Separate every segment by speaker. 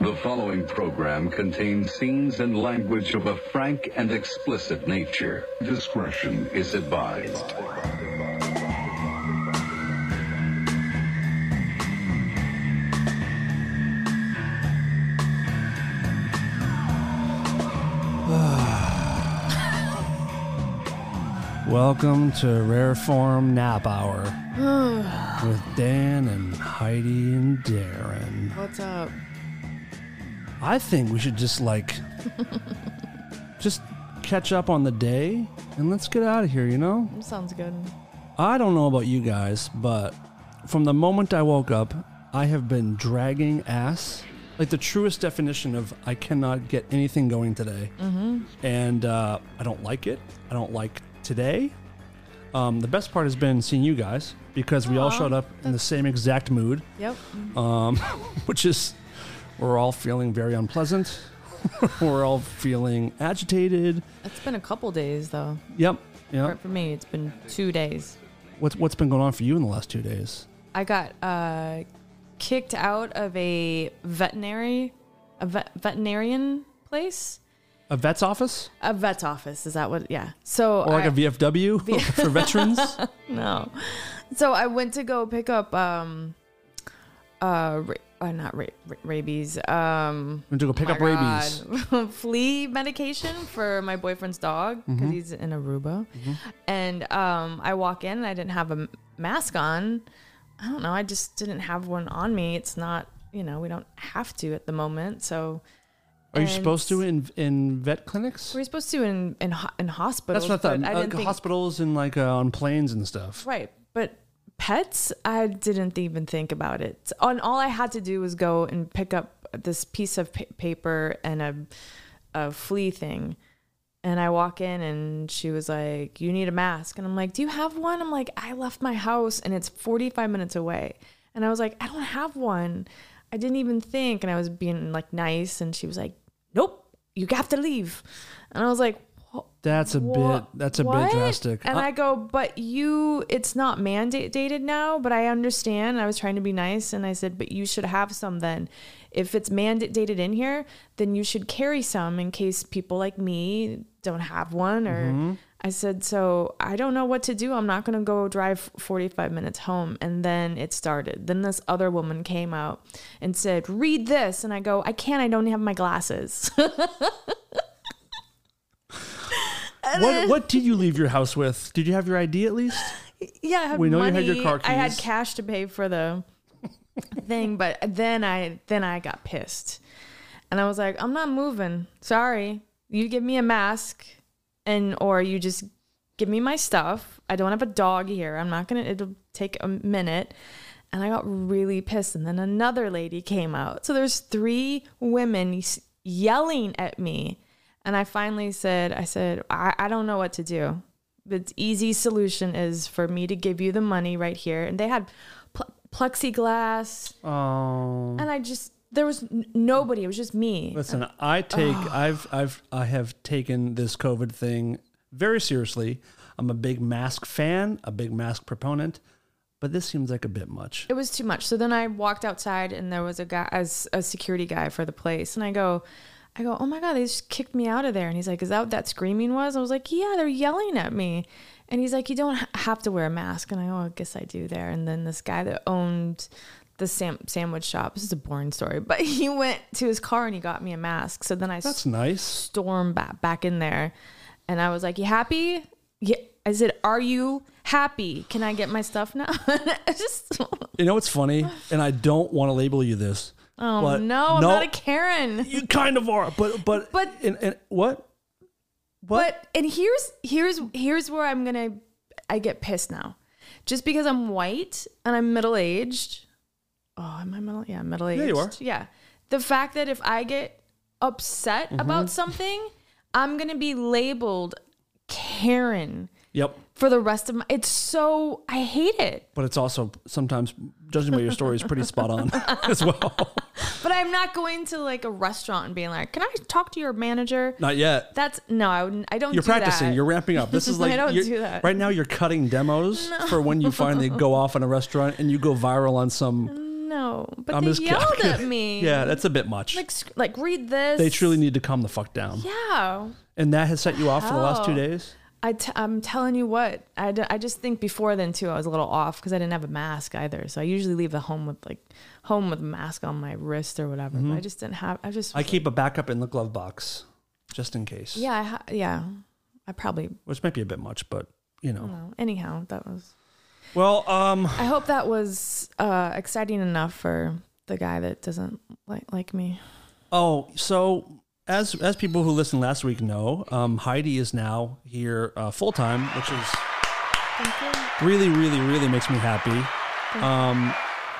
Speaker 1: The following program contains scenes and language of a frank and explicit nature. Discretion is advised.
Speaker 2: Welcome to Rare Form Nap Hour with Dan and Heidi and Darren.
Speaker 3: What's up?
Speaker 2: I think we should just like just catch up on the day and let's get out of here, you know?
Speaker 3: Sounds good.
Speaker 2: I don't know about you guys, but from the moment I woke up, I have been dragging ass. Like the truest definition of I cannot get anything going today. And uh, I don't like it. I don't like today. Um, the best part has been seeing you guys because we all
Speaker 3: Aw,
Speaker 2: showed up in the same exact mood,
Speaker 3: Yep.
Speaker 2: um, which is we're all feeling very unpleasant. we're all feeling agitated.
Speaker 3: It's been a couple days though.
Speaker 2: Yep. Yep.
Speaker 3: For, for me, it's been two days.
Speaker 2: What's, what's been going on for you in the last two days?
Speaker 3: I got uh, kicked out of a veterinary, a vet, veterinarian place,
Speaker 2: A vet's office?
Speaker 3: a vet's office. Is that what? Yeah. So
Speaker 2: or like
Speaker 3: I-
Speaker 2: a VFW for veterans.
Speaker 3: no. So I went to go pick up um, uh, ra- uh not ra- ra- rabies. Um,
Speaker 2: I'm to go pick
Speaker 3: my
Speaker 2: up rabies.
Speaker 3: God. flea medication for my boyfriend's dog because
Speaker 2: Mm-hmm.
Speaker 3: he's in Aruba. And um, I walk in and I didn't have a m- mask on. I don't know. I just didn't have one on me. It's not, you know, we don't have to at the moment. So
Speaker 2: Are you
Speaker 3: And-
Speaker 2: supposed to in in vet clinics?
Speaker 3: we're supposed to in in, ho- in hospitals.
Speaker 2: That's what I thought. Uh,
Speaker 3: but
Speaker 2: like
Speaker 3: didn't think-
Speaker 2: hospitals and like uh, on planes and stuff.
Speaker 3: Right. But pets, I didn't even think about it. On all I had to do was go and pick up this piece of pa- paper and a, a flea thing. And I walk in and she was like, You need a mask. And I'm like, Do you have one? I'm like, I left my house and it's 45 minutes away. And I was like, I don't have one. I didn't even think. And I was being like nice. And she was like, Nope, you have to leave. And I was like, "Wha-
Speaker 2: That's a
Speaker 3: Wha-
Speaker 2: bit. That's a
Speaker 3: what?
Speaker 2: bit drastic.
Speaker 3: And
Speaker 2: Uh,
Speaker 3: I go, but you, it's not mandated now, but I understand. I was trying to be nice and I said, but you should have some then. If it's mandated in here, then you should carry some in case people like me don't have one. Or
Speaker 2: Mm-hmm.
Speaker 3: I said, so I don't know what to do. I'm not going to go drive 45 minutes home. And then it started. Then this other woman came out and said, read this. And I go, I can't. I don't have my glasses.
Speaker 2: what what did you leave your house with? Did you have your ID at least?
Speaker 3: Yeah, I had
Speaker 2: We know you
Speaker 3: money.
Speaker 2: had your car
Speaker 3: I had
Speaker 2: keys.
Speaker 3: cash to pay for the thing, but then I then I got pissed, and I was like, "I'm not moving. Sorry, you give me a mask, and or you just give me my stuff. I don't have a dog here. I'm not gonna. It'll take a minute." And I got really pissed, and then another lady came out. So there's three women s- yelling at me, and I finally said, "I said I, I don't know what to do." the easy solution is for me to give you the money right here. And they had pl- plexiglass,
Speaker 2: Oh,
Speaker 3: and I just there was n- nobody. It was just me.
Speaker 2: listen. I take. I've. I've. I have taken this COVID thing very seriously. I'm a big mask fan. A big mask proponent. But this seems like a bit much.
Speaker 3: It was too much. So then I walked outside, and there was a guy as a security guy for the place, and I go. I go, oh my God, they just kicked me out of there. And he's like, is that what that screaming was? I was like, yeah, they're yelling at me. And he's like, you don't ha- have to wear a mask. And I go, oh, I guess I do there. And then this guy that owned the sam- sandwich shop, this is a boring story, but he went to his car and he got me a mask. So then I
Speaker 2: That's nice.
Speaker 3: storm back back in there, and I was like, "You happy?" Yeah. I said, "Are you happy? Can I get my stuff now?" I just
Speaker 2: You know what's funny? And I don't want to label you this.
Speaker 3: oh
Speaker 2: but
Speaker 3: no, I'm not a Karen.
Speaker 2: you kind of are, but but
Speaker 3: But-
Speaker 2: and, and what?
Speaker 3: But and here's here's here's where I'm gonna I get pissed now, just because I'm white and I'm middle aged. Oh, am I middle? Yeah, middle aged.
Speaker 2: Yeah, you are.
Speaker 3: Yeah, the fact that if I get upset
Speaker 2: Mm-hmm.
Speaker 3: about something, I'm gonna be labeled Karen.
Speaker 2: Yep.
Speaker 3: for the rest of my it's so i hate it
Speaker 2: But it's also sometimes judging by your story is pretty spot on as well.
Speaker 3: but i'm not going to like a restaurant and being like can i talk to your manager
Speaker 2: Not yet.
Speaker 3: that's no i, wouldn't, I don't
Speaker 2: You're
Speaker 3: do
Speaker 2: practicing.
Speaker 3: that.
Speaker 2: You're ramping up. This is
Speaker 3: I
Speaker 2: like
Speaker 3: don't
Speaker 2: you're-
Speaker 3: do that.
Speaker 2: right now. You're cutting demos for when you finally go off in a restaurant and you go viral on some
Speaker 3: know, but
Speaker 2: I'm
Speaker 3: they
Speaker 2: just kidding.
Speaker 3: yelled at me.
Speaker 2: Yeah, that's a bit much.
Speaker 3: Like, sc- like read this.
Speaker 2: they truly need to calm the fuck down.
Speaker 3: Yeah.
Speaker 2: And that has set you off for the last two
Speaker 3: Hell.
Speaker 2: days?
Speaker 3: I t- I'm telling you what, I, d- I just think before then too, I was a little off because I didn't have a mask either. So I usually leave the home with like home with a mask on my wrist or whatever. But I just didn't have, I just,
Speaker 2: Mm-hmm. I keep a backup in the glove box just in case.
Speaker 3: yeah, I ha- yeah, I probably,
Speaker 2: Which might be a bit much, but you know.
Speaker 3: no. anyhow, that was,
Speaker 2: Well, um
Speaker 3: I hope that was uh, exciting enough for the guy that doesn't like, like me.
Speaker 2: oh, so as as people who listened last week know, um Heidi is now here uh, full time, which is
Speaker 3: Thank you.
Speaker 2: really, really, really makes me happy. Um,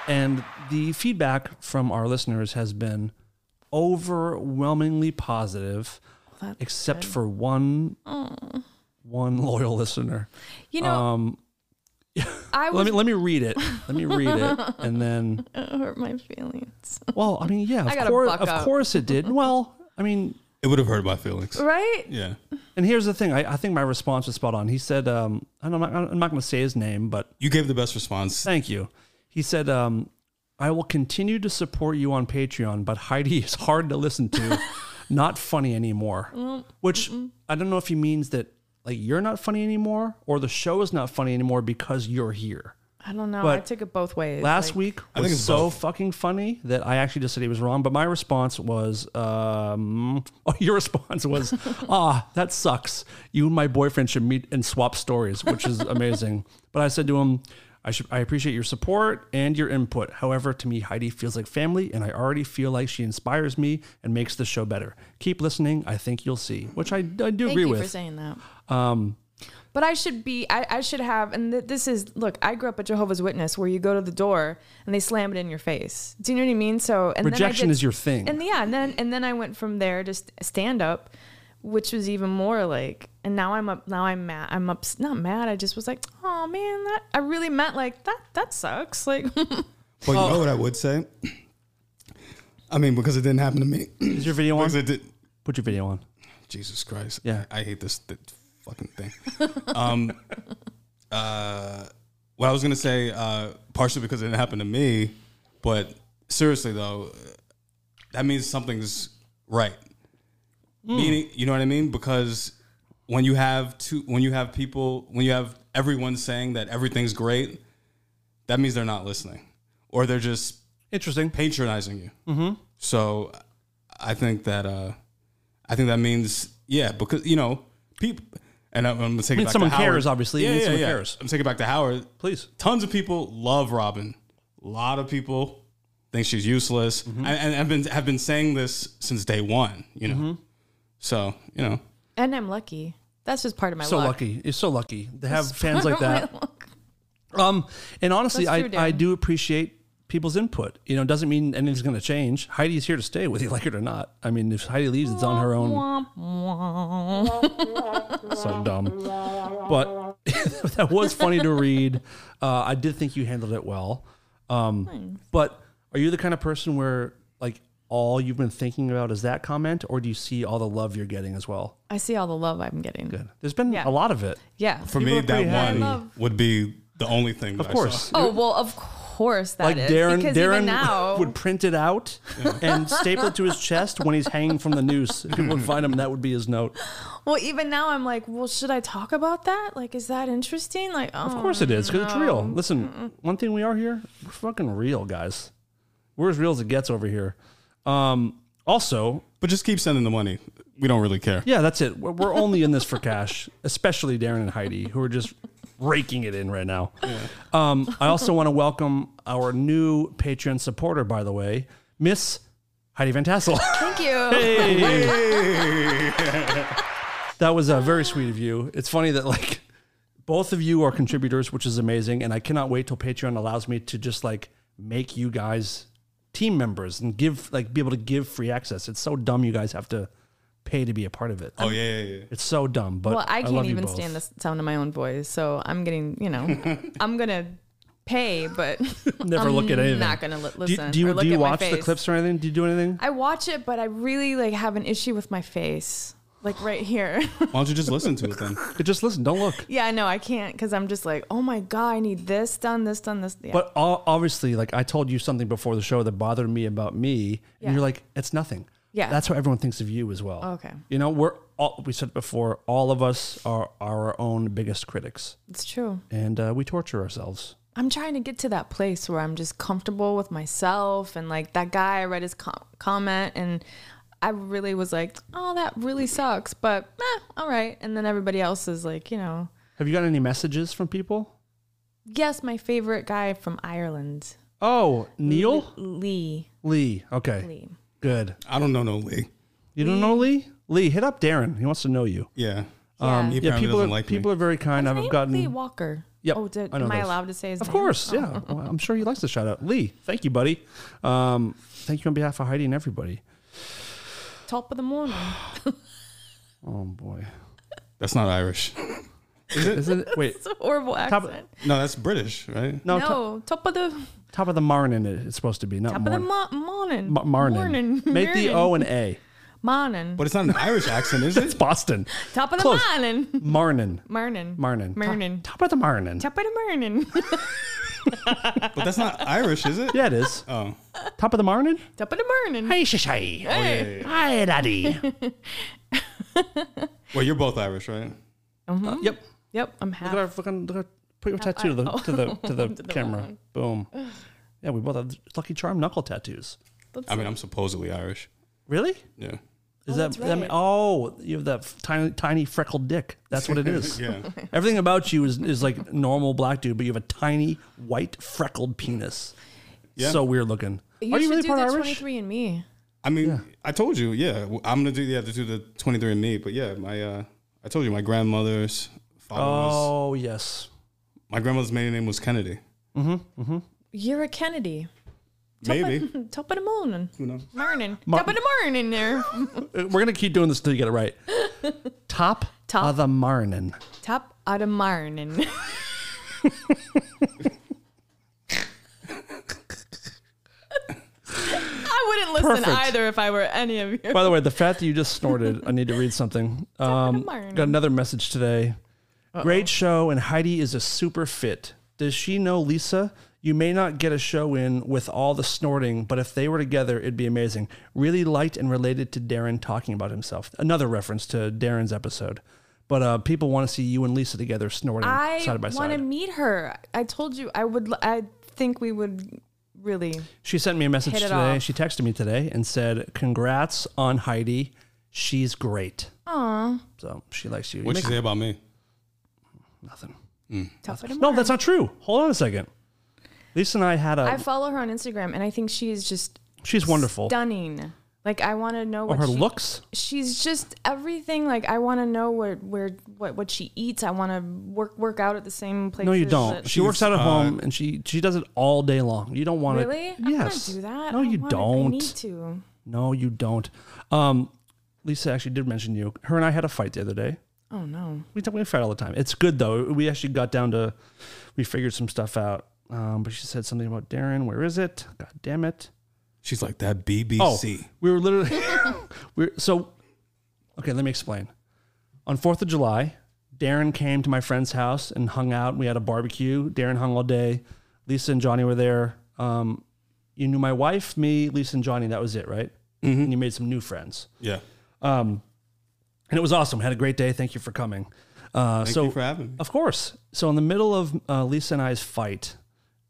Speaker 2: and the feedback from our listeners has been overwhelmingly positive,
Speaker 3: that's
Speaker 2: except for one, one loyal listener.
Speaker 3: You know,
Speaker 2: Um,
Speaker 3: Oh. I
Speaker 2: Uh, let
Speaker 3: was,
Speaker 2: me let me read it. Let me read it, and then.
Speaker 3: it hurt my feelings.
Speaker 2: Well, I mean, yeah,
Speaker 3: I
Speaker 2: of
Speaker 3: gotta
Speaker 2: course,
Speaker 3: buck
Speaker 2: of
Speaker 3: up.
Speaker 2: course it did. Well, I mean,
Speaker 4: It would have hurt my feelings.
Speaker 3: Right?
Speaker 4: Yeah.
Speaker 2: and here's the thing. I, I think my response was spot on. He said, um, and I'm not, I'm not going to say his name, but
Speaker 4: You gave the best response.
Speaker 2: Thank you. He said, um, I will continue to support you on Patreon, but Heidi is hard to listen to, not funny anymore. Which I don't know if he means that like you're not funny anymore or the show is not funny anymore because you're here.
Speaker 3: I don't know. I
Speaker 2: But
Speaker 3: took it both ways.
Speaker 2: Last
Speaker 3: Like,
Speaker 2: week
Speaker 4: think
Speaker 2: was
Speaker 4: it's
Speaker 2: so
Speaker 4: both.
Speaker 2: fucking funny that I actually just said he was wrong, but my response was, um, oh, your response was, ah, that sucks. You and my boyfriend should meet and swap stories, which is amazing. but I said to him, I should, I appreciate your support and your input. However, to me, Heidi feels like family, and I already feel like she inspires me and makes the show better. Keep listening. I think you'll see, which I, I do
Speaker 3: Thank
Speaker 2: agree
Speaker 3: you
Speaker 2: with. Um,
Speaker 3: for saying that. but I should be. I, I should have. And th- this is look. I grew up a Jehovah's Witness, where you go to the door and they slam it in your face. Do you know what I mean? So and
Speaker 2: Rejection
Speaker 3: then I did-
Speaker 2: is your thing.
Speaker 3: And yeah, and then and then I went from there to st- stand up, which was even more like. And now I'm up. Now I'm mad. I'm ups, not mad. I just was like, oh man, that I really meant like that. That sucks. Like
Speaker 4: But you know what I would say? I mean, because it didn't happen to me.
Speaker 2: is your video on?
Speaker 4: because it did.
Speaker 2: Put your video on.
Speaker 4: Jesus Christ.
Speaker 2: Yeah.
Speaker 4: I, I hate this, th- fucking thing. um, uh, what I was going to say, uh, partially because it didn't happen to me, but seriously, though, that means something's right. Meaning, you know what I mean? Because when you have two, when you have people, when you have everyone saying that everything's great, that means they're not listening or they're just
Speaker 2: Interesting.
Speaker 4: patronizing you. Mm-hmm. So I think that uh, I think that means yeah, because you know people. And I'm, I'm gonna take
Speaker 2: means
Speaker 4: it back
Speaker 2: someone
Speaker 4: to Howard.
Speaker 2: cares, obviously. It
Speaker 4: Yeah,
Speaker 2: means
Speaker 4: yeah,
Speaker 2: someone
Speaker 4: yeah.
Speaker 2: cares.
Speaker 4: I'm taking it back to Howard.
Speaker 2: Please.
Speaker 4: Tons of people love Robin. A lot of people think she's useless,
Speaker 2: Mm-hmm.
Speaker 4: and, and I've been have been saying this since day one. You know,
Speaker 2: Mm-hmm.
Speaker 4: so you know,
Speaker 3: And I'm lucky. That's just part of my
Speaker 2: so
Speaker 3: luck.
Speaker 2: lucky. You're so lucky to have fans like that. Um, and honestly,
Speaker 3: That's true, Dan.
Speaker 2: I, I do appreciate people's input. You know, it doesn't mean anything's going to change. Heidi's here to stay, whether you like it or not. I mean, if Heidi leaves, it's on her own. So dumb. But that was funny to read. Uh, I did think you handled it well. Um, but are you the kind of person where, like, all you've been thinking about is that comment, or do you see all the love you're getting as well?
Speaker 3: I see all the love I'm getting.
Speaker 2: There's been
Speaker 3: Yeah.
Speaker 2: a lot of it.
Speaker 3: Yeah.
Speaker 2: People
Speaker 4: for me
Speaker 2: are pretty
Speaker 4: that
Speaker 2: happy.
Speaker 3: I
Speaker 4: one
Speaker 3: love-
Speaker 4: would be the only thing.
Speaker 2: Of course.
Speaker 3: oh well, of course that
Speaker 2: like
Speaker 3: is
Speaker 2: Darren,
Speaker 3: because
Speaker 2: Darren
Speaker 3: even now
Speaker 2: would print it out and staple it to his chest when he's hanging from the noose. If people would find him, that would be his note.
Speaker 3: Well, even now I'm like, well, should I talk about that? Like, is that interesting? Like, oh,
Speaker 2: Of course it is, because it's real. Listen, one thing we are here, we're fucking real, guys. We're as real as it gets over here. Um, also,
Speaker 4: But just keep sending the money. We don't really care.
Speaker 2: yeah, that's it. We're, we're only in this for cash, especially Darren and Heidi, who are just raking it in right now. Um, I also want to welcome our new Patreon supporter, by the way, Miss Heidi Van Tassel.
Speaker 3: Thank you.
Speaker 2: that was uh, very sweet of you. It's funny that like both of you are contributors, which is amazing, and I cannot wait till Patreon allows me to just like make you guys team members and give like be able to give free access. It's so dumb you guys have to pay to be a part of it.
Speaker 4: Oh yeah, yeah, yeah.
Speaker 2: It's so dumb, but
Speaker 3: Well, I can't
Speaker 2: love you
Speaker 3: even
Speaker 2: both.
Speaker 3: stand the sound of my own voice, so I'm getting, you know, I'm gonna pay, but
Speaker 2: Never
Speaker 3: I'm
Speaker 2: look at anything.
Speaker 3: Not gonna li-
Speaker 2: Do you-
Speaker 3: listen.
Speaker 2: Do you,
Speaker 3: or
Speaker 2: do
Speaker 3: look
Speaker 2: you
Speaker 3: at my
Speaker 2: watch the
Speaker 3: face.
Speaker 2: clips or anything? Do you do anything?
Speaker 3: I watch it, but I really like have an issue with my face. like right here.
Speaker 4: Why don't you just listen to it then?
Speaker 2: Just listen, don't look.
Speaker 3: yeah, I know I can't because I'm just like, oh my god, I need this done, this done, this. Yeah.
Speaker 2: But o- obviously, like I told you something before the show that bothered me about me,
Speaker 3: Yeah.
Speaker 2: and you're like, it's nothing.
Speaker 3: Yeah. Oh,
Speaker 2: That's how everyone thinks of you as well.
Speaker 3: Okay.
Speaker 2: You know, we're all, we said before, all of us are our own biggest critics,
Speaker 3: it's true.
Speaker 2: and uh, we torture ourselves.
Speaker 3: I'm trying to get to that place where I'm just comfortable with myself and like that guy I read his com- comment and I really was like, oh, that really sucks, but eh, all right. And then everybody else is like, you know,
Speaker 2: Have you got any messages from people?
Speaker 3: yes, my favorite guy from Ireland,
Speaker 2: Oh, Neil
Speaker 3: Lee.
Speaker 2: Lee. Okay.
Speaker 3: Lee.
Speaker 2: Good.
Speaker 4: I don't know no Lee.
Speaker 2: You don't know Lee? Lee, hit up Darren. He wants to know you.
Speaker 4: Yeah.
Speaker 3: Um,
Speaker 4: He
Speaker 3: yeah.
Speaker 2: Yeah,
Speaker 4: apparently
Speaker 2: people are,
Speaker 4: doesn't like
Speaker 2: people
Speaker 4: me.
Speaker 2: are very kind. I've
Speaker 3: Name?
Speaker 2: gotten.
Speaker 3: Lee Walker.
Speaker 2: Yep,
Speaker 3: Oh, did,
Speaker 2: I know
Speaker 3: am I
Speaker 2: those.
Speaker 3: allowed to say his
Speaker 2: Of
Speaker 3: name?
Speaker 2: course,
Speaker 3: Oh.
Speaker 2: yeah. Well, I'm sure he likes the shout out. Lee, thank you, buddy. Um, thank you on behalf of Heidi and everybody.
Speaker 3: Top of the morning.
Speaker 2: Oh boy,
Speaker 4: That's not Irish.
Speaker 2: is it? Wait,
Speaker 3: It's a horrible
Speaker 2: Top-
Speaker 3: accent.
Speaker 4: No, that's British, right?
Speaker 2: no,
Speaker 3: no,
Speaker 2: Top,
Speaker 3: top of the
Speaker 2: top of the morning. it- It's supposed to be not
Speaker 3: top
Speaker 2: morning.
Speaker 3: of the mo- morning.
Speaker 2: Mo- morning.
Speaker 3: Morning.
Speaker 2: Make the
Speaker 3: Morning.
Speaker 2: O and A.
Speaker 3: Morning.
Speaker 4: But it's not an Irish accent, is
Speaker 2: It's
Speaker 4: it?
Speaker 2: Boston.
Speaker 3: Top of the
Speaker 2: Close.
Speaker 3: morning.
Speaker 2: Morning.
Speaker 3: Morning.
Speaker 2: Morning. Top-
Speaker 3: Morning.
Speaker 2: Top, of the morning.
Speaker 3: Top of the morning.
Speaker 4: But that's not Irish, is it?
Speaker 2: Yeah, it is.
Speaker 4: Oh.
Speaker 2: Top of the morning.
Speaker 3: Top of the morning.
Speaker 2: Hey, shishay.
Speaker 4: Yeah, yeah, yeah.
Speaker 2: Hi, daddy.
Speaker 4: Well, you're both Irish, right?
Speaker 2: Uh, yep.
Speaker 3: Yep, I'm
Speaker 2: Look at our
Speaker 3: half.
Speaker 2: fucking. Look at, put your tattoo to the to the to the camera. Boom. Yeah, we both have Lucky Charm knuckle tattoos.
Speaker 4: I mean, I'm supposedly Irish.
Speaker 2: Really?
Speaker 4: Yeah.
Speaker 2: Is that,
Speaker 3: Oh, that's
Speaker 2: that mean,
Speaker 3: right.
Speaker 2: oh you have that f- tiny tiny freckled dick? That's what it is.
Speaker 4: Yeah.
Speaker 2: Everything about you is, is like normal black dude, but you have a tiny white freckled penis.
Speaker 4: Yeah.
Speaker 2: So weird looking.
Speaker 3: You
Speaker 2: Are you
Speaker 3: should
Speaker 2: really
Speaker 3: do
Speaker 2: part
Speaker 3: the
Speaker 2: Irish?
Speaker 3: 23 and me.
Speaker 4: I mean, I told you, yeah, w- I'm gonna do yeah to do the 23 and me, but yeah, my uh, I told you my grandmother's father was
Speaker 2: Oh yes.
Speaker 4: my grandmother's maiden name was Kennedy.
Speaker 3: You're a Kennedy.
Speaker 4: Maybe
Speaker 3: Top of the morning.
Speaker 4: who knows?
Speaker 3: Morning.
Speaker 2: Mo-
Speaker 3: Top of the morning there.
Speaker 2: Uh, We're gonna keep doing this till you get it right. Top,
Speaker 3: Top.
Speaker 2: of the morning.
Speaker 3: Top of the morning. I wouldn't listen
Speaker 2: Perfect.
Speaker 3: either if I were any of you.
Speaker 2: By the way, the fact that you just snorted, I need to read something.
Speaker 3: of
Speaker 2: Um,
Speaker 3: the morning.
Speaker 2: got another message today. Great show, and Heidi is a super fit. Does she know Lisa? You may not get a show in with all the snorting, but if they were together, it'd be amazing. Really light and related to Darren talking about himself. Another reference to Darren's episode. But uh, people want to see you and Lisa together snorting
Speaker 3: I
Speaker 2: side by
Speaker 3: want to
Speaker 2: side.
Speaker 3: meet her. I told you I would. l- I think we would really.
Speaker 2: She sent me a message
Speaker 3: Hit it
Speaker 2: today.
Speaker 3: off.
Speaker 2: She texted me today and said, Congrats on Heidi. She's great.
Speaker 3: Aw,
Speaker 2: So she likes you. You
Speaker 4: What'd
Speaker 2: make
Speaker 4: you say about me?
Speaker 2: nothing.
Speaker 3: top of the
Speaker 2: No, that's not true. Hold on a second. Lisa and I had a.
Speaker 3: I follow her on Instagram, and I think she is just
Speaker 2: she's wonderful.
Speaker 3: stunning. Like I want to know
Speaker 2: Or
Speaker 3: what
Speaker 2: her
Speaker 3: she,
Speaker 2: looks.
Speaker 3: She's just everything. Like I want to know where where what what she eats. I want to work work out at the same place.
Speaker 2: No, you don't.
Speaker 3: That,
Speaker 2: She works out at
Speaker 4: uh,
Speaker 2: home and she she does it all day long. You don't want to.
Speaker 3: really? I want
Speaker 2: Yes.
Speaker 3: to do that.
Speaker 2: No,
Speaker 3: I
Speaker 2: you
Speaker 3: wanna- I
Speaker 2: don't.
Speaker 3: need to.
Speaker 2: No, you don't. Um, Lisa actually did mention you. Her and I had a fight the other day.
Speaker 3: Oh no.
Speaker 2: We talk, we fight all the time. It's good though. We actually got down to we figured some stuff out. Um, but she said something about Darren. Where is it? God damn it.
Speaker 4: She's like that BBC.
Speaker 2: Oh, we were literally we are so okay. Let me explain. On Fourth of July, Darren came to my friend's house and hung out. We had a barbecue. Darren hung all day. Lisa and Johnny were there. Um, you knew my wife, me, Lisa, and Johnny. That was it, right?
Speaker 4: Mm-hmm.
Speaker 2: And you made some new friends,
Speaker 4: Yeah.
Speaker 2: and it was awesome. Had a great day. Thank you for coming. Uh,
Speaker 4: Thank
Speaker 2: so
Speaker 4: you for having me.
Speaker 2: of course. So in the middle of uh, Lisa and I's fight,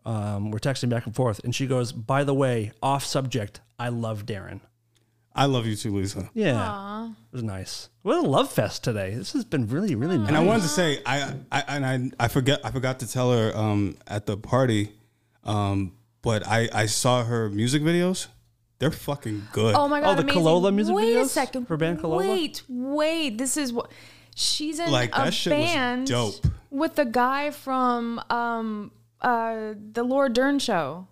Speaker 2: um, we're texting back and forth, and she goes, "By the way, off subject. I love Darren."
Speaker 4: I love you too, Lisa.
Speaker 2: Yeah. It was nice. What a love fest today. This has been really, really
Speaker 3: Hmm.
Speaker 2: nice.
Speaker 4: And I wanted to say I, I and I I forget I forgot to tell her um, at the party, um, but I I saw her music videos. They're fucking good.
Speaker 3: Oh my god!
Speaker 2: Uh, the
Speaker 3: amazing.
Speaker 2: Kalola music
Speaker 3: Wait
Speaker 2: videos
Speaker 3: a second.
Speaker 2: for band Kalola?
Speaker 3: Wait, wait. This is what she's in
Speaker 4: Like,
Speaker 3: a
Speaker 4: that shit was
Speaker 3: band
Speaker 4: dope.
Speaker 3: with the guy from um uh the Laura Dern show.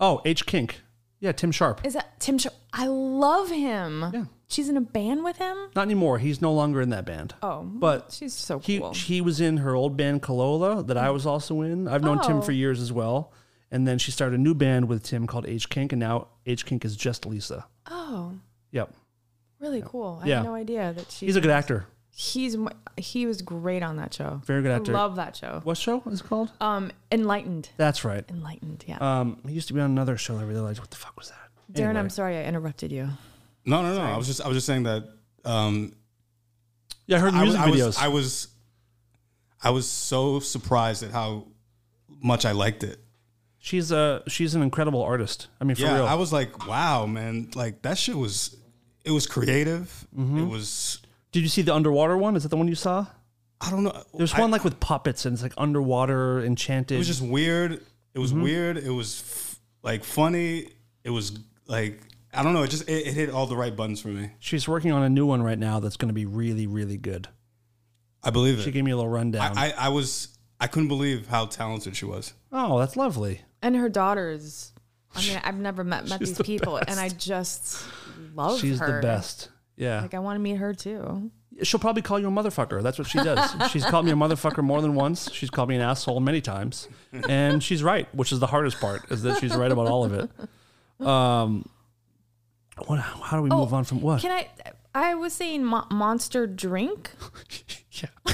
Speaker 2: oh, H Kink. Yeah, Tim Sharp.
Speaker 3: Is that Tim? Sh- I love him.
Speaker 2: Yeah.
Speaker 3: She's in a band with him.
Speaker 2: Not anymore. He's no longer in that band.
Speaker 3: Oh,
Speaker 2: But
Speaker 3: she's so
Speaker 2: he,
Speaker 3: cool.
Speaker 2: he was in her old band Kalola that I was also in. I've known Tim
Speaker 3: Oh.
Speaker 2: for years as well. And then she started a new band with Tim called H Kink, and now H Kink is just Lisa.
Speaker 3: oh,
Speaker 2: Yep.
Speaker 3: Really cool. I
Speaker 2: Yeah.
Speaker 3: had no idea that she.
Speaker 2: He's a good actor.
Speaker 3: he's m- he was great on that show.
Speaker 2: Very good
Speaker 3: I
Speaker 2: actor.
Speaker 3: Love that show.
Speaker 2: What show is it called?
Speaker 3: Um, enlightened.
Speaker 2: That's right.
Speaker 3: Enlightened. Yeah.
Speaker 2: Um, he used to be on another show. and I realized what the fuck was that?
Speaker 3: Darren,
Speaker 2: Anyway.
Speaker 3: I'm sorry I interrupted you.
Speaker 4: No, no, no. I was just I was just saying that um,
Speaker 2: Yeah, I heard
Speaker 4: I was,
Speaker 2: music
Speaker 4: I was
Speaker 2: videos.
Speaker 4: I was I was so surprised at how much I liked it.
Speaker 2: she's a she's an incredible artist. I mean, for
Speaker 4: yeah,
Speaker 2: real.
Speaker 4: I was like, wow, man, like that shit was it was creative.
Speaker 2: Mm-hmm.
Speaker 4: It was
Speaker 2: Did you see the underwater one? Is that the one you saw?
Speaker 4: I don't know.
Speaker 2: There's
Speaker 4: I-
Speaker 2: one like with puppets and it's like underwater enchanted.
Speaker 4: it was just weird. It
Speaker 2: Mm-hmm.
Speaker 4: was weird. It was f- like funny. It was like I don't know. It just it, it hit all the right buttons for me.
Speaker 2: she's working on a new one right now that's going to be really really good.
Speaker 4: I believe
Speaker 2: She
Speaker 4: it.
Speaker 2: gave me a little rundown.
Speaker 4: I, I was I couldn't believe how talented she was.
Speaker 2: oh, that's lovely.
Speaker 3: And her daughters. I mean, I've never met met these people, and I just love
Speaker 2: She's
Speaker 3: her.
Speaker 2: the best. Yeah,
Speaker 3: Like I want to meet her too.
Speaker 2: she'll probably call you a motherfucker. That's what she does. she's called me a motherfucker more than once. She's called me an asshole many times, and she's right, which is the hardest part is that she's right about all of it. Um, what, how do we move on from what?
Speaker 3: Oh, Can I? I was saying mo- monster drink.
Speaker 2: yeah.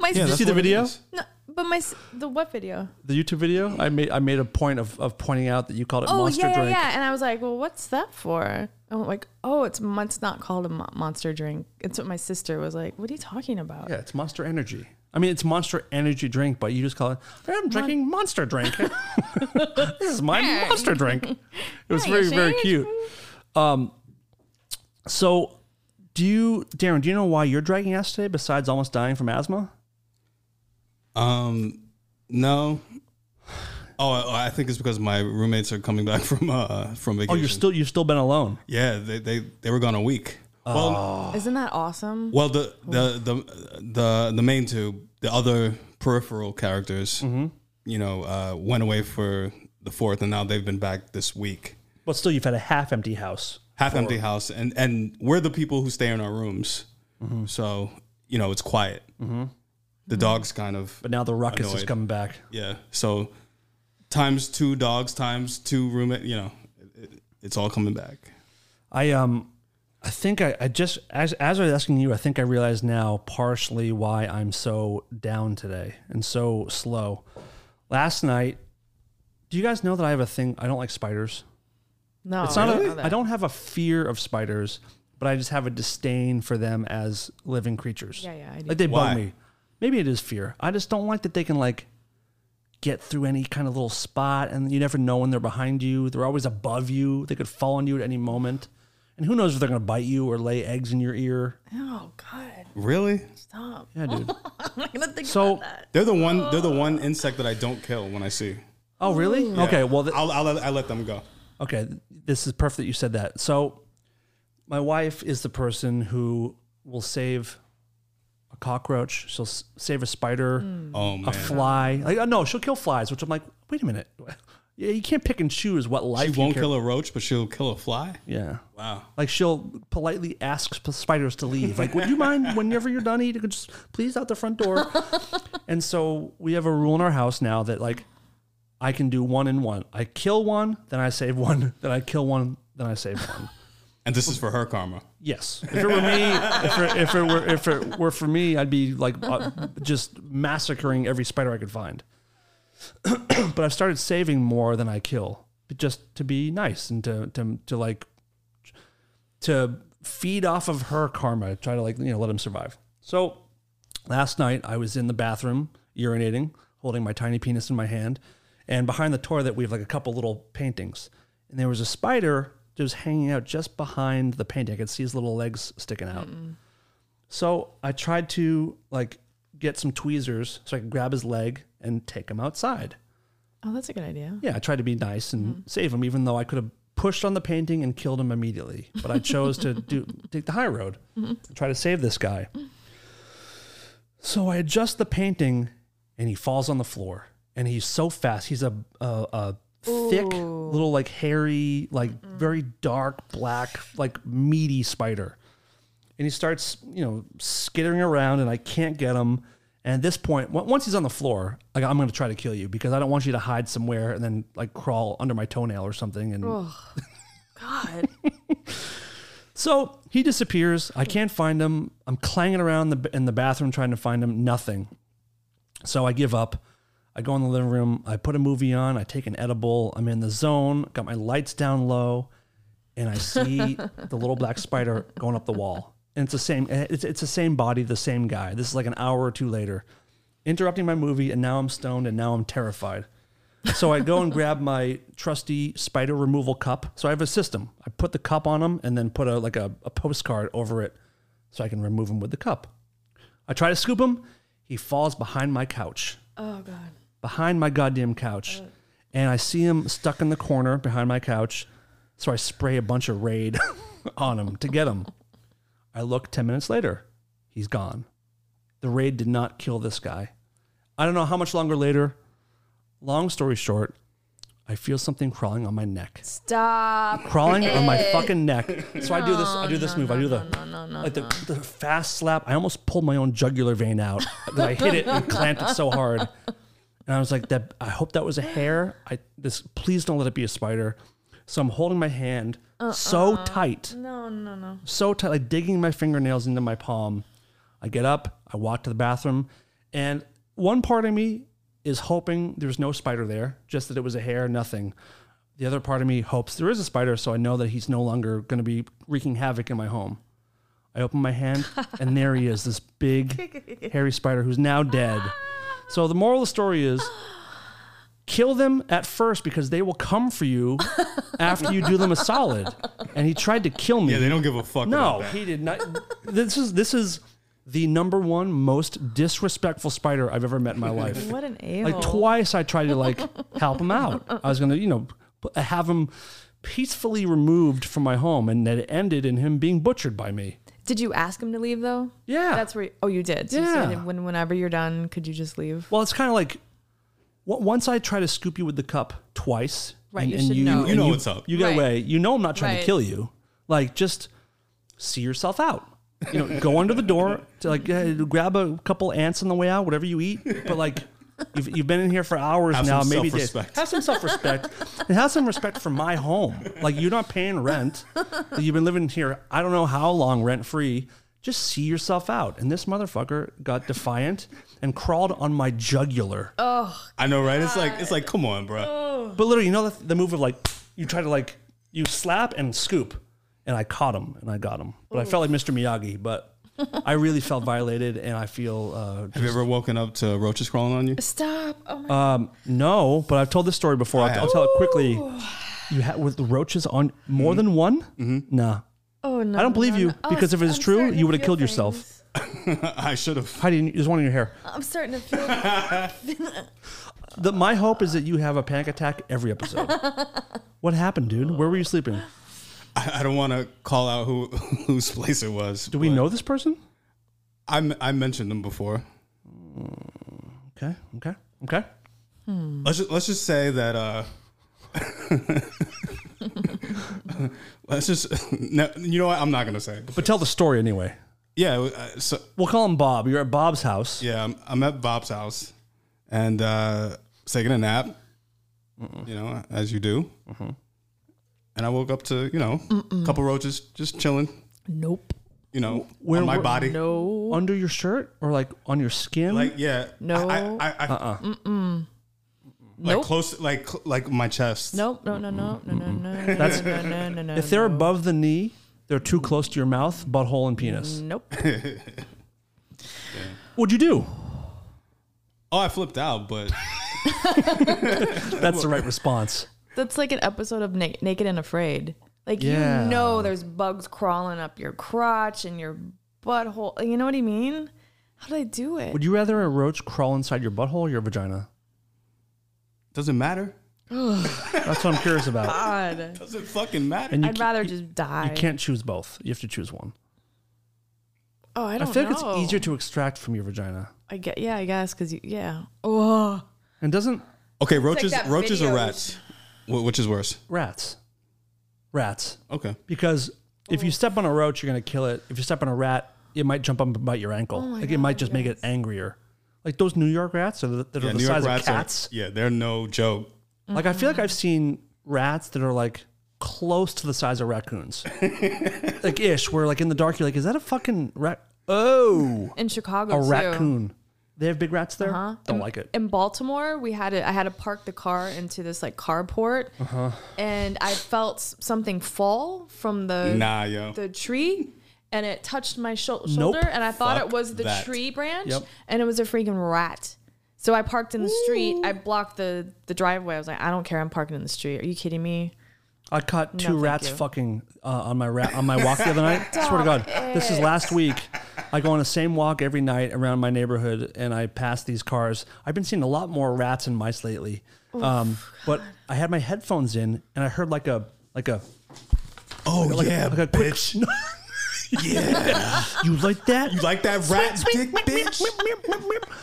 Speaker 3: My
Speaker 4: Yeah,
Speaker 2: see the video?
Speaker 3: no, but my s- the what video?
Speaker 2: The YouTube video, I made I made a point of, of pointing out that you called it
Speaker 3: Oh
Speaker 2: monster
Speaker 3: yeah, yeah,
Speaker 2: drink.
Speaker 3: yeah. And I was like, well, what's that for? I'm like, oh, it's mon- it's not called a mo- monster drink. It's what my sister was like. What are you talking about?
Speaker 2: Yeah, it's Monster Energy. I mean, it's Monster Energy drink, but you just call it. I'm drinking Monster drink. this is my Monster drink. It was
Speaker 3: Hey,
Speaker 2: very very
Speaker 3: see?
Speaker 2: cute. Um, so do you, Darren? Do you know why you're dragging ass today? Besides almost dying from asthma,
Speaker 4: Um, no. Oh, I I think it's because my roommates are coming back from uh from
Speaker 2: oh,
Speaker 4: vacation.
Speaker 2: you're still you've still been alone.
Speaker 4: yeah. They they, they were gone a week. Well,
Speaker 3: Isn't that awesome?
Speaker 4: well the, the the the the main two, the other peripheral characters, you know, uh, went away for the fourth, and now they've been back this week.
Speaker 2: But still, you've had a half empty house.
Speaker 4: Half empty house, and and we're the people who stay in our rooms, so you know it's quiet. The dog's kind of
Speaker 2: But now the ruckus is
Speaker 4: Annoyed.
Speaker 2: coming back.
Speaker 4: Yeah. So times two dogs times two roommate, you know, it, it, it's all coming back.
Speaker 2: I um, I think I, I just as as I was asking you, I think I realize now partially why I'm so down today and so slow. Last night, do you guys know that I have a thing? I don't like spiders.
Speaker 3: no,
Speaker 2: It's not.
Speaker 3: Oh, I didn't know
Speaker 2: A, I
Speaker 3: that.
Speaker 2: don't have a fear of spiders, but I just have a disdain for them as living creatures.
Speaker 3: Yeah, yeah, I do.
Speaker 2: Like they
Speaker 4: Why?
Speaker 2: bug me. Maybe it is fear. I just don't like that they can like get through any kind of little spot, and you never know when they're behind you. They're always above you. They could fall on you at any moment, and who knows if they're going to bite you or lay eggs in your ear.
Speaker 3: Oh God,
Speaker 4: Really?
Speaker 3: stop!
Speaker 2: Yeah, dude.
Speaker 3: I'm not gonna think
Speaker 2: So-
Speaker 3: about that.
Speaker 4: They're the one. They're the one insect that I don't kill when I see.
Speaker 2: oh, really? Okay. Well, th-
Speaker 4: I'll, I'll let, I let them go.
Speaker 2: Okay, this is perfect that you said that. So, my wife is the person who will save a cockroach. She'll s- save a spider,
Speaker 4: Oh
Speaker 2: a
Speaker 4: man,
Speaker 2: fly. Like, uh, no, she'll kill flies, which I'm like, wait a minute. Yeah, you can't pick and choose what life
Speaker 4: she
Speaker 2: you
Speaker 4: won't
Speaker 2: care-
Speaker 4: kill a roach, but she'll kill a fly.
Speaker 2: Yeah.
Speaker 4: Wow.
Speaker 2: Like she'll politely ask sp- spiders to leave. Like, would you mind whenever you're done eating, just please out the front door? and so we have a rule in our house now that like I can do one and one. I kill one, then I save one, then I kill one, then I save one.
Speaker 4: And this is for her karma.
Speaker 2: Yes. If it were me, if it, if it were if it were for me, I'd be like uh, just massacring every spider I could find. but I've started saving more than I kill, just to be nice and to to to like to feed off of her karma. Try to like you know let him survive. So last night I was in the bathroom urinating, holding my tiny penis in my hand, and behind the toilet we have like a couple little paintings, and there was a spider that was hanging out just behind the painting. I could see his little legs sticking out. So I tried to like get some tweezers so I could grab his leg and take him outside.
Speaker 3: Oh, that's a good idea.
Speaker 2: Yeah, I tried to be nice and save him, even though I could have pushed on the painting and killed him immediately. But I chose to do take the high road, and try to save this guy. So I adjust the painting, and he falls on the floor. And he's so fast. He's a a, a thick little like hairy, like very dark black, like meaty spider. And he starts, you know, skittering around, and I can't get him. And at this point, on- once he's on the floor, like I'm going to try to kill you because I don't want you to hide somewhere and then like crawl under my toenail or something. And
Speaker 3: God,
Speaker 2: So he disappears. I can't find him. I'm clanging around the, in the bathroom trying to find him. Nothing. So I give up. I go in the living room. I put a movie on. I take an edible. I'm in the zone. Got my lights down low, and I see the little black spider going up the wall. And it's the same. eh, It's, it's the same body, the same guy. This is like an hour or two later, interrupting my movie. And now I'm stoned, and now I'm terrified. So I go and grab my trusty spider removal cup. So I have a system. I put the cup on them and then put a like a, a postcard over it so I can remove them with the cup. I try to scoop him. He falls behind my couch,
Speaker 3: Oh God.
Speaker 2: behind my goddamn couch. And I see him stuck in the corner behind my couch. So I spray a bunch of Raid on him to get him. I look 10 minutes later. He's gone. The Raid did not kill this guy. I don't know how much longer later. Long story short, I feel something crawling on my neck.
Speaker 3: Stop.
Speaker 2: Crawling on my fucking neck. So I do this. I do this move. I do the like the, the fast slap. I almost pulled my own jugular vein out. 'cause I hit it and clamped it so hard. And I was like, "That I hope that was a hair. I this please don't let it be a spider." So I'm holding my hand so tight,
Speaker 3: No, no, no.
Speaker 2: so tight, like digging my fingernails into my palm. I get up. I walk to the bathroom, and one part of me is hoping there's no spider there, just that it was a hair, nothing. The other part of me hopes there is a spider, so I know that he's no longer going to be wreaking havoc in my home. I open my hand, and there he is, this big hairy spider who's now dead. So the moral of the story is kill them at first because they will come for you after you do them a solid. And he tried to kill me.
Speaker 4: Yeah, they don't give a fuck.
Speaker 2: no,
Speaker 4: about that.
Speaker 2: he did not. This is this is the number one most disrespectful spider I've ever met in my life
Speaker 3: What an a
Speaker 2: like twice I tried to like help him out. I was gonna, you know, p- have him peacefully removed from my home, and it ended in him being butchered by me.
Speaker 3: Did you ask him to leave though?
Speaker 2: Yeah,
Speaker 3: That's where. oh, you did. So you said
Speaker 2: Yeah.
Speaker 3: when, whenever you're done, could you just leave?
Speaker 2: well, it's kind of like w- once I try to scoop you with the cup twice,
Speaker 3: Right,
Speaker 2: And,
Speaker 3: you
Speaker 2: and
Speaker 3: should
Speaker 2: you,
Speaker 3: know.
Speaker 2: and
Speaker 4: You know what's up.
Speaker 2: You get
Speaker 3: Right.
Speaker 2: away. You know I'm not trying
Speaker 3: Right.
Speaker 2: to kill you. Like just see yourself out. You know, go under the door to like uh, grab a couple ants on the way out, whatever you eat. But like, you've, you've been in here for hours
Speaker 4: Have
Speaker 2: now.
Speaker 4: some
Speaker 2: maybe days.
Speaker 4: self-respect.
Speaker 2: have some self respect and have some respect for my home. Like you're not paying rent. You've been living here. I don't know how long rent free. Just see yourself out. And this motherfucker got defiant and crawled on my jugular.
Speaker 4: I know, right? It's like it's like, come on, bro.
Speaker 2: But literally, you know the, the move of like you try to like you slap and scoop, and I caught him and I got him. But I felt like Mr. Miyagi. But I really felt violated, and I feel uh,
Speaker 4: Have you ever woken up to roaches crawling on you?
Speaker 3: Stop. Oh my.
Speaker 2: No, but I've told this story before. I'll,
Speaker 4: have.
Speaker 2: I'll tell it Uh, quickly.
Speaker 3: Oh,
Speaker 2: You had with the roaches on more than one? Mm-hmm. Nah,
Speaker 3: oh no.
Speaker 2: I don't believe
Speaker 3: no,
Speaker 2: you
Speaker 3: no. Oh,
Speaker 2: because if it was
Speaker 3: I'm
Speaker 2: true,
Speaker 3: starting
Speaker 2: you
Speaker 3: to
Speaker 2: would have
Speaker 3: feel
Speaker 2: killed yourself.
Speaker 3: things.
Speaker 4: I should have.
Speaker 2: Heidi, there's one in your hair.
Speaker 3: I'm starting to feel.
Speaker 2: The, my hope is that you have a panic attack every episode. what happened, dude? Where were you sleeping?
Speaker 4: I, I don't want to call out who whose place it was.
Speaker 2: Do we know this person?
Speaker 4: I m- I mentioned them before.
Speaker 2: Okay, okay, okay. Mm.
Speaker 4: Let's just, let's just say that. uh Let's just. No, you know what? I'm not gonna say. it.
Speaker 2: But tell the story anyway.
Speaker 4: Yeah. uh, So
Speaker 2: We'll call him Bob. You're at Bob's house.
Speaker 4: yeah, I'm, I'm at Bob's house, and uh was taking a nap. You know, as you do.
Speaker 2: Mm-hmm.
Speaker 4: And I woke up to you know a couple roaches just chilling.
Speaker 3: nope.
Speaker 4: You know,
Speaker 2: Where
Speaker 4: on my
Speaker 2: were-
Speaker 4: body.
Speaker 3: No.
Speaker 2: Under your shirt or like on your skin?
Speaker 4: Like yeah.
Speaker 3: No.
Speaker 4: I, I, I,
Speaker 2: Uh-uh.
Speaker 4: uh Like
Speaker 3: Nope.
Speaker 4: close, like cl- like my chest.
Speaker 3: Nope. No. No. No. No. No. No.
Speaker 2: That's-
Speaker 3: no. No. No. No.
Speaker 2: if they're
Speaker 3: no.
Speaker 2: above the knee, they're too close to your mouth, butthole, and penis.
Speaker 3: Nope.
Speaker 2: What'd you do?
Speaker 4: Oh, I flipped out, but
Speaker 2: That's the right response.
Speaker 3: That's like an episode of Na- Naked and Afraid. Like
Speaker 2: Yeah.
Speaker 3: you know, there's bugs crawling up your crotch and your butthole. You know what I mean? How did I do it?
Speaker 2: Would you rather a roach crawl inside your butthole or your vagina?
Speaker 4: doesn't matter.
Speaker 2: That's what I'm curious about.
Speaker 3: God,
Speaker 4: Doesn't fucking matter.
Speaker 2: And you,
Speaker 3: I'd
Speaker 2: ca-
Speaker 3: rather
Speaker 2: you-
Speaker 3: just die.
Speaker 2: you can't choose both. You have to choose one.
Speaker 3: oh, I
Speaker 2: I,
Speaker 3: don't
Speaker 2: feel
Speaker 3: know.
Speaker 2: like it's easier to extract from your vagina.
Speaker 3: I get. Yeah, I guess because you. Yeah. Oh.
Speaker 2: And doesn't
Speaker 4: Okay, roaches,
Speaker 3: that
Speaker 4: roaches
Speaker 3: video.
Speaker 4: or rats? Wh- Which is worse?
Speaker 2: rats? Rats.
Speaker 4: Okay.
Speaker 2: Because if
Speaker 3: Oh.
Speaker 2: you step on a roach, you're going to kill it. If you step on a rat, it might jump up and bite your ankle.
Speaker 3: Oh
Speaker 2: like it might just make it angrier. Like those New York rats are the, that are the size of
Speaker 4: are-
Speaker 2: cats.
Speaker 4: yeah, they're no joke.
Speaker 2: Like I feel like I've seen rats that are like close to the size of raccoons, like ish. Where like in the dark, you're like, is that a fucking rat? Oh,
Speaker 3: in Chicago.
Speaker 2: a
Speaker 3: too.
Speaker 2: raccoon. They have big rats there.
Speaker 3: Uh-huh.
Speaker 2: Don't like it.
Speaker 3: in Baltimore, we had to, I had to park the car into this like carport,
Speaker 2: Uh-huh.
Speaker 3: and I felt s- something fall from the
Speaker 4: Nah, yo.
Speaker 3: the tree, and it touched my shou- shoulder,
Speaker 2: Nope.
Speaker 3: and I thought
Speaker 4: Fuck
Speaker 3: it was the
Speaker 4: that.
Speaker 3: tree branch,
Speaker 2: Yep.
Speaker 3: and it was a freaking rat. So I parked in the street. I blocked the the driveway. I was like, I don't care. I'm parking in the street. Are you kidding me?
Speaker 2: I caught two
Speaker 3: thank
Speaker 2: rats
Speaker 3: you.
Speaker 2: fucking uh, on my ra- on my walk the other night. Swear to God, this is last week. I go on the same walk every night around my neighborhood, and I pass these cars. I've been seeing a lot more rats and mice lately. Um, but I had my headphones in, and I heard like a like a
Speaker 4: Oh
Speaker 2: like,
Speaker 4: yeah,
Speaker 2: a, like a quick.
Speaker 4: bitch.
Speaker 2: No,
Speaker 4: yeah,
Speaker 2: you like that?
Speaker 4: you like that rat's dick, bitch?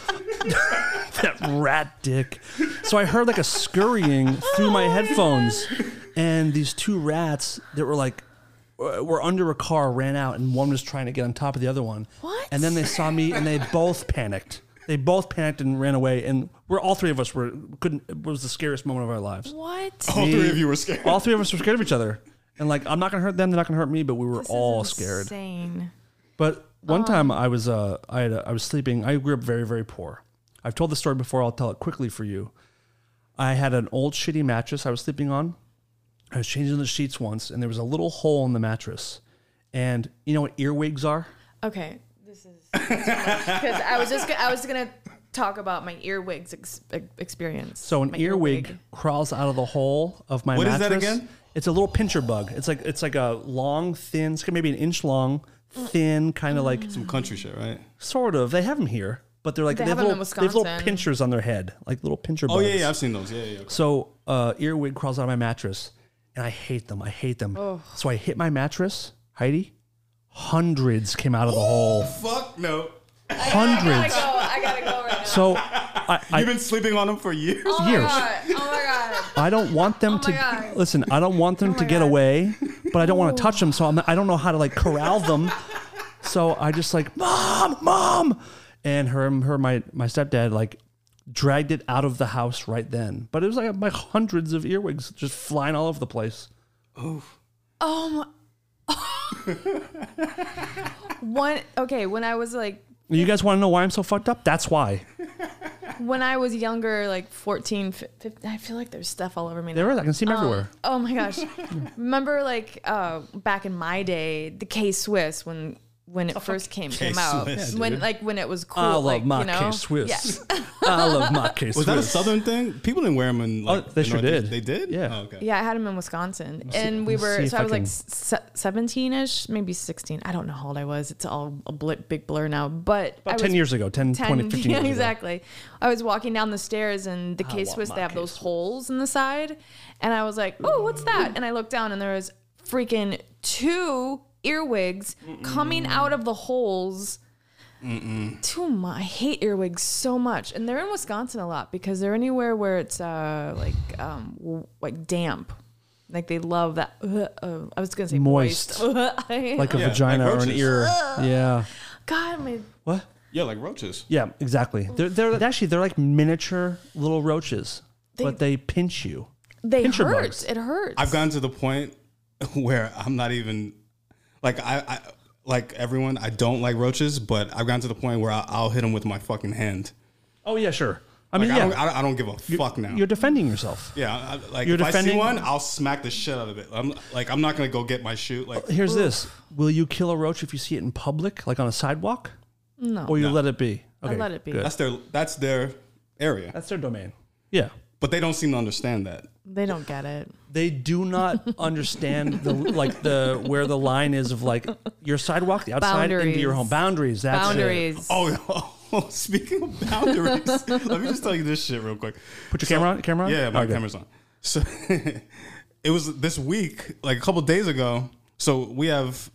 Speaker 2: that rat dick. So I heard like a scurrying through
Speaker 3: Oh,
Speaker 2: my headphones, and these two rats that were like uh, were under a car ran out, and one was trying to get on top of the other one.
Speaker 3: What?
Speaker 2: And then they saw me, and they both panicked. They both panicked and ran away, and we're all three of us were couldn't. It was the scariest moment of our lives.
Speaker 3: What?
Speaker 2: Oh,
Speaker 4: All three of you were scared.
Speaker 2: All three of us were scared of each other, and like I'm not gonna hurt them, they're not gonna hurt me, but we were
Speaker 3: This is
Speaker 2: all scared.
Speaker 3: Insane.
Speaker 2: But one
Speaker 3: Um,
Speaker 2: time I was uh I had a, I was sleeping. I grew up very very poor. I've told the story before. I'll tell it quickly for you. I had an old shitty mattress I was sleeping on. I was changing the sheets once, and there was a little hole in the mattress. And you know what earwigs are?
Speaker 3: Okay, this is because I was just gonna, I was gonna talk about my earwigs ex- ex- experience.
Speaker 2: So an
Speaker 3: My
Speaker 2: earwig, crawls out of the hole of my
Speaker 4: What is
Speaker 2: mattress.
Speaker 4: that again?
Speaker 2: It's a little pincher bug. It's like it's like a long, thin, it's maybe an inch long, thin, kind of like
Speaker 4: Some country shit, right?
Speaker 2: sort of. They have them here, but they're like
Speaker 3: They
Speaker 2: they, have,
Speaker 3: have 'em in
Speaker 2: little, they have little
Speaker 3: Wisconsin.
Speaker 2: pinchers on their head, like little pincher
Speaker 4: Oh
Speaker 2: bugs.
Speaker 4: yeah, yeah, I've seen those. Yeah, yeah. okay.
Speaker 2: So uh, earwig crawls out of my mattress, and I hate them. I hate them. So I hit my mattress, Heidi. Hundreds came out of the hole.
Speaker 4: Fuck no.
Speaker 3: I
Speaker 2: Hundreds.
Speaker 3: gotta go. I gotta go right now.
Speaker 2: So I,
Speaker 4: You've
Speaker 2: I,
Speaker 4: been sleeping on them for years.
Speaker 3: oh
Speaker 2: years.
Speaker 3: My God. Oh my god.
Speaker 2: I don't want them
Speaker 3: Oh my
Speaker 2: to
Speaker 3: God. Oh
Speaker 2: listen. I don't want them to
Speaker 3: my
Speaker 2: get
Speaker 3: God.
Speaker 2: away, but I don't want to touch them. So I'm, I don't know how to like corral them. So I just like mom, mom, and her, her, my, my stepdad like dragged it out of the house right then. But it was like, like hundreds of earwigs just flying all over the place.
Speaker 3: Oh my. One okay, Um, when I was like
Speaker 2: You guys want to know why I'm so fucked up? That's why.
Speaker 3: when I was younger, like 14, 15, I feel like there's stuff all over me. now.
Speaker 2: There is. I can see them everywhere.
Speaker 3: Oh my gosh. Remember like uh, back in my day, the K Swiss when when it first came came out.
Speaker 4: K-Swiss,
Speaker 3: when
Speaker 4: dude.
Speaker 3: like when it was cool.
Speaker 2: I love
Speaker 3: like,
Speaker 2: my
Speaker 3: you know?
Speaker 2: Swiss. I love my K Swiss.
Speaker 4: Was that a southern thing? People didn't wear them in like
Speaker 2: Oh, they
Speaker 4: the
Speaker 2: sure did.
Speaker 4: Northeast. They did.
Speaker 2: Yeah.
Speaker 4: Oh, okay.
Speaker 3: Yeah, I had him in Wisconsin, and we
Speaker 2: let's see
Speaker 3: were.
Speaker 2: if
Speaker 3: So
Speaker 2: I
Speaker 3: I was like
Speaker 2: can-
Speaker 3: seventeen-ish, maybe sixteen. I don't know how old I was. It's all a blip, big blur now. But I was
Speaker 2: 10 years ago, 10,
Speaker 3: 10
Speaker 2: 20, 15
Speaker 3: yeah,
Speaker 2: years ago. Ah,
Speaker 3: exactly. I was walking down the stairs, and the case
Speaker 2: want
Speaker 3: was
Speaker 2: my
Speaker 3: they have those
Speaker 2: K-Swiss.
Speaker 3: holes in the side, and I was like, "Oh, what's that?" And I looked down, and there was freaking two earwigs coming out of the holes. Too much. I hate earwigs so much, and they're in Wisconsin a lot because they're anywhere where it's uh like um w- like damp, like they love that. Uh, uh, I was gonna say moist,
Speaker 2: Moist. Like a
Speaker 4: Yeah,
Speaker 2: vagina
Speaker 4: like
Speaker 2: or an
Speaker 4: roaches.
Speaker 2: ear. Yeah.
Speaker 3: God, my
Speaker 2: What?
Speaker 4: Yeah, like roaches.
Speaker 2: Yeah, exactly. They're, they're actually they're like miniature little roaches, but they pinch you.
Speaker 3: they
Speaker 2: Pincher
Speaker 3: hurt.
Speaker 2: bugs.
Speaker 3: It hurts.
Speaker 4: I've gotten to the point where I'm not even like I, I like everyone. I don't like roaches, but I've gotten to the point where I, I'll hit them with my fucking hand.
Speaker 2: Oh yeah, sure. I
Speaker 4: Like,
Speaker 2: mean,
Speaker 4: I,
Speaker 2: yeah,
Speaker 4: don't, I, don't- I don't give a fuck now.
Speaker 2: you're defending yourself.
Speaker 4: yeah, I, I- like
Speaker 2: you're
Speaker 4: if I
Speaker 2: defending-
Speaker 4: see one, I'll smack the shit out of it. I'm like, I'm not gonna go get my shoe. Like,
Speaker 2: Here's this: Will you kill a roach if you see it in public, like on a sidewalk? No. Or you let it be? Okay,
Speaker 3: let it be.
Speaker 2: good.
Speaker 4: that's their that's their area,
Speaker 2: That's their domain. Yeah.
Speaker 4: but they don't seem to understand that.
Speaker 3: they don't get it.
Speaker 2: they do not understand the like the where the line is of like your sidewalk, the outside into your
Speaker 3: Boundaries.
Speaker 2: home boundaries. That's It.
Speaker 3: Boundaries.
Speaker 4: Oh, oh, speaking of boundaries, let me just tell you this shit real quick.
Speaker 2: Put your camera on. Camera on.
Speaker 4: Yeah, my
Speaker 2: Okay.
Speaker 4: camera's on. So it was this week, like a couple days ago. So we have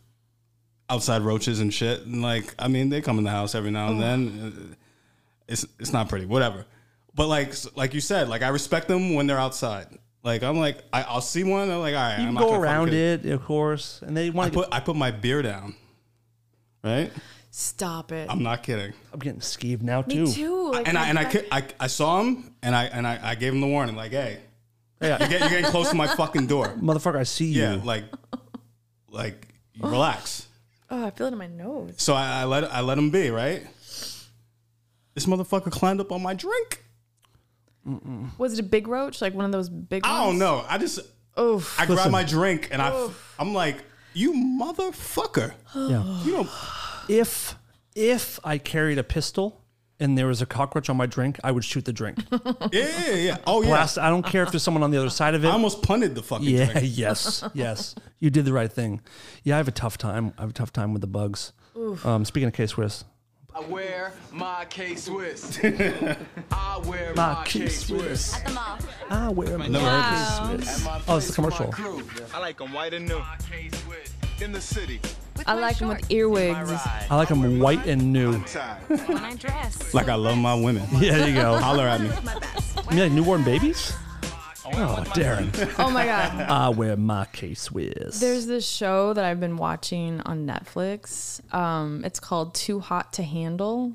Speaker 4: outside roaches and shit, and like I mean, they come in the house every now
Speaker 2: Oh.
Speaker 4: and then. Uh, It's it's not pretty, whatever. But like s- like you said, like I respect them when they're outside. Like I'm like I, I'll see one, I'm like all right,
Speaker 2: You can
Speaker 4: I'm not
Speaker 2: go
Speaker 4: gonna fucking
Speaker 2: around
Speaker 4: kid.
Speaker 2: it, of course, and they
Speaker 4: I
Speaker 2: want to.
Speaker 4: put I put my beer down. Right,
Speaker 3: Stop it.
Speaker 4: I'm not kidding.
Speaker 2: I'm getting skeeved now
Speaker 3: Me
Speaker 2: too.
Speaker 3: too. like,
Speaker 4: and I and I,
Speaker 3: my-
Speaker 4: ki- I I saw him and I and I, I gave him the warning like, hey,
Speaker 2: Yeah.
Speaker 4: You're, get, you're getting close to my fucking door.
Speaker 2: Motherfucker, I see you.
Speaker 4: Yeah, like, like, relax.
Speaker 3: Oh, I feel it in my nose.
Speaker 4: So I, I let I let him be, right? This motherfucker climbed up on my drink.
Speaker 3: Was it a big roach? Like one of those big ones?
Speaker 4: I don't know. I just
Speaker 3: Oof.
Speaker 4: I grabbed my drink and I I'm like, you motherfucker.
Speaker 2: Yeah.
Speaker 4: You don't
Speaker 2: If if I carried a pistol and there was a cockroach on my drink, I would shoot the drink.
Speaker 4: Yeah, yeah, yeah. Oh yeah.
Speaker 2: Blast! I don't care if there's someone on the other side of it.
Speaker 4: I almost punted the fucking
Speaker 2: yeah.
Speaker 4: drink.
Speaker 2: Yes. Yes. You did the right thing. Yeah, I have a tough time. I have a tough time with the bugs. Um, speaking of K Swiss,
Speaker 5: I wear my K Swiss. I wear
Speaker 2: My
Speaker 5: my,
Speaker 2: K
Speaker 5: K Swiss.
Speaker 6: At the mall.
Speaker 2: I wear my
Speaker 4: Never heard this.
Speaker 2: Oh, it's the commercial.
Speaker 5: I like them white and new. In the city.
Speaker 6: With
Speaker 3: I
Speaker 6: my
Speaker 3: like them with
Speaker 6: shorts,
Speaker 3: earwigs.
Speaker 2: I like them white and new.
Speaker 5: Time.
Speaker 6: When I dress.
Speaker 4: Like I love my women.
Speaker 2: Yeah, there you go.
Speaker 4: Holler at me.
Speaker 6: my best.
Speaker 2: You like newborn babies? Oh, Darren. Ah,
Speaker 3: Oh my god.
Speaker 2: I wear my K Swiss.
Speaker 3: There's this show that I've been watching on Netflix. Um, it's called Too Hot to Handle.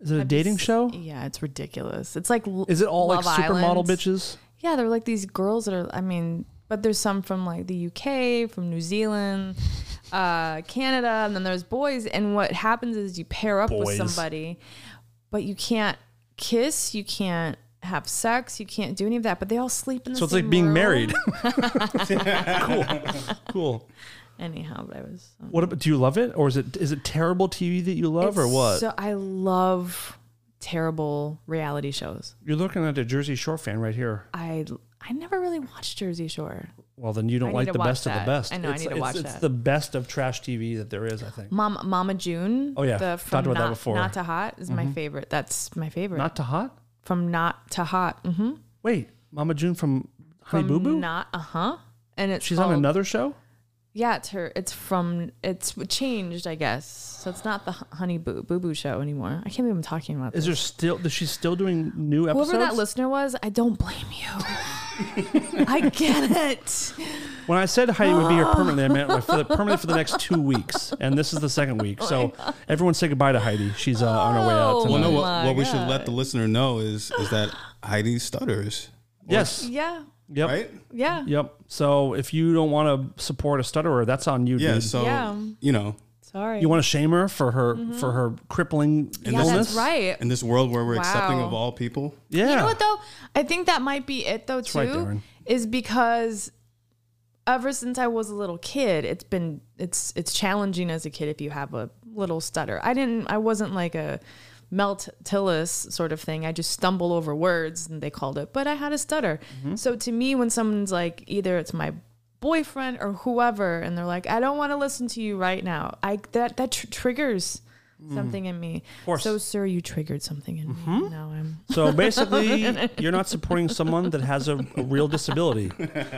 Speaker 2: Is it a dating show?
Speaker 3: Yeah, it's ridiculous. It's like
Speaker 2: Is it all
Speaker 3: Love
Speaker 2: like supermodel
Speaker 3: Island.
Speaker 2: bitches?
Speaker 3: Yeah, they're like these girls that are. I mean, but there's some from like the UK, from New Zealand, uh, Canada, and then there's boys. And what happens is you pair up
Speaker 2: Boys.
Speaker 3: with somebody, but you can't kiss, you can't have sex, you can't do any of that. But they all sleep in the
Speaker 2: So it's
Speaker 3: same
Speaker 2: like being
Speaker 3: room.
Speaker 2: married. cool. Cool.
Speaker 3: Anyhow, but I was
Speaker 2: What about, do you love it or is it is it terrible TV that you love or
Speaker 3: It's
Speaker 2: what?
Speaker 3: So I love terrible reality shows.
Speaker 2: You're looking at a Jersey Shore fan right here.
Speaker 3: I I never really watched Jersey Shore.
Speaker 2: Well, then you don't
Speaker 3: I need
Speaker 2: like
Speaker 3: to
Speaker 2: the
Speaker 3: watch
Speaker 2: best of
Speaker 3: that.
Speaker 2: the best.
Speaker 3: I know, I need to
Speaker 2: it's,
Speaker 3: watch
Speaker 2: it's
Speaker 3: that.
Speaker 2: the best of trash TV that there is, I think.
Speaker 3: Mom, Mama June.
Speaker 2: Oh, yeah.
Speaker 3: the
Speaker 2: Talked
Speaker 3: from
Speaker 2: about that
Speaker 3: not,
Speaker 2: before. Mm-hmm.
Speaker 3: Not to hot is my favorite. That's my favorite.
Speaker 2: Not to hot?
Speaker 3: from not to hot. Mm-hmm.
Speaker 2: Wait, Mama June from Honey
Speaker 3: From
Speaker 2: Boo Boo?
Speaker 3: Not uh huh. And it's
Speaker 2: She's on
Speaker 3: called-
Speaker 2: another show?
Speaker 3: Yeah, it's her. It's from. It's changed, I guess. So it's not the H- Honey Boo Boo Boo show anymore. I can't believe I'm talking about
Speaker 2: Is
Speaker 3: this.
Speaker 2: there still is she still doing new episodes?
Speaker 3: Whoever that listener was, I don't blame you. I get it.
Speaker 2: When I said Heidi would be here permanently, I meant like for the, permanently for the next two weeks, and this is the second week. So everyone say goodbye to Heidi. She's uh, on her way out.
Speaker 3: Oh.
Speaker 2: Tonight.
Speaker 4: Well, no,
Speaker 3: Oh
Speaker 4: what,
Speaker 3: my
Speaker 4: what we should let
Speaker 3: God.
Speaker 4: the listener know is is that Heidi stutters,
Speaker 2: yes.
Speaker 3: Yeah.
Speaker 2: Yep.
Speaker 4: right?
Speaker 3: Yeah.
Speaker 2: Yep. So if you don't want to support a stutterer, that's on you,
Speaker 4: Yeah.
Speaker 2: dude.
Speaker 4: So
Speaker 3: Yeah.
Speaker 4: you know,
Speaker 3: Sorry.
Speaker 2: you want to shame her for her for her crippling
Speaker 3: Mm-hmm. yeah,
Speaker 2: illness?
Speaker 3: that's right.
Speaker 4: in this world where we're accepting
Speaker 3: Wow.
Speaker 4: of all people,
Speaker 2: Yeah.
Speaker 3: You know what though? I think that might be it though too.
Speaker 2: right, Darren.
Speaker 3: is because ever since I was a little kid, it's been it's it's challenging as a kid if you have a little stutter. I didn't I wasn't like a Mel T- Tillis sort of thing. I just stumble over words and they called it, but I had a stutter.
Speaker 2: Mm-hmm.
Speaker 3: So to me when someone's like either it's my boyfriend or whoever and they're like I don't want to listen to you right now. I that that tr- triggers something in me.
Speaker 2: Mm. course. Mm-hmm.
Speaker 3: So sir, you triggered something in me. Now I'm
Speaker 2: So basically, you're not supporting someone that has a, a real disability.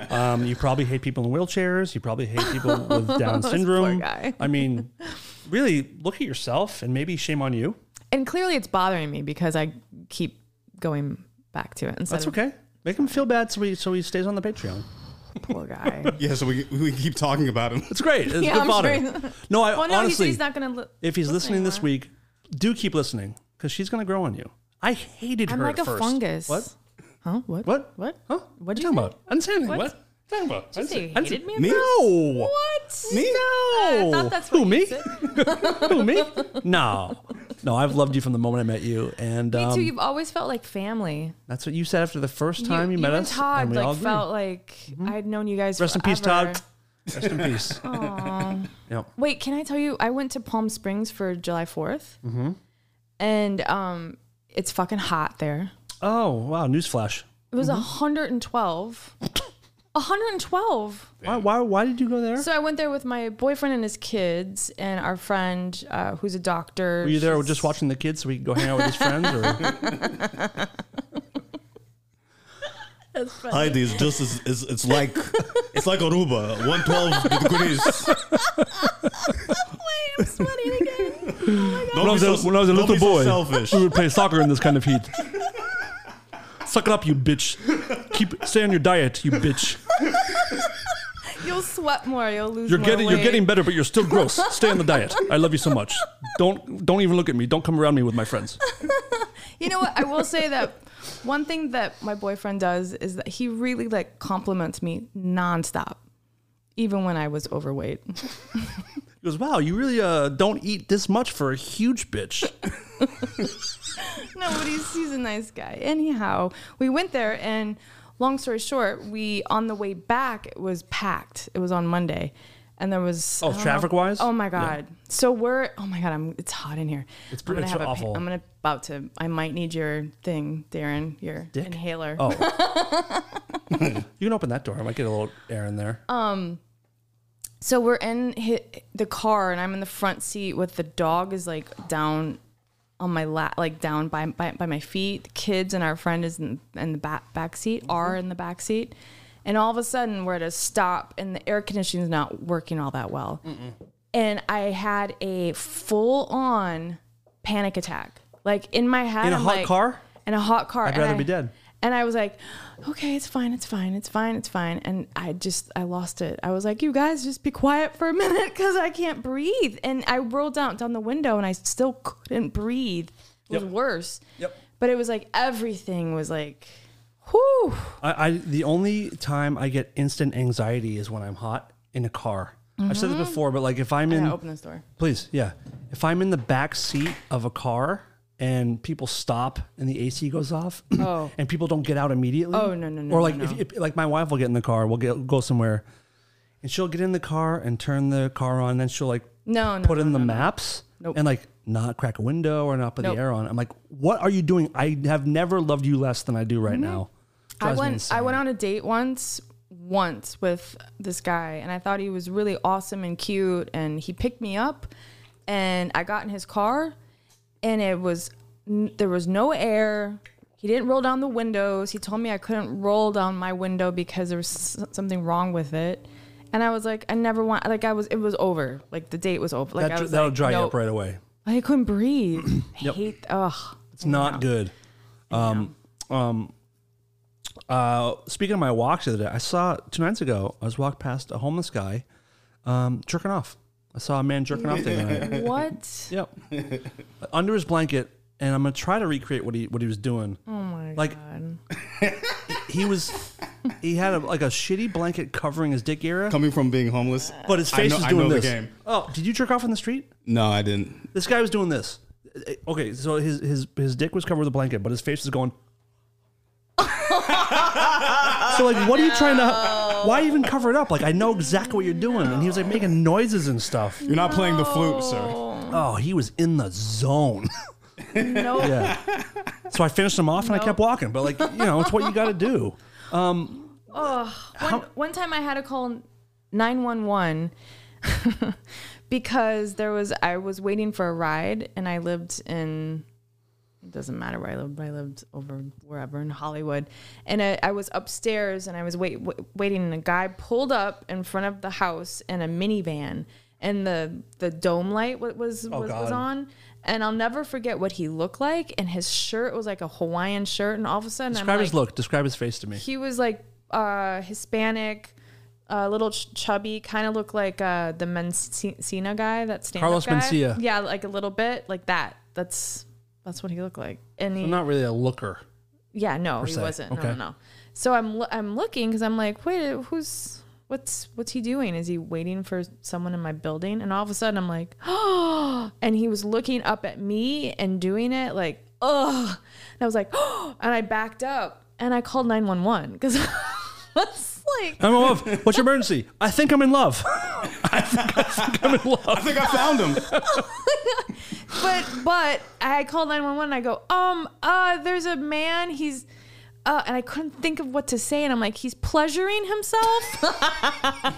Speaker 2: Um, you probably hate people in wheelchairs. You probably hate people with Down syndrome.
Speaker 3: guy.
Speaker 2: I mean, really look at yourself and maybe shame on you.
Speaker 3: and clearly it's bothering me because I keep going back to it. Instead
Speaker 2: That's
Speaker 3: of,
Speaker 2: okay. Make him feel bad so he, so he stays on the Patreon.
Speaker 3: Poor guy.
Speaker 4: yeah. So we we keep talking about him.
Speaker 2: It's great. It's
Speaker 3: Yeah,
Speaker 2: good
Speaker 3: I'm
Speaker 2: fodder.
Speaker 3: sure.
Speaker 2: No, I
Speaker 3: well, no, he
Speaker 2: honestly,
Speaker 3: said he's not going to. Li-
Speaker 2: if he's
Speaker 3: listen uh,
Speaker 2: listening this
Speaker 3: anymore.
Speaker 2: week, do keep listening because she's going to grow on you. I hated
Speaker 3: I'm
Speaker 2: her
Speaker 3: like
Speaker 2: at
Speaker 3: a
Speaker 2: first.
Speaker 3: fungus.
Speaker 2: What?
Speaker 3: Huh? What?
Speaker 2: What?
Speaker 3: What?
Speaker 2: Huh?
Speaker 3: What'd
Speaker 2: you
Speaker 3: you
Speaker 2: talking
Speaker 3: say?
Speaker 2: about? I didn't say anything.
Speaker 3: What?
Speaker 2: What? Talking about?
Speaker 3: Did you say you
Speaker 2: I didn't say-
Speaker 3: hated me?
Speaker 2: I didn't say- No. Me? No.
Speaker 3: What? I thought that's
Speaker 2: Who
Speaker 3: what you
Speaker 2: me?
Speaker 3: said.
Speaker 2: Who me? No. No, I've loved you from the moment I met you, and
Speaker 3: Me
Speaker 2: um,
Speaker 3: too. You've always felt like family.
Speaker 2: that's what you said after the first time you,
Speaker 3: you
Speaker 2: met
Speaker 3: and
Speaker 2: us,
Speaker 3: Todd
Speaker 2: and we
Speaker 3: like
Speaker 2: all agreed. Mm-hmm.
Speaker 3: felt like I'd known you guys.
Speaker 2: Rest in peace,
Speaker 3: forever.
Speaker 2: Todd. Rest in peace. Yep.
Speaker 3: Wait, can I tell you? I went to Palm Springs for July 4th
Speaker 2: Mm-hmm.
Speaker 3: and um, it's fucking hot there.
Speaker 2: Oh wow! Newsflash.
Speaker 3: It
Speaker 2: Mm-hmm.
Speaker 3: was 112. 112.
Speaker 2: Why, why? Why did you go there?
Speaker 3: So I went there with my boyfriend and his kids and our friend uh, who's a doctor.
Speaker 2: Were you there
Speaker 3: She's-
Speaker 2: just watching the kids so we could go hang out with his friends? Or
Speaker 4: Heidi is just as it's, it's like it's like Aruba, one twelve degrees.
Speaker 3: I'm sweating again.
Speaker 4: Don't be so- don't be so selfish.
Speaker 2: would play soccer in this kind of heat. Suck it up, you bitch. Keep stay on your diet, you bitch.
Speaker 3: You'll sweat more. You'll lose.
Speaker 2: You're
Speaker 3: more
Speaker 2: getting
Speaker 3: weight.
Speaker 2: you're getting better, but you're still gross. Stay on the diet. I love you so much. Don't don't even look at me. Don't come around me with my friends.
Speaker 3: You know what? I will say that One thing that my boyfriend does is that he really like compliments me nonstop, even when I was overweight.
Speaker 2: He goes, wow, you really uh, don't eat this much for a huge bitch.
Speaker 3: no, but he's he's a nice guy. Anyhow, we went there, and long story short, we on the way back it was packed. It was on Monday, and there was
Speaker 2: Oh,
Speaker 3: I don't know-
Speaker 2: traffic-wise?
Speaker 3: Oh my god! So we're oh my god! I'm it's hot in here. It's
Speaker 2: pretty- it's awful.
Speaker 3: A, I'm gonna about to. I might need your thing, Darren. Your
Speaker 2: Dick?
Speaker 3: inhaler.
Speaker 2: Oh. you can open that door. I might get a little air in there.
Speaker 3: Oh, So we're in hi- the car, and I'm in the front seat with the dog is like down on my lap, like down by, by by my feet. The kids and our friend is in, in the back back seat,
Speaker 2: Mm-hmm.
Speaker 3: are in the back seat, and all of a sudden we're at a stop, and the air conditioning's not working all that well, and I had a full on panic attack, like in my head.
Speaker 2: In a
Speaker 3: I'm
Speaker 2: hot
Speaker 3: like-
Speaker 2: car?
Speaker 3: In a hot car.
Speaker 2: I'd
Speaker 3: and
Speaker 2: rather
Speaker 3: I-
Speaker 2: be dead.
Speaker 3: and I was like, okay, it's fine, it's fine, it's fine, it's fine. And I just, I lost it. I was like, you guys, just be quiet for a minute because I can't breathe. And I rolled down, down the window and I still couldn't breathe. It was
Speaker 2: Yep.
Speaker 3: worse.
Speaker 2: Yep.
Speaker 3: But it was like everything was like, whew.
Speaker 2: I, I the only time I get instant anxiety is when I'm hot in a car. I've said it before, but like if I'm
Speaker 3: Mm-hmm. I
Speaker 2: in,
Speaker 3: open this door.
Speaker 2: please, yeah, if I'm in the back seat of a car and people stop and the AC goes off,
Speaker 3: Oh.
Speaker 2: and people don't get out immediately.
Speaker 3: Oh, no, no, no,
Speaker 2: Or like
Speaker 3: no, no.
Speaker 2: If, if like my wife will get in the car, we'll get go somewhere, and she'll get in the car and turn the car on, then she'll like
Speaker 3: No, no.
Speaker 2: put in the maps
Speaker 3: Nope.
Speaker 2: and like not crack a window or not put
Speaker 3: Nope.
Speaker 2: the air on. I'm like, what are you doing? I have never loved you less than I do right now.
Speaker 3: Mm-hmm. I
Speaker 2: Drives me
Speaker 3: went I
Speaker 2: insane.
Speaker 3: went on a date once once with this guy and I thought he was really awesome and cute and he picked me up and I got in his car and it was n- there was no air. He didn't roll down the windows. He told me I couldn't roll down my window because there was s- something wrong with it. And I was like, I never want like I was it was over. Like the date was over. Like
Speaker 2: that,
Speaker 3: I
Speaker 2: dr-
Speaker 3: was
Speaker 2: that'll
Speaker 3: like,
Speaker 2: dry you
Speaker 3: nope.
Speaker 2: up right away.
Speaker 3: I couldn't breathe. I Hate ugh.
Speaker 2: It's not good. Um, um, uh, speaking of my walks the other day, I saw two nights ago, I was walked past a homeless guy um, jerking off. I saw a man jerking off the other night.
Speaker 3: What?
Speaker 2: Yep. Under his blanket, and I'm gonna try to recreate what he what he was doing. Oh my like,
Speaker 3: God.
Speaker 2: He was he had a, like a shitty blanket covering his dick area,
Speaker 4: Coming from being homeless,
Speaker 2: but his
Speaker 4: I
Speaker 2: face
Speaker 4: know-
Speaker 2: was
Speaker 4: I
Speaker 2: doing
Speaker 4: know the
Speaker 2: this.
Speaker 4: game.
Speaker 2: Oh, did you jerk off on the street?
Speaker 4: no, I didn't.
Speaker 2: This guy was doing this. Eh, Okay, so his his his dick was covered with a blanket, but his face was going. so like, what are you trying to? Why even cover it up? Like, I know exactly what you're doing, and he was like making noises and stuff.
Speaker 4: You're not playing the flute, sir.
Speaker 2: Oh, he was in the zone.
Speaker 3: No.
Speaker 2: Yeah. So I finished him off and I kept walking, but like, you know, it's what you got to do.
Speaker 3: One, one time I had to call 911 because there was I was waiting for a ride and I lived in it doesn't matter where I lived, but I lived over wherever in Hollywood. And I, I was upstairs and I was wait, wait, waiting and a guy pulled up in front of the house in a minivan and the the dome light wa- was was, was
Speaker 2: God.
Speaker 3: on and I'll never forget what he looked like and his shirt was like a Hawaiian shirt and all of a sudden
Speaker 2: Describe
Speaker 3: I'm like,
Speaker 2: his look. Describe his face to me.
Speaker 3: he was like uh Hispanic, uh, little ch- chubby, kind of looked like uh, the Mencina guy that stand
Speaker 2: Carlos
Speaker 3: guy.
Speaker 2: Mencia.
Speaker 3: Yeah, like a little bit like that. That's that's what he looked like. And he,
Speaker 2: I'm not really a looker.
Speaker 3: yeah, no, he
Speaker 2: se.
Speaker 3: wasn't. No,
Speaker 2: Okay.
Speaker 3: no, no. So I'm lo- I'm looking because I'm like, wait, who's what's what's he doing? Is he waiting for someone in my building? And all of a sudden, I'm like, oh, and he was looking up at me and doing it like, oh, and I was like, oh, and I backed up and I called nine one one because I was like,
Speaker 2: I'm in love. What's your emergency? I think I'm in love. I, think, I think I'm in
Speaker 4: I
Speaker 2: love.
Speaker 4: think I found him.
Speaker 3: but but I called 911 and I go, um, uh, there's a man, he's uh, and I couldn't think of what to say, and I'm like, he's pleasuring himself.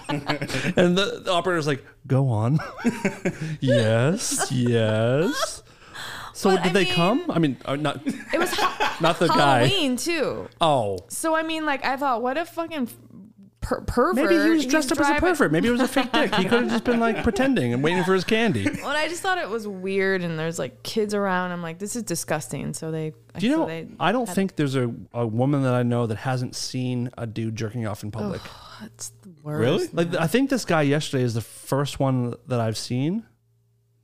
Speaker 2: And the, the operator's like, go on. yes, yes. So
Speaker 3: But
Speaker 2: did
Speaker 3: I
Speaker 2: they
Speaker 3: mean-
Speaker 2: come? I mean, uh, not
Speaker 3: it was ha-
Speaker 2: not the guy.
Speaker 3: Halloween too.
Speaker 2: Oh,
Speaker 3: So I mean, like, I thought, what a fucking per- pervert.
Speaker 2: maybe he was
Speaker 3: He's
Speaker 2: dressed up as a
Speaker 3: driving-
Speaker 2: pervert. Maybe it was a fake dick. He could have just been like pretending and waiting for his candy.
Speaker 3: Well, I just thought it was weird, and there's like kids around. I'm like, this is disgusting. So they,
Speaker 2: Do you
Speaker 3: so
Speaker 2: know?
Speaker 3: they,
Speaker 2: I don't think there's a, a woman that I know that hasn't seen a dude jerking off in public.
Speaker 3: that's the worst.
Speaker 4: Really?
Speaker 2: like I think this guy yesterday is the first one that I've seen.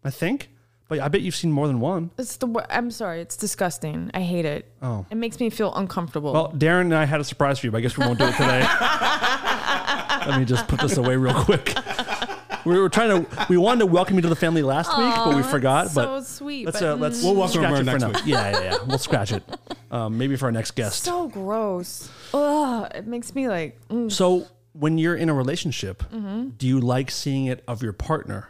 Speaker 2: I think, But I bet you've seen more than one.
Speaker 3: It's the. wor- I'm sorry. It's disgusting. I hate it.
Speaker 2: Oh.
Speaker 3: It makes me feel uncomfortable.
Speaker 2: Well, Darren and I had a surprise for you, but I guess we won't do it today. Let me just put this away real quick. We were trying to, we wanted to welcome you to the family last week, but we forgot.
Speaker 3: so
Speaker 2: but
Speaker 3: sweet.
Speaker 2: let's,
Speaker 3: but
Speaker 2: uh, let's
Speaker 4: We'll welcome
Speaker 2: scratch
Speaker 4: her
Speaker 2: it for
Speaker 4: next
Speaker 2: now.
Speaker 4: week.
Speaker 2: Yeah, yeah, yeah. We'll scratch it. Um, maybe for our next guest.
Speaker 3: mm, so gross. Ugh. It makes me like. mm.
Speaker 2: So when you're in a relationship,
Speaker 3: Mm-hmm.
Speaker 2: do you like seeing it of your partner?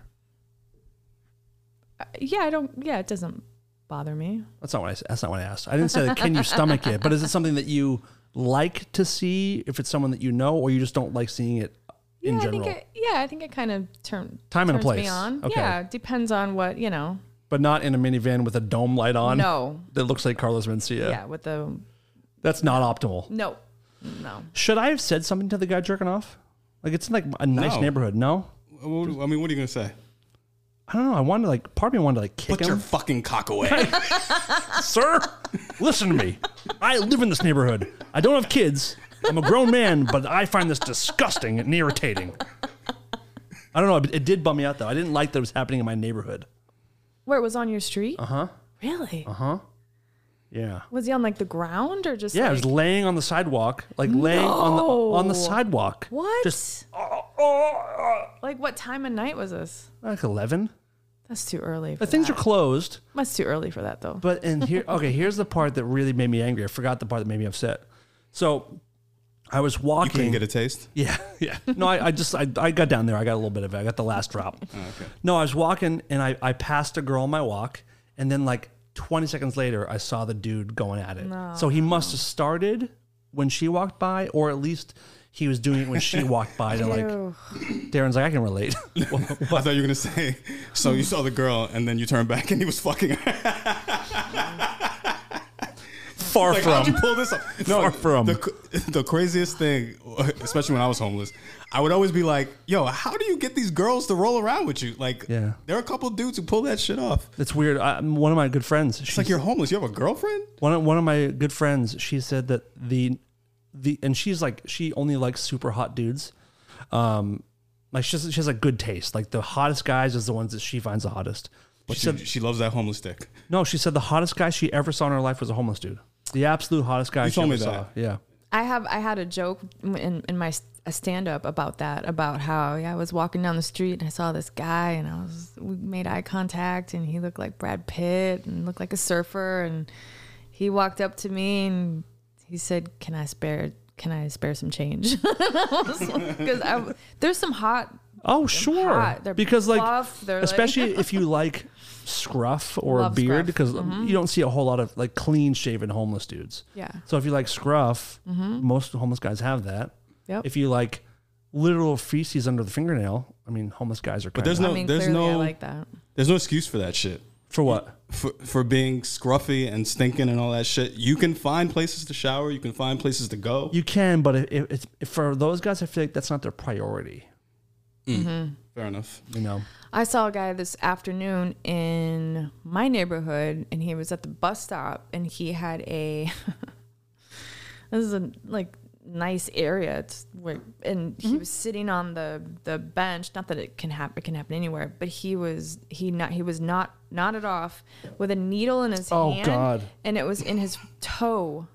Speaker 3: Yeah. I don't. Yeah. It doesn't bother me.
Speaker 2: That's not what I. s- That's not what I asked. I didn't say that. Can you stomach it? But is it something that you like to see if it's someone that you know, or you just don't like seeing it in
Speaker 3: yeah,
Speaker 2: general?
Speaker 3: I think it, yeah, I think it kind of turn,
Speaker 2: Time and a
Speaker 3: turns me
Speaker 2: place.
Speaker 3: on.
Speaker 2: Okay.
Speaker 3: Yeah, depends on what you know.
Speaker 2: but not in a minivan with a dome light on.
Speaker 3: No.
Speaker 2: that looks like Carlos Mencia.
Speaker 3: yeah, with the
Speaker 2: that's not optimal.
Speaker 3: no, no.
Speaker 2: Should I have said something to the guy jerking off? Like it's in like a nice
Speaker 4: No.
Speaker 2: neighborhood. No,
Speaker 4: What- I mean, what are you gonna say?
Speaker 2: I don't know. I wanted to like part of me wanted to like kick
Speaker 4: Put your
Speaker 2: him.
Speaker 4: fucking cock away.
Speaker 2: sir, listen to me. I live in this neighborhood. I don't have kids. I'm a grown man, but I find this disgusting and irritating. I don't know. It, it did bum me out though. I didn't like that it was happening in my neighborhood.
Speaker 3: Where it was on your street? Uh
Speaker 2: Uh-huh.
Speaker 3: huh. Really?
Speaker 2: Yeah.
Speaker 3: Was he on like the ground or just?
Speaker 2: Yeah,
Speaker 3: like,
Speaker 2: it was laying on the sidewalk, like laying on the on the
Speaker 3: No.
Speaker 2: sidewalk.
Speaker 3: what?
Speaker 2: Just oh, oh,
Speaker 3: like what time of night was this?
Speaker 2: oh. like eleven.
Speaker 3: That's too early. For
Speaker 2: But things
Speaker 3: that.
Speaker 2: are closed.
Speaker 3: That's too early for that though.
Speaker 2: But and here, okay, here's the part that really made me angry. I forgot the part that made me upset. So I was
Speaker 4: you
Speaker 2: walking.
Speaker 4: couldn't get a taste.
Speaker 2: Yeah, yeah. No, I, I just I, I got down there. I got a little bit of it. I got the last drop.
Speaker 4: Oh,
Speaker 2: No, I was walking and I, I passed a girl on my walk, and then like 20 seconds later, I saw the dude going at it. So he must have started when she walked by, or at least he was doing it when she walked by. To like,
Speaker 3: Ew.
Speaker 2: Darren's like, I can relate.
Speaker 4: I thought you were gonna say. So you saw the girl, and then you turned back, and he was fucking. her.
Speaker 2: Far
Speaker 4: like, how'd you
Speaker 2: from.
Speaker 4: pull this up? No,
Speaker 2: Far from.
Speaker 4: the, cr- the craziest thing, especially when I was homeless, I would always be like, "Yo, how do you get these girls to roll around with you?" Like,
Speaker 2: Yeah.
Speaker 4: there are a couple dudes who pull that shit off.
Speaker 2: It's weird. I, one of my good friends.
Speaker 4: It's like you're homeless. You have a girlfriend.
Speaker 2: One of, one of my good friends, she said that the the and she's like she only likes super hot dudes. Um, like she has, she has a good taste. Like the hottest guys is the ones that she finds the hottest.
Speaker 4: But
Speaker 2: she
Speaker 4: she,
Speaker 2: said
Speaker 4: she loves that homeless dick.
Speaker 2: no. She said the hottest guy she ever saw in her life was a homeless dude. The absolute hottest guy she
Speaker 4: told me
Speaker 2: ever saw.
Speaker 4: that.
Speaker 2: Yeah.
Speaker 3: I have I had a joke in in my stand up about that about how yeah, I was walking down the street and I saw this guy and I was we made eye contact and he looked like Brad Pitt and looked like a surfer and he walked up to me and he said, "Can I spare can I spare some change?" Because there's some hot
Speaker 2: Oh sure.
Speaker 3: hot, they're
Speaker 2: because like
Speaker 3: buff, they're, like-
Speaker 2: especially if you like scruff or a
Speaker 3: Love
Speaker 2: beard
Speaker 3: scruff. Mm-hmm.
Speaker 2: because you don't see a whole lot of like clean shaven homeless dudes.
Speaker 3: Yeah. Mm-hmm.
Speaker 2: So if you like scruff, most homeless guys have that.
Speaker 3: Yep.
Speaker 2: If you like literal feces under the fingernail, I mean, homeless guys are. But
Speaker 4: There's no.
Speaker 3: I mean,
Speaker 4: there's
Speaker 3: clearly I
Speaker 4: no.
Speaker 3: like that.
Speaker 4: There's no excuse for that shit.
Speaker 2: for what?
Speaker 4: for, for being scruffy and stinking and all that shit. You can find places to shower. You can find places to go.
Speaker 2: You can, but it, it, it's for those guys. I feel like that's not their priority.
Speaker 4: Fair enough.
Speaker 2: You know,
Speaker 3: I saw a guy this afternoon in my neighborhood, and he was at the bus stop, and he had a. this is a like nice area, it's where, and
Speaker 2: Mm-hmm.
Speaker 3: he was sitting on the the bench. Not that it can happen; it can happen anywhere. But he was he not he was not knotted off with a needle in his
Speaker 2: Oh,
Speaker 3: hand,
Speaker 2: God.
Speaker 3: and it was in his toe.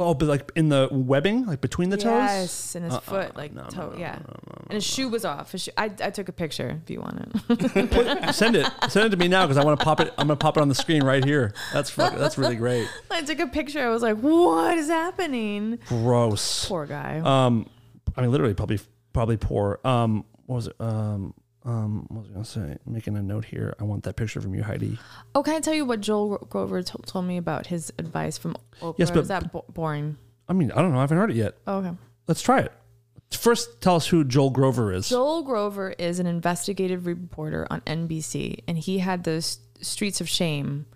Speaker 2: oh, but like in the webbing, like between the toes.
Speaker 3: Yes, and his foot, like toe, yeah, and his shoe was off. His shoe, I, I took a picture if you want it.
Speaker 2: Send it, send it to me now because I want to pop it. I'm gonna pop it on the screen right here. That's fuck, that's really great.
Speaker 3: I took a picture. I was like, "What is happening?"
Speaker 2: Gross.
Speaker 3: Poor guy.
Speaker 2: Um, I mean, literally, probably, probably poor. Um, what was it? Um, um, what was I gonna say? Making a note here. I want that picture from you, Heidi.
Speaker 3: oh, can I tell you what Joel Grover to- told me about his advice from Oprah?
Speaker 2: Yes, but-
Speaker 3: is that bo- boring?
Speaker 2: I mean, I don't know. I haven't heard it yet.
Speaker 3: Oh, okay.
Speaker 2: Let's try it. First, tell us who Joel Grover is.
Speaker 3: Joel Grover is an investigative reporter on NBC, and he had the S- Streets of Shame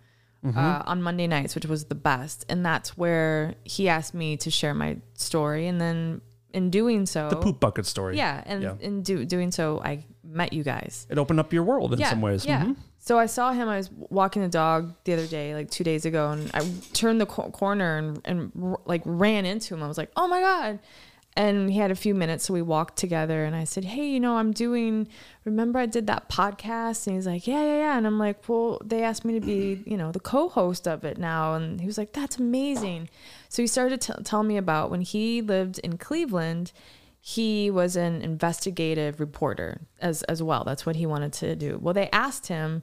Speaker 2: Mm-hmm.
Speaker 3: uh, on Monday nights, which was the best. And that's where he asked me to share my story, and then in doing so,
Speaker 2: the poop bucket story.
Speaker 3: yeah, and
Speaker 2: Yeah.
Speaker 3: in do, doing so, I met you guys.
Speaker 2: It opened up your world in some ways.
Speaker 3: Yeah.
Speaker 2: Mhm.
Speaker 3: So I saw him. I was walking the dog the other day, like two days ago, and I turned the co- corner and and r- like ran into him. I was like, oh my god. and we had a few minutes, so we walked together. And I said, "Hey, you know, I'm doing. Remember, I did that podcast." And he's like, "Yeah, yeah, yeah." And I'm like, "Well, they asked me to be, you know, the co-host of it now." And he was like, "That's amazing." So he started to tell me about when he lived in Cleveland. He was an investigative reporter as as well. That's what he wanted to do. Well, they asked him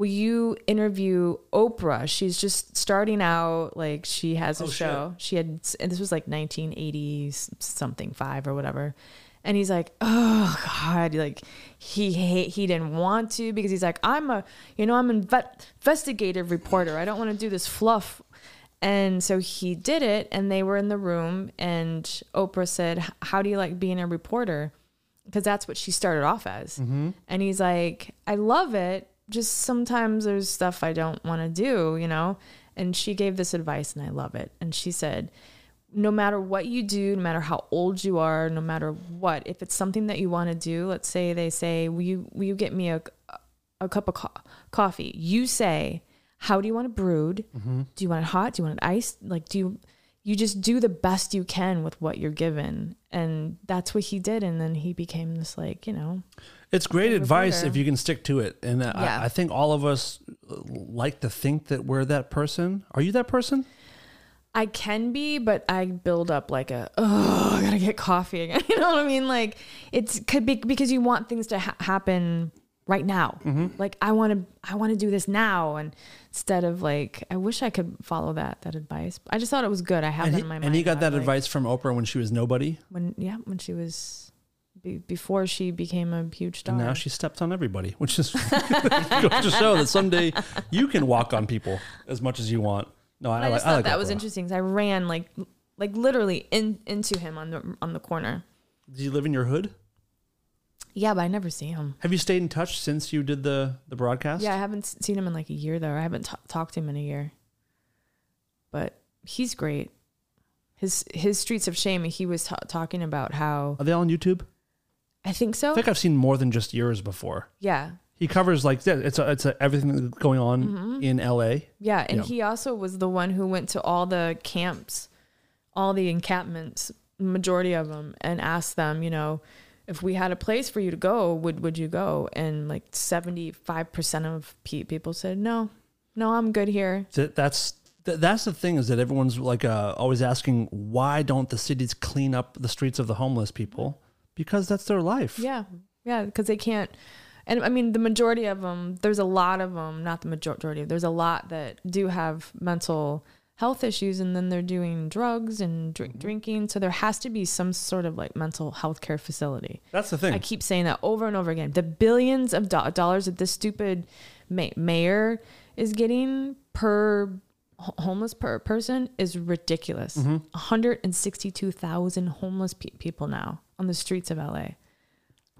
Speaker 3: will you interview Oprah? She's just starting out. Like she has a show. She had, and this was like 1980 something five or whatever. And he's like, oh God, like he hate, he didn't want to because he's like, I'm a, you know, I'm an inve- investigative reporter. I don't want to do this fluff. And so he did it, and they were in the room, and Oprah said, "H- "How do you like being a reporter?" because that's what she started off as. And he's like, I love it. Just sometimes there's stuff I don't want to do, you know? And she gave this advice, and I love it. And she said, No matter what you do, no matter how old you are, no matter what, if it's something that you want to do, let's say they say, Will you, will you get me a, a cup of co- coffee? You say, How do you want it brewed?
Speaker 2: Mm-hmm.
Speaker 3: Do you want it hot? Do you want it iced? Like, do you, you just do the best you can with what you're given and that's what he did and then he became this like you know
Speaker 2: It's great advice
Speaker 3: reporter.
Speaker 2: if you can stick to it. And uh,
Speaker 3: Yeah.
Speaker 2: I, I think all of us uh, like to think that we're that person. Are you that person?
Speaker 3: i can be but i build up like a oh i gotta get coffee again you know what i mean like it's could be because you want things to ha- happen right now
Speaker 2: Mm-hmm.
Speaker 3: like i want to i want to do this now and instead of like i wish i could follow that that advice i just thought it was good i have
Speaker 2: And
Speaker 3: that
Speaker 2: he,
Speaker 3: in my mind
Speaker 2: and he got
Speaker 3: now,
Speaker 2: that
Speaker 3: like,
Speaker 2: advice from Oprah when she was nobody.
Speaker 3: when yeah when she was be, before she became a huge star
Speaker 2: And now she steps on everybody, which is goes to show that someday you can walk on people as much as you want. No, I,
Speaker 3: I,
Speaker 2: like,
Speaker 3: just
Speaker 2: I
Speaker 3: thought
Speaker 2: like
Speaker 3: that was
Speaker 2: Oprah.
Speaker 3: interesting 'cause I ran like like literally in into him on the on the corner.
Speaker 2: Do you live in your hood?
Speaker 3: Yeah, but I never see him.
Speaker 2: Have you stayed in touch since you did the the broadcast?
Speaker 3: Yeah, I haven't s- seen him in like a year though. I haven't ta- talked to him in a year. But he's great. His his Streets of Shame. He was ta- talking about how
Speaker 2: Are they all on YouTube?
Speaker 3: I think so.
Speaker 2: I think I've seen more than just yours before.
Speaker 3: yeah,
Speaker 2: He covers like yeah, it's a, it's a, everything that's going on
Speaker 3: Mm-hmm.
Speaker 2: in LA.
Speaker 3: yeah. And
Speaker 2: Yeah.
Speaker 3: he also was the one who went to all the camps, all the encampments, majority of them, and asked them, you know, if we had a place for you to go, would would you go? And like seventy five percent of pe- people said no, no, I'm good here.
Speaker 2: That that's that, that's the thing is that everyone's like uh, always asking why don't the cities clean up the streets of the homeless people because that's their life.
Speaker 3: Yeah, yeah, because they can't. And I mean, the majority of them, there's a lot of them, not the majority, there's a lot that do have mental health issues and then they're doing drugs and drink, drinking. So there has to be some sort of like mental health care facility.
Speaker 2: That's the thing.
Speaker 3: I keep saying that over and over again. The billions of do- dollars that this stupid ma- mayor is getting per ho- homeless per person is ridiculous. 162,000 homeless pe- people now on the streets of LA.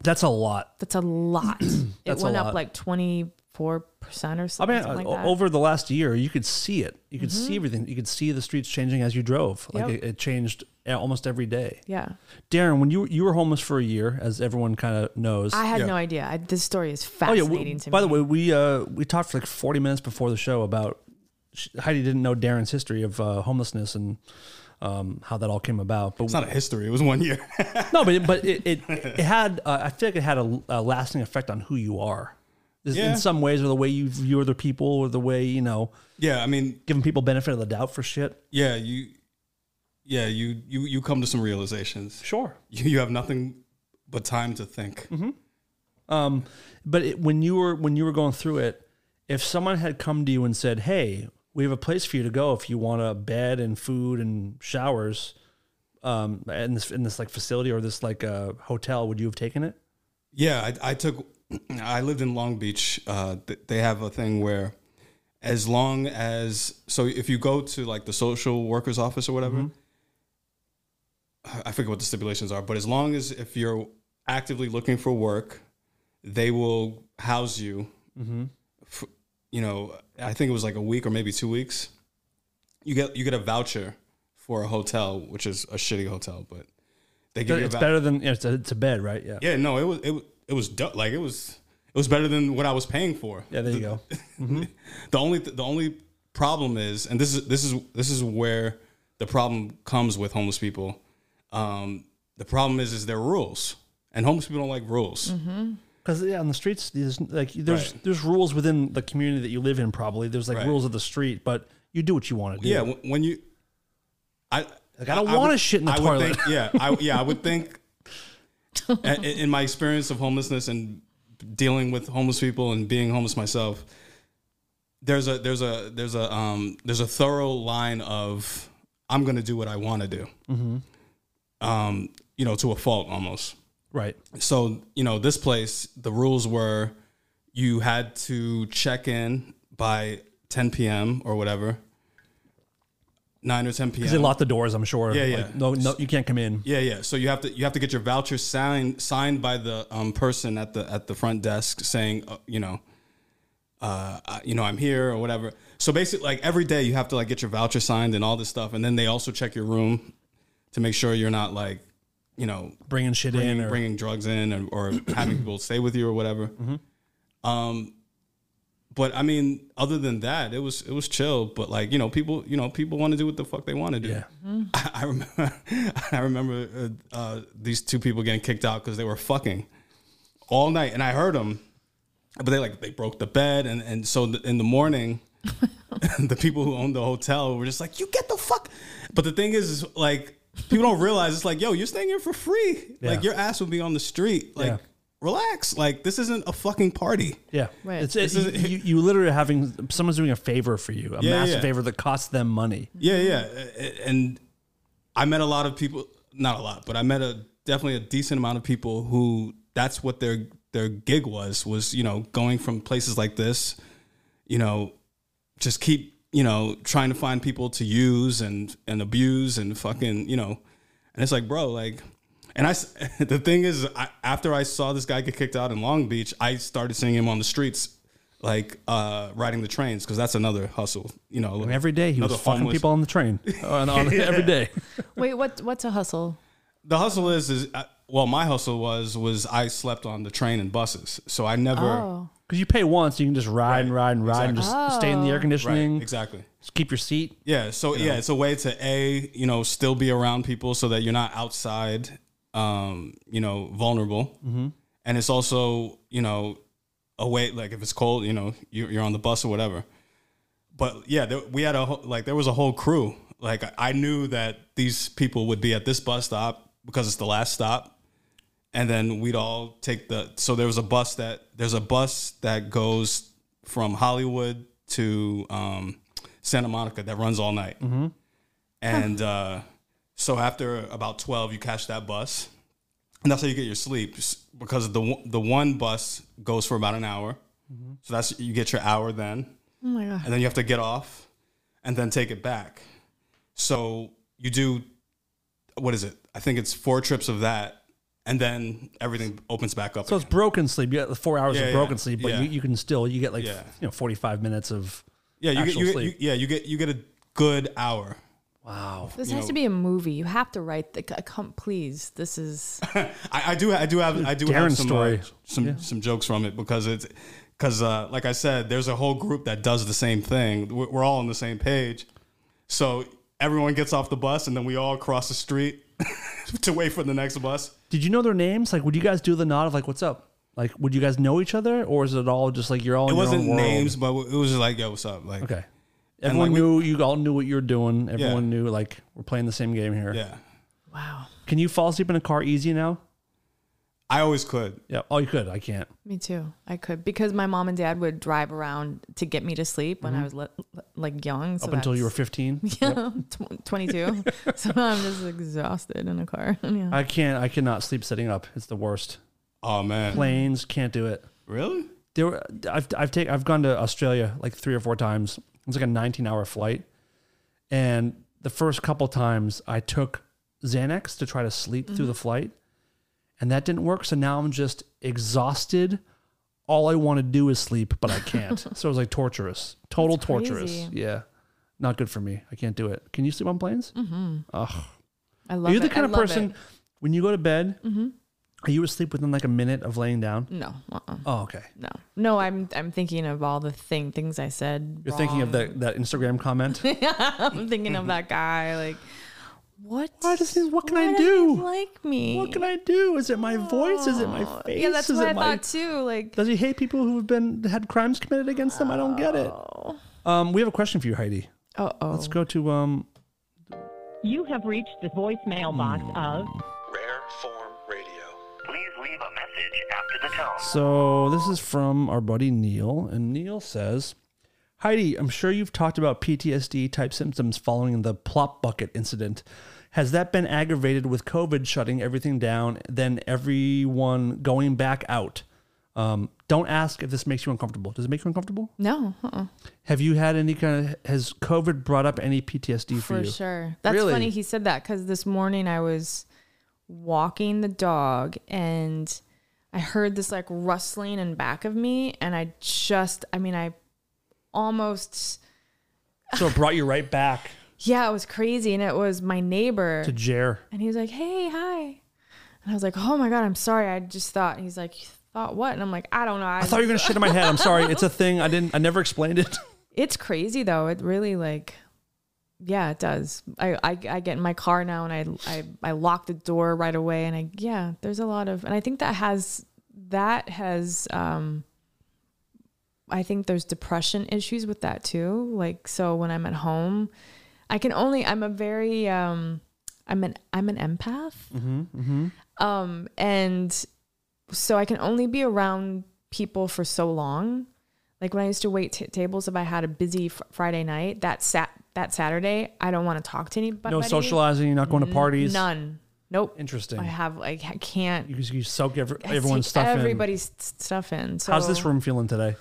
Speaker 2: that's a lot.
Speaker 3: That's a lot. it
Speaker 2: That's a
Speaker 3: went up
Speaker 2: lot.
Speaker 3: like 24% or
Speaker 2: I
Speaker 3: something,
Speaker 2: mean,
Speaker 3: something like
Speaker 2: o-
Speaker 3: that. Mm-hmm.
Speaker 2: over the last year, you could see it. You could see everything. You could see the streets changing as you drove. Like
Speaker 3: Yep.
Speaker 2: it, it changed a- almost every day.
Speaker 3: yeah.
Speaker 2: Darren, when you you were homeless for a year, as everyone kind of knows.
Speaker 3: I had
Speaker 4: Yeah.
Speaker 3: no idea. I, this story is
Speaker 2: oh yeah. w-
Speaker 3: fascinating to me.
Speaker 2: by the way, we uh we talked for like forty minutes before the show about sh- Heidi didn't know Darren's history of uh, homelessness and um, how that all came about. But
Speaker 4: It's not a history. It was one year.
Speaker 2: no, but it, but it it, it had uh, I feel like it had a, a lasting effect on who you are. Is-
Speaker 4: Yeah.
Speaker 2: In some ways, or the way you view other people, or the way you know
Speaker 4: yeah, I mean,
Speaker 2: giving people benefit of the doubt for shit.
Speaker 4: yeah, you, yeah, you, you, you come to some realizations.
Speaker 2: Sure.
Speaker 4: You, you have nothing but time to think.
Speaker 2: Um, but it, when you were when you were going through it, if someone had come to you and said, "Hey, we have a place for you to go if you want a bed and food and showers," um, in this in this like facility or this like uh, hotel, would you have taken it?
Speaker 4: Yeah, I, I took. I lived in Long Beach. Uh, th- they have a thing where, as long as so, if you go to like the social worker's office or whatever,
Speaker 2: Mm-hmm.
Speaker 4: I- I forget what the stipulations are, but as long as if you're actively looking for work, they will house you.
Speaker 2: Mm-hmm.
Speaker 4: f- you know, I think it was like a week or maybe two weeks. You get you get a voucher for a hotel, which is a shitty hotel, but they give you a
Speaker 2: It's
Speaker 4: voucher.
Speaker 2: better than yeah, it's, a, it's a bed, right? Yeah.
Speaker 4: Yeah, no, it was it was- it was du- like it was it was better than what I was paying for.
Speaker 2: Yeah, there you go.
Speaker 4: The only the only problem is, and this is this is this is where the problem comes with homeless people. Um, The problem is, is there are rules, and homeless people don't like rules.
Speaker 2: Because yeah, on the streets, there's like there's
Speaker 4: Right.
Speaker 2: there's rules within the community that you live in. Probably there's like
Speaker 4: Right.
Speaker 2: rules of the street, but you do what you want to do.
Speaker 4: Yeah, when, when you, I
Speaker 2: Like, I don't wanna
Speaker 4: would-
Speaker 2: shit in the
Speaker 4: I would
Speaker 2: toilet.
Speaker 4: think- yeah, I, yeah, I would think. a- in, in my experience of homelessness and dealing with homeless people and being homeless myself, there's a there's a there's a um there's a thorough line of I'm going to do what I want to do.
Speaker 2: Mm-hmm.
Speaker 4: Um, you know, to a fault almost
Speaker 2: Right.
Speaker 4: so you know this place the rules were you had to check in by 10 p.m or whatever 9 or 10 p.m
Speaker 2: They lock the doors. I'm sure.
Speaker 4: Yeah,
Speaker 2: Like,
Speaker 4: yeah.
Speaker 2: no, no, you can't come in.
Speaker 4: yeah yeah so you have to you have to get your voucher signed signed by the um, person at the at the front desk saying uh, you know uh, I- you know i'm here or whatever so basically like every day you have to like get your voucher signed and all this stuff and then they also check your room to make sure you're not like you know
Speaker 2: Bringing shit in.
Speaker 4: bringing,
Speaker 2: Or,
Speaker 4: bringing drugs in and, or having people stay with you or whatever.
Speaker 2: Mm-hmm.
Speaker 4: Um, but I mean, other than that, it was it was chill. But like you know, people you know people want to do what the fuck they want to do.
Speaker 2: Yeah.
Speaker 4: I, I remember I remember uh, uh, these two people getting kicked out because they were fucking all night, and I heard them. But they like they broke the bed, and and so th- in the morning. the people who owned the hotel were just like, "You get the fuck." But the thing is, is like, people don't realize it's like, yo, you're staying here for free. Like,
Speaker 2: Yeah.
Speaker 4: your ass would be on the street. Like,
Speaker 2: Yeah.
Speaker 4: relax. Like, this isn't a fucking party.
Speaker 2: yeah.
Speaker 3: Right.
Speaker 2: It's, it's you, you, you literally are having someone's doing a favor for you, a
Speaker 4: Yeah,
Speaker 2: massive
Speaker 4: yeah.
Speaker 2: favor that costs them money.
Speaker 4: Yeah, yeah. A- And I met a lot of people. Not a lot, but I met a definitely a decent amount of people who that's what their their gig was was you know going from places like this, you know, just keep you know trying to find people to use and and abuse and fucking you know, and it's like bro like. And I, s- the thing is, I, after I saw this guy get kicked out in Long Beach, I started seeing him on the streets, like uh, riding the trains, because that's another hustle, you know.
Speaker 2: And every day he
Speaker 4: another
Speaker 2: was fucking
Speaker 4: homeless-
Speaker 2: people on the train. on, on, Every day.
Speaker 3: Wait, what? What's a hustle?
Speaker 4: the hustle is is uh, well my hustle was was i slept on the train and buses so i never
Speaker 3: Oh,
Speaker 2: Because you pay once, you can just ride and ride and ride and just
Speaker 4: Exactly.
Speaker 2: stay in the air
Speaker 4: right
Speaker 2: conditioning,
Speaker 4: exactly
Speaker 2: just keep your seat.
Speaker 4: yeah so yeah it's a way to a you know still be around people so that you're not outside um you know vulnerable and it's also you know a way like if it's cold you know you're, you're on the bus or whatever but yeah there, we had a whole, like there was a whole crew like I- i knew that these people would be at this bus stop because it's the last stop and then we'd all take the so there was a bus that there's a bus that goes from Hollywood to um, Santa Monica that runs all night, and uh, so after about twelve, you catch that bus, and that's how you get your sleep s- because the one- the one bus goes for about an hour, so that's you get your hour then,
Speaker 3: oh my god.
Speaker 4: and then you have to get off and then take it back. So you do what is it? I think it's four trips of that, and then everything opens back up.
Speaker 2: So it's broken sleep. You got the four hours
Speaker 4: Yeah,
Speaker 2: of
Speaker 4: yeah,
Speaker 2: broken sleep, but
Speaker 4: yeah.
Speaker 2: you, you can still you get like
Speaker 4: Yeah.
Speaker 2: you know forty five minutes of
Speaker 4: yeah, you get,
Speaker 2: actual
Speaker 4: you, get, you,
Speaker 2: sleep.
Speaker 4: yeah, you get you get a good hour.
Speaker 2: wow.
Speaker 3: This has to be a movie. You have to write the. Come, please. This is.
Speaker 4: I, I do I do have I do have
Speaker 2: Darren's
Speaker 4: some
Speaker 2: story.
Speaker 4: uh, some some jokes from it because it's because uh, like I said, there's a whole group that does the same thing. We're, we're all on the same page, so everyone gets off the bus and then we all cross the street to wait for the next bus.
Speaker 2: Did you know their names? Like, would you guys do the nod of like, "What's up"? Like, would you guys know each other, or is it all just like you're all?
Speaker 4: It
Speaker 2: in your
Speaker 4: wasn't
Speaker 2: own world?
Speaker 4: names, but it was just like, yo, what's up? Like,
Speaker 2: Okay. Everyone
Speaker 4: like, we-
Speaker 2: knew you all knew what you were doing. Everyone knew like we're playing the same game here.
Speaker 4: yeah,
Speaker 3: Wow.
Speaker 2: Can you fall asleep in a car easy now?
Speaker 4: I always could.
Speaker 2: Yeah. Oh, you could. I can't.
Speaker 3: Me too. I could because my mom and dad would drive around to get me to sleep when I was li- li- like young. So
Speaker 2: Mm-hmm. Up until you were
Speaker 3: that's-
Speaker 2: 15.
Speaker 3: yeah, tw- 22. so I'm just exhausted in a car. yeah.
Speaker 2: I can't. I cannot sleep sitting up. It's the worst.
Speaker 4: Oh man,
Speaker 2: Planes can't do it.
Speaker 4: really?
Speaker 2: there were, I've I've taken I've gone to Australia like three or four times. It's like a 19 hour flight, and the first couple times I took Xanax to try to sleep through
Speaker 3: Mm-hmm.
Speaker 2: the flight, and that didn't work. So now I'm just exhausted. All I want to do is sleep, but I can't. so it was like torturous, total
Speaker 3: That's
Speaker 2: torturous.
Speaker 3: crazy.
Speaker 2: Yeah, not good for me. I can't do it. Can you sleep on planes?
Speaker 3: I Mm-hmm. love
Speaker 2: Are you the
Speaker 3: it. I
Speaker 2: kind of
Speaker 3: love
Speaker 2: person
Speaker 3: it. Mm-hmm.
Speaker 2: when you go to bed? Are you asleep within like a minute of laying down?
Speaker 3: No, uh-uh,
Speaker 2: Oh, okay.
Speaker 3: no, no. I'm I'm thinking of all the thing things I said.
Speaker 2: You're thinking of
Speaker 3: wrong.
Speaker 2: that that Instagram comment.
Speaker 3: I'm thinking of that guy. Like, what?
Speaker 2: Why does he- what can I
Speaker 3: why does he
Speaker 2: do?
Speaker 3: Like me?
Speaker 2: What can I do? Is it my voice? Is it my face?
Speaker 3: Yeah, that's
Speaker 2: Is
Speaker 3: what
Speaker 2: it
Speaker 3: I
Speaker 2: my-
Speaker 3: thought too. Like,
Speaker 2: Does he hate people who have been had crimes committed against them? I don't get it.
Speaker 3: Oh.
Speaker 2: Um, we have a question for you, Heidi.
Speaker 3: uh oh.
Speaker 2: Let's go to um.
Speaker 6: You have reached the voicemail box of
Speaker 7: Rare Form Radio.
Speaker 8: Please leave a message after the tone.
Speaker 2: So this is from our buddy Neil, and Neil says, "Heidi, I'm sure you've talked about PTSD type symptoms following the plop bucket incident. Has that been aggravated with COVID shutting everything down, then everyone going back out? Um, don't ask if this makes you uncomfortable. Does it make you uncomfortable?
Speaker 3: No, uh-uh.
Speaker 2: Have you had any kind of? Has COVID brought up any PTSD for,
Speaker 3: for
Speaker 2: you?
Speaker 3: sure. That's
Speaker 2: Really?
Speaker 3: funny he said that because this morning I was walking the dog and I heard this like rustling in back of me, and I just, I mean, I almost,
Speaker 2: So it brought you right back
Speaker 3: yeah, it was crazy, and it was my neighbor.
Speaker 2: to Jer.
Speaker 3: And he was like, "Hey, hi," and I was like, "Oh my god, I'm sorry. I just thought." And he's like, "You "Thought what?" And I'm like, "I don't know. I,
Speaker 2: I thought you were gonna shit in my head. I'm sorry. It's a thing. I didn't. I never explained it.
Speaker 3: it's crazy though. It really like, yeah, it does. I, I I get in my car now and I I I lock the door right away. And I yeah, there's a lot of, and I think that has that has um. I think there's depression issues with that too. Like so when I'm at home, I can only I'm a very um I'm an I'm an empath.
Speaker 2: Mm-hmm,
Speaker 3: Um and so I can only be around people for so long. Like when I used to wait t- tables if I had a busy f- Friday night, that sat that Saturday, I don't want to talk to anybody.
Speaker 2: No socializing. You're not going to parties.
Speaker 3: None. Nope.
Speaker 2: Interesting.
Speaker 3: I have like I can't
Speaker 2: You, you soak every,
Speaker 3: I
Speaker 2: everyone's
Speaker 3: take
Speaker 2: stuff in.
Speaker 3: everybody's s- stuff in. So
Speaker 2: How's this room feeling today?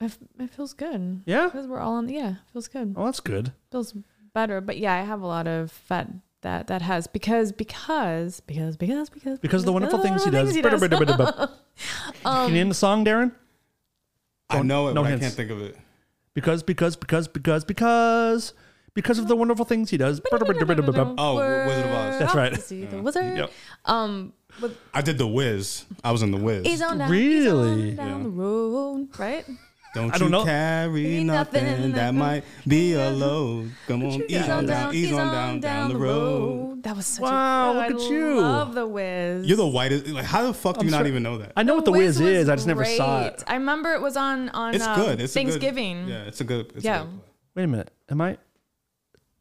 Speaker 3: I f- It feels good.
Speaker 2: Yeah?
Speaker 3: Because we're all on. Yeah, it feels good.
Speaker 2: Oh, that's good.
Speaker 3: feels better. But yeah, I have a lot of that that that has because because because because because
Speaker 2: Because of the wonderful things he does.
Speaker 3: wonderful
Speaker 2: Brr,
Speaker 3: things
Speaker 2: brr, brr, brr, brr. Can you name the song, Darren?
Speaker 4: I know it,
Speaker 2: no
Speaker 4: but
Speaker 2: hints.
Speaker 4: I can't think of it.
Speaker 2: Because, because, because, because, because, because of the wonderful things he does. Brr, brr, brr, brr, brr, brr.
Speaker 4: Oh, Wi- Wizard of Oz.
Speaker 2: That's right.
Speaker 3: To see the wizard.
Speaker 4: Yep.
Speaker 3: Um, but
Speaker 4: I did the whiz. I was in the whiz.
Speaker 3: he's on down,
Speaker 2: Really?
Speaker 3: he's on down the road, right?
Speaker 4: Don't
Speaker 2: I don't
Speaker 4: you
Speaker 2: know.
Speaker 4: carry
Speaker 3: Ain't
Speaker 4: nothing,
Speaker 3: nothing in
Speaker 4: that
Speaker 3: that
Speaker 4: might be a load. Come on, ease on down, ease on down, down the road.
Speaker 3: That was such
Speaker 2: Wow,
Speaker 3: a
Speaker 2: look
Speaker 3: I
Speaker 2: at you.
Speaker 3: Love the whiz.
Speaker 4: You're the whitest. Like, how the fuck do you not
Speaker 2: sorry.
Speaker 4: even know that?
Speaker 2: I know what The Wiz
Speaker 3: was
Speaker 2: is. I just never saw it.
Speaker 3: great. I remember it was on on
Speaker 4: It's
Speaker 3: um,
Speaker 4: good. It's a good-
Speaker 3: Thanksgiving.
Speaker 4: yeah, it's a good. It's
Speaker 3: Yeah.
Speaker 4: A good play.
Speaker 2: Wait a minute. Am I.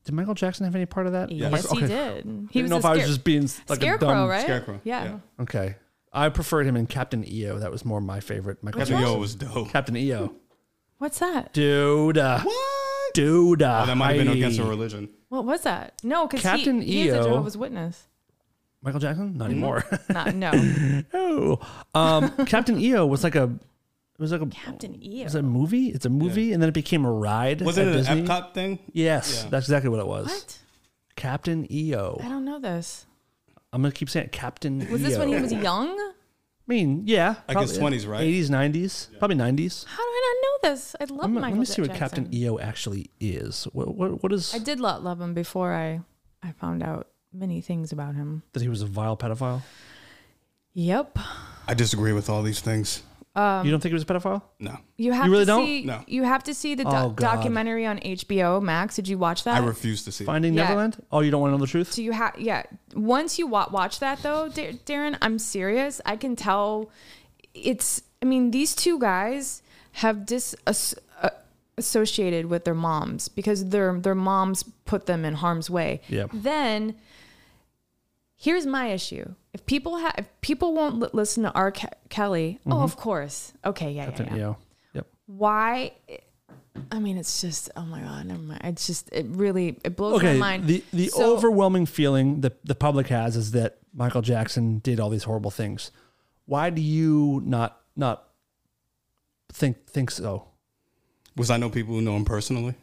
Speaker 2: Did Michael Jackson have any part of that?
Speaker 3: Yes,
Speaker 2: Okay.
Speaker 3: he did. He
Speaker 2: Didn't
Speaker 3: was
Speaker 2: know
Speaker 3: a
Speaker 2: if I was
Speaker 3: scare-
Speaker 2: just being like a
Speaker 3: scarecrow,
Speaker 2: dumb.
Speaker 3: right?
Speaker 4: Scarecrow,
Speaker 3: Yeah.
Speaker 4: yeah.
Speaker 2: Okay. I preferred him in Captain EO. That was more my favorite. Michael
Speaker 4: Captain
Speaker 2: Jackson.
Speaker 4: EO was dope.
Speaker 2: Captain EO.
Speaker 3: What's that?
Speaker 2: Dude. uh,
Speaker 4: What?
Speaker 2: Dude. uh,
Speaker 4: Oh, that might have been against a religion.
Speaker 3: What was that? No, because
Speaker 2: Captain E
Speaker 3: he, he's a
Speaker 2: EO.
Speaker 3: Jehovah's Witness.
Speaker 2: Michael Jackson? Not
Speaker 4: Mm-hmm.
Speaker 2: anymore.
Speaker 3: Not no.
Speaker 2: Oh, um, Captain EO was like a. It was like a.
Speaker 3: Captain E EO.
Speaker 2: Was it a movie? It's a movie, and then it became a ride.
Speaker 4: Was
Speaker 2: at
Speaker 4: it an
Speaker 2: Disney.
Speaker 4: Epcot thing?
Speaker 2: Yes,
Speaker 4: Yeah.
Speaker 2: that's exactly what it was.
Speaker 3: What?
Speaker 2: Captain EO.
Speaker 3: I don't know this.
Speaker 2: I'm gonna keep saying it. Captain. E
Speaker 3: Was
Speaker 2: EO.
Speaker 3: this when he was young?
Speaker 2: I mean, yeah.
Speaker 4: Like his 20s, right?
Speaker 2: 80s, 90s, probably 90s.
Speaker 3: How do I not know this? I love
Speaker 2: I'm,
Speaker 3: Michael
Speaker 2: let me see what
Speaker 3: Jackson.
Speaker 2: Captain E EO actually is. What what, what is
Speaker 3: I did lot love him before I I found out many things about him.
Speaker 2: that? He was a vile pedophile.
Speaker 3: Yep.
Speaker 4: I disagree with all these things.
Speaker 3: Um,
Speaker 2: you don't think he was a pedophile?
Speaker 4: No,
Speaker 3: You have
Speaker 2: really
Speaker 3: to
Speaker 2: don't?
Speaker 3: see
Speaker 4: No.
Speaker 3: you have to see the do-
Speaker 2: Oh, God.
Speaker 3: documentary on HBO Max. Did you watch that?
Speaker 4: I refuse to see. it.
Speaker 2: Finding
Speaker 3: Yeah.
Speaker 2: Neverland. Oh, you don't want to know the truth?
Speaker 3: Do you have yeah? Once you wa- watch that though, Dar- Darren, I'm serious. I can tell. It's. I mean, these two guys have disassociated uh, associated with their moms because their their moms put them in harm's way.
Speaker 2: Yep.
Speaker 3: Then here's my issue: if people ha- if people won't li- listen to R. Ke- Kelly, oh, of course, okay, yeah, yeah, yeah.
Speaker 2: Captain E EO. Yep.
Speaker 3: Why? I mean, it's just oh my god, never mind. It's just it really it blows
Speaker 2: okay
Speaker 3: my mind.
Speaker 2: the the
Speaker 3: So-
Speaker 2: overwhelming feeling that the public has is that michael jackson did all these horrible things why do you not not think think so
Speaker 4: Was I know people who know him personally?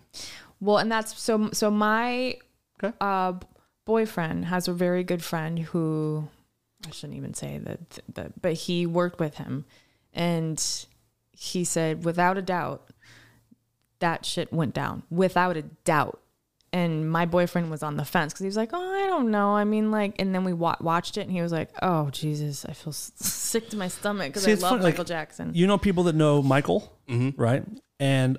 Speaker 3: Well, and that's so. So my
Speaker 2: Okay.
Speaker 3: uh, b- boyfriend has a very good friend who I shouldn't even say that, th- that, but he worked with him, and he said without a doubt that shit went down without a doubt. And my boyfriend was on the fence because he was like, "Oh, I don't know. I mean, like." And then we wa- watched it, and he was like, "Oh, Jesus, I feel s- sick to my stomach because I love
Speaker 2: funny,
Speaker 3: Michael Jackson."
Speaker 2: you know people that know michael right and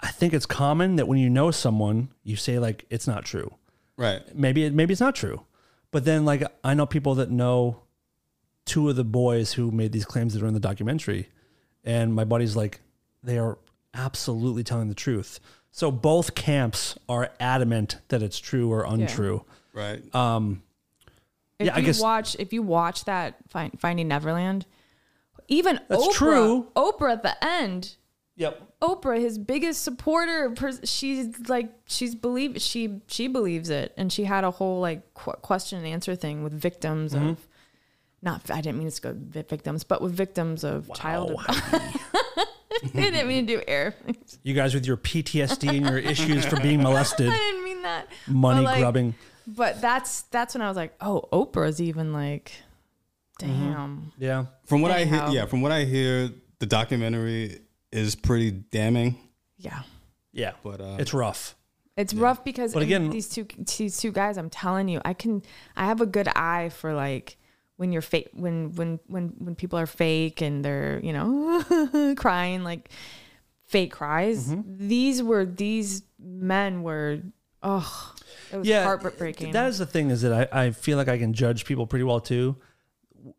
Speaker 2: i think it's common that when you know someone you say like it's not true
Speaker 4: Right.
Speaker 2: maybe it, maybe it's not true. But then like I know people that know two of the boys who made these claims that are in the documentary, and my buddy's like, they are absolutely telling the truth. So both camps are adamant that it's true or untrue.
Speaker 4: Right.
Speaker 3: If
Speaker 2: Yeah, I
Speaker 3: you
Speaker 2: guess-
Speaker 3: watch if you watch that fin- Finding Neverland, even
Speaker 2: That's
Speaker 3: Oprah,
Speaker 2: true.
Speaker 3: Oprah at the end,
Speaker 2: Yep.
Speaker 3: Oprah, his biggest supporter, pers- she's like she's believe she she believes it, and she had a whole like qu- question and answer thing with victims
Speaker 2: Mm-hmm.
Speaker 3: of not I didn't mean to go vi- victims, but with victims of child. ab- I didn't mean to do air.
Speaker 2: You guys with your PTSD and your issues for being molested,
Speaker 3: I didn't mean that. But,
Speaker 2: money
Speaker 3: like,
Speaker 2: grubbing.
Speaker 3: But that's that's when I was like, oh, Oprah's even like, damn.
Speaker 2: Mm-hmm. Yeah.
Speaker 4: From what I
Speaker 3: Anyhow.
Speaker 4: hear, yeah, from what I hear, the documentary is pretty damning.
Speaker 3: Yeah.
Speaker 2: Yeah.
Speaker 4: But, uh,
Speaker 2: it's rough.
Speaker 3: It's rough because
Speaker 2: But
Speaker 3: and
Speaker 2: again-
Speaker 3: these two these two guys, I'm telling you, I can I have a good eye for like when you're fake when when when when people are fake and they're, you know, crying like fake cries.
Speaker 2: Mm-hmm.
Speaker 3: These were these men were oh it was heartbreaking.
Speaker 2: That is the thing is that I, I feel like I can judge people pretty well too.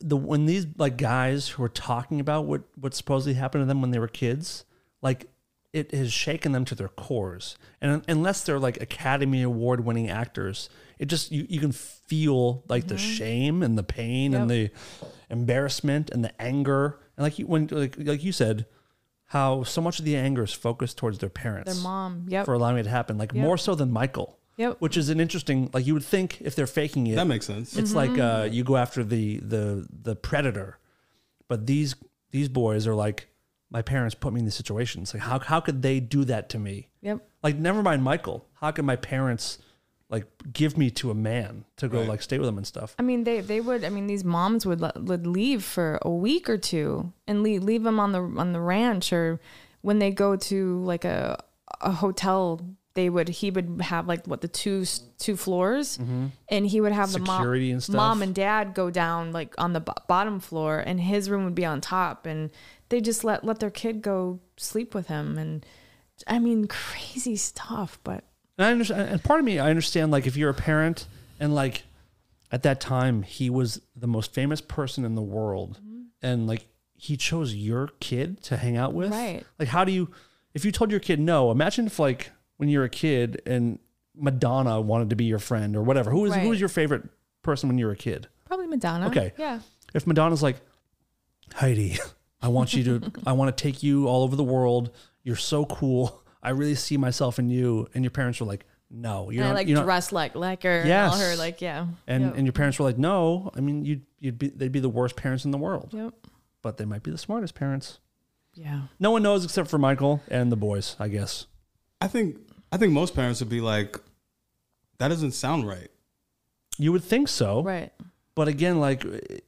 Speaker 2: The when these like guys who are talking about what what supposedly happened to them when they were kids, like it has shaken them to their cores. And un- unless they're like Academy Award winning actors, it just you, you can feel like the
Speaker 3: Mm-hmm.
Speaker 2: shame and the pain and the embarrassment and the anger. And like you when like like you said, how so much of the anger is focused towards their parents.
Speaker 3: Their mom. Yep.
Speaker 2: for allowing it to happen, like more so than Michael.
Speaker 3: Yep.
Speaker 2: Which is an interesting, like you would think if they're faking it,
Speaker 4: That makes sense.
Speaker 2: it's like uh, you go after the the the predator, but these these boys are like, my parents put me in these situations. Like how how could they do that to me?
Speaker 3: yep.
Speaker 2: Like never mind Michael. How could my parents like give me to a man to go like stay with him and stuff?
Speaker 3: I mean, they they would. I mean, these moms would le- would leave for a week or two and leave leave them on the on the ranch or when they go to like a a hotel. They would he would have like what the two s- two floors, and he would have
Speaker 2: Mm-hmm. Security
Speaker 3: the mom
Speaker 2: and stuff.
Speaker 3: mom and dad go down like on the b- bottom floor, and his room would be on top, and they just let let their kid go sleep with him, and I mean crazy stuff, but
Speaker 2: And I understand, and part of me, I understand, like, if you're a parent and, like, at that time, he was the most famous person in the world
Speaker 3: Mm-hmm.
Speaker 2: and, like, he chose your kid to hang out with.
Speaker 3: Right.
Speaker 2: Like, how do you, if you told your kid no, imagine if, like, when you're a kid and Madonna wanted to be your friend or whatever. Who was, who
Speaker 3: Right.
Speaker 2: was your favorite person when you were a kid?
Speaker 3: probably Madonna.
Speaker 2: Okay.
Speaker 3: yeah,
Speaker 2: if Madonna's like, Heidi, I want you to, I want to take you all over the world. You're so cool. I really see myself in you. And your parents were like, no, you're
Speaker 3: and I
Speaker 2: not.
Speaker 3: like
Speaker 2: you're not-
Speaker 3: dress like like her, and all her
Speaker 2: Yes.
Speaker 3: like yeah,
Speaker 2: And
Speaker 3: Yep.
Speaker 2: and your parents were like, no. I mean, you'd you'd be they'd be the worst parents in the world,
Speaker 3: Yep.
Speaker 2: but they might be the smartest parents.
Speaker 3: Yeah.
Speaker 2: No one knows except for Michael and the boys, I guess.
Speaker 4: I think I think most parents would be like, that doesn't sound right.
Speaker 2: You would think so,
Speaker 3: Right.
Speaker 2: but again, like uh,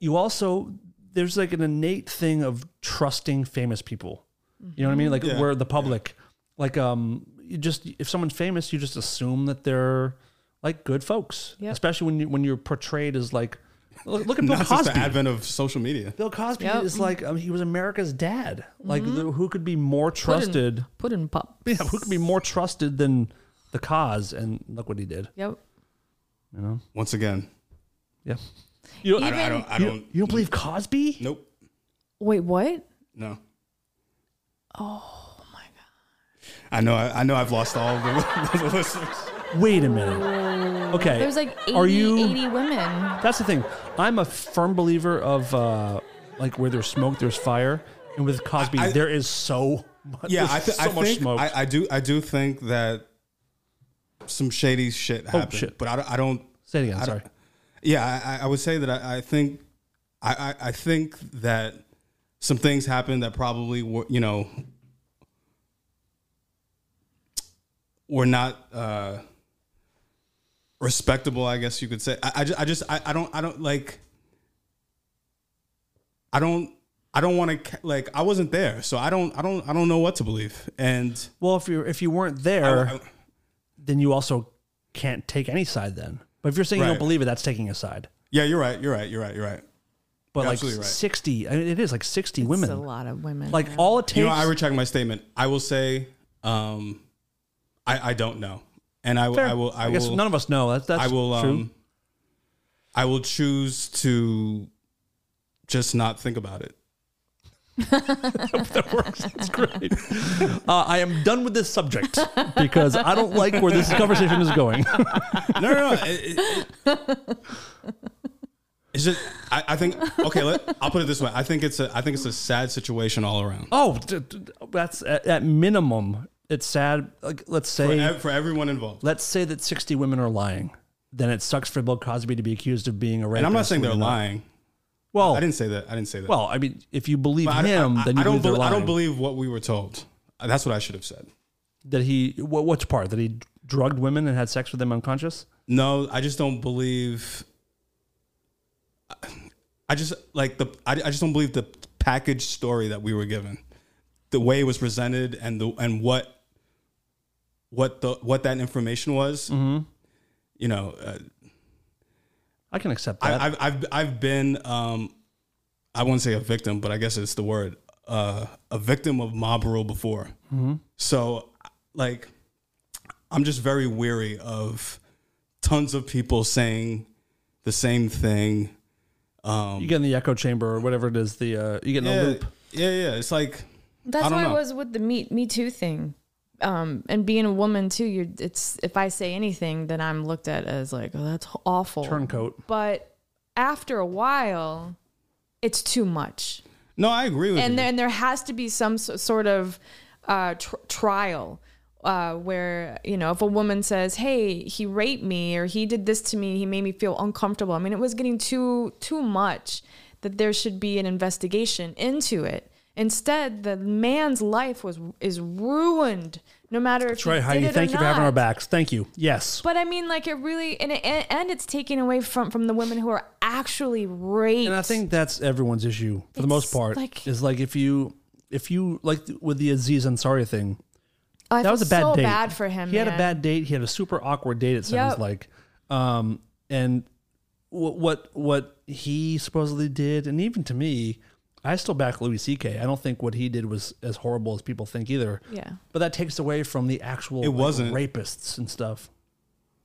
Speaker 2: you also there's like an innate thing of trusting famous people. You know what I
Speaker 3: Mm-hmm.
Speaker 2: mean? Like
Speaker 4: Yeah.
Speaker 2: we're the public. Like um, you just if someone's famous, you just assume that they're like good folks,
Speaker 3: Yep.
Speaker 2: especially when you when you're portrayed as like look, look at Bill
Speaker 4: Not just the
Speaker 2: Cosby.
Speaker 4: advent of social media.
Speaker 2: Bill Cosby
Speaker 3: Yep. Mm-hmm.
Speaker 2: is like um, he was America's dad. Like the- who could be more trusted?
Speaker 3: Put in pop.
Speaker 2: Yeah, who could be more trusted than the cause? And look what he did.
Speaker 3: Yep.
Speaker 4: Once again,
Speaker 2: Yeah. You don't,
Speaker 4: I don't. I don't. I
Speaker 2: you,
Speaker 4: don't
Speaker 2: you don't believe Cosby?
Speaker 4: nope.
Speaker 3: Wait, what?
Speaker 4: No. Oh my god. I know. I, I know. I've lost all the, the listeners.
Speaker 2: Wait a minute. Okay.
Speaker 3: There's like 80,
Speaker 2: Are you?
Speaker 3: 80 women.
Speaker 2: That's the thing. I'm a firm believer of uh, like where there's smoke, there's fire, and with Cosby,
Speaker 4: I-
Speaker 2: there is so much.
Speaker 4: Yeah,
Speaker 2: there's
Speaker 4: I, th-
Speaker 2: so
Speaker 4: I
Speaker 2: much
Speaker 4: think
Speaker 2: smoke.
Speaker 4: I, I do. I do think that some shady Oh, shit happened.
Speaker 2: shit.
Speaker 4: But I, don't- I don't.
Speaker 2: Say it again.
Speaker 4: I don't-
Speaker 2: sorry.
Speaker 4: Yeah, I, I- I would say that I, I think, I, I, I think that some things happened that probably were you know were not uh, respectable. I guess you could say. I, I just, I just, I, I don't, I don't like. I don't. I don't want to like. I wasn't there, so I don't. I don't. I don't know what to believe. And
Speaker 2: Well, if you are if you weren't there, then you also can't take any side. Then, but if you're saying you
Speaker 4: Right.
Speaker 2: don't believe it, that's taking a side.
Speaker 4: yeah, you're right. You're right. You're right. You're right.
Speaker 2: But
Speaker 4: You're
Speaker 2: like
Speaker 4: absolutely right.
Speaker 2: sixty, I mean, it is like sixty
Speaker 3: It's a
Speaker 2: women.
Speaker 3: lot of women.
Speaker 2: Like all it takes.
Speaker 4: You know, I retract my statement. I will say, um, I, I don't know. and I, will-
Speaker 2: Fair.
Speaker 4: I will. I,
Speaker 2: I guess
Speaker 4: will.
Speaker 2: none of us know. That's that's
Speaker 4: I will.
Speaker 2: true.
Speaker 4: Um, I will choose to just not think about it.
Speaker 2: that works. That's great. Uh, I am done with this subject because I don't like where this conversation is going.
Speaker 4: No, no, no. it- it- it- it's just. I, I think. Okay, let, I'll put it this way. I think it's a. I think it's a sad situation all around
Speaker 2: Oh, d- d- that's at, at minimum. It's sad. Like, let's
Speaker 4: for,
Speaker 2: say,
Speaker 4: ev- for everyone involved.
Speaker 2: let's say that sixty women are lying. Then it sucks for Bill Cosby to be accused of being a rapist.
Speaker 4: And I'm not saying they're
Speaker 2: when they're not.
Speaker 4: lying.
Speaker 2: Well,
Speaker 4: I didn't say that. I didn't say that.
Speaker 2: Oh. well, I mean, if you believe
Speaker 4: But I-
Speaker 2: him,
Speaker 4: I, I,
Speaker 2: then you
Speaker 4: I don't.
Speaker 2: believe they're
Speaker 4: bel- I
Speaker 2: lying.
Speaker 4: don't believe what we were told. Uh, That's what I should have said.
Speaker 2: that he. What, what's part that he drugged women and had sex with them unconscious?
Speaker 4: No, I just don't believe. I just like the. I, I just don't believe the package story that we were given, the way it was presented, and the and what. What the what that information was, you know, uh,
Speaker 2: I can accept that.
Speaker 4: I, I've I've I've been um, I wouldn't say a victim, but I guess it's the word uh, a victim of mob rule before. So, like, I'm just very weary of tons of people saying the same thing.
Speaker 2: you get in the echo chamber or whatever it is. The uh, you get in a
Speaker 4: Yeah,
Speaker 2: loop.
Speaker 4: yeah, yeah. It's like
Speaker 3: That's
Speaker 4: I don't
Speaker 3: why I
Speaker 4: know.
Speaker 3: was with the Me, Me Too thing. Um, and being a woman too, you're, it's if I say anything, then I'm looked at as like, oh, that's awful.
Speaker 2: Turncoat.
Speaker 3: But after a while, it's too much,
Speaker 4: no, I agree
Speaker 2: Mm-hmm.
Speaker 4: with you.
Speaker 3: and then there has to be some so- sort of uh, tr- trial uh, where you know if a woman says, "Hey, he raped me," or "He did this to me," he made me feel uncomfortable. I mean, it was getting too too much that there should be an investigation into it. Instead, the man's life was is ruined, no matter if
Speaker 2: Troy,
Speaker 3: he
Speaker 2: hi,
Speaker 3: did it
Speaker 2: thank
Speaker 3: or
Speaker 2: you for having our
Speaker 3: not.
Speaker 2: backs. Thank you. Yes.
Speaker 3: But I mean, like it really, and it, and it's taken away from from the women who are actually raped.
Speaker 2: and I think that's everyone's issue for the most
Speaker 3: It's
Speaker 2: part.
Speaker 3: like-
Speaker 2: is like if you if you like with the Aziz Ansari thing, that
Speaker 3: I feel
Speaker 2: was a bad
Speaker 3: so
Speaker 2: date.
Speaker 3: bad for him.
Speaker 2: He had a
Speaker 3: man.
Speaker 2: bad date. He had a super awkward date. It sounds
Speaker 3: Yep.
Speaker 2: like, um, and what what what he supposedly did, and even to me, I still back Louis C.K. I don't think what he did was as horrible as people think either.
Speaker 3: Yeah.
Speaker 2: but that takes away from the actual
Speaker 4: It
Speaker 2: like,
Speaker 4: wasn't.
Speaker 2: rapists and stuff.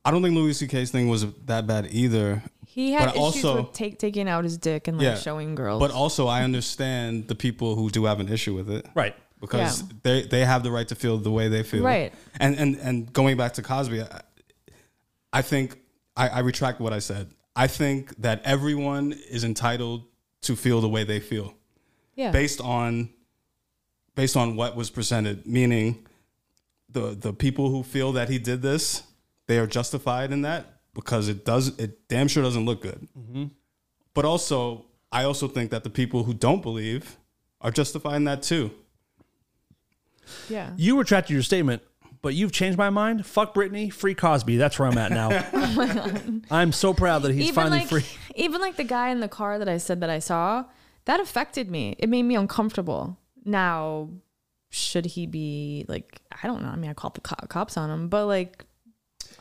Speaker 4: I don't think Louis C.K.'s thing was that bad either.
Speaker 3: He had
Speaker 4: But
Speaker 3: issues
Speaker 4: also-
Speaker 3: with take, taking out his dick and like
Speaker 4: Yeah.
Speaker 3: showing girls.
Speaker 4: But also, I understand the people who do have an issue with it.
Speaker 2: Right.
Speaker 4: because
Speaker 3: Yeah.
Speaker 4: they they have the right to feel the way they feel.
Speaker 3: Right.
Speaker 4: And and and going back to Cosby, I, I think I, I retract what I said. I think that everyone is entitled to feel the way they feel
Speaker 3: yeah,
Speaker 4: based on based on what was presented. Meaning, the the people who feel that he did this, they are justified in that because it does it damn sure doesn't look good. But also, I also think that the people who don't believe are justified in that too.
Speaker 3: yeah.
Speaker 2: You retracted your statement, but you've changed my mind. Fuck Britney, free Cosby. That's where I'm at now. I'm so proud that he's
Speaker 3: Oh even
Speaker 2: finally
Speaker 3: like
Speaker 2: free.
Speaker 3: even like the guy in the car that I said that I saw, that affected me. It made me uncomfortable. Now, should he be like I don't know. I mean, I called the co- cops on him, but like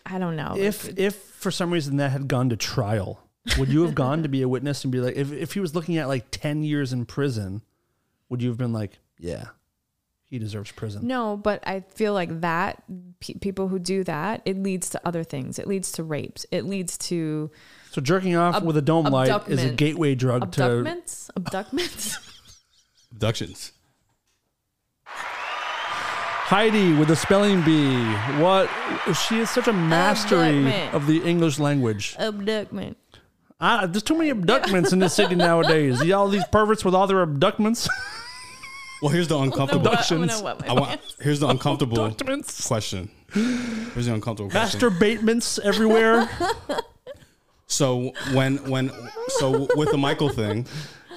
Speaker 3: I don't know.
Speaker 2: If if for some reason that had gone to trial, would you have gone to be a witness and be like, if if he was looking at like ten years in prison, would you have been like, yeah, he deserves prison?
Speaker 3: No, but I feel like that pe- people who do that, it leads to other things. It leads to rapes. It leads to
Speaker 2: So jerking off with a dome light is a
Speaker 3: abductment.
Speaker 2: gateway drug to.
Speaker 3: abductments. Abductments.
Speaker 4: abductions.
Speaker 2: Heidi with the spelling bee. What she is such a mastery
Speaker 3: Abductment.
Speaker 2: of the English language.
Speaker 3: Abductment.
Speaker 2: I, there's too many abductments in this city nowadays. You all these perverts with all their abductments.
Speaker 4: Well, here's the uncomfortable.
Speaker 3: Abduction. I'm
Speaker 2: Abductions.
Speaker 3: gonna wet my
Speaker 4: I want,
Speaker 3: pants.
Speaker 4: here's the uncomfortable
Speaker 2: Abductments.
Speaker 4: question. Here's the uncomfortable question.
Speaker 2: Masturbatements everywhere.
Speaker 4: So when when so with the Michael thing,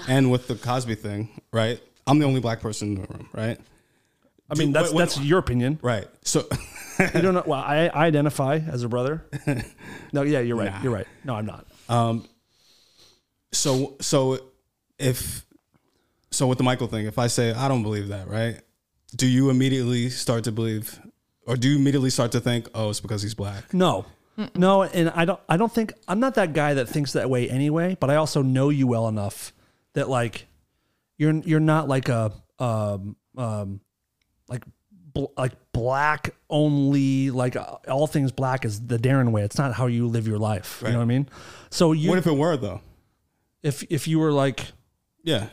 Speaker 4: and with the Cosby thing, right? I'm the only black person in the room, right?
Speaker 2: I mean, that's
Speaker 4: Wait, wait.
Speaker 2: that's your opinion.
Speaker 4: Right. So
Speaker 2: You don't know. Well, I, I identify as a brother. No, yeah, you're right. You're right. No, I'm not.
Speaker 4: so so if so with the Michael thing, if I say I don't believe that, right? Do you immediately start to believe, or do you immediately start to think, oh, it's because he's black?
Speaker 2: No, no, and I don't. I don't think I'm not that guy that thinks that way anyway. But I also know you well enough that like you're you're not like a um um like bl- like black only, like uh, all things black is the Darren way. It's not how you live your life. You know what I mean? So you,
Speaker 4: What
Speaker 2: if,
Speaker 4: if it were though?
Speaker 2: if you were like
Speaker 4: Yeah,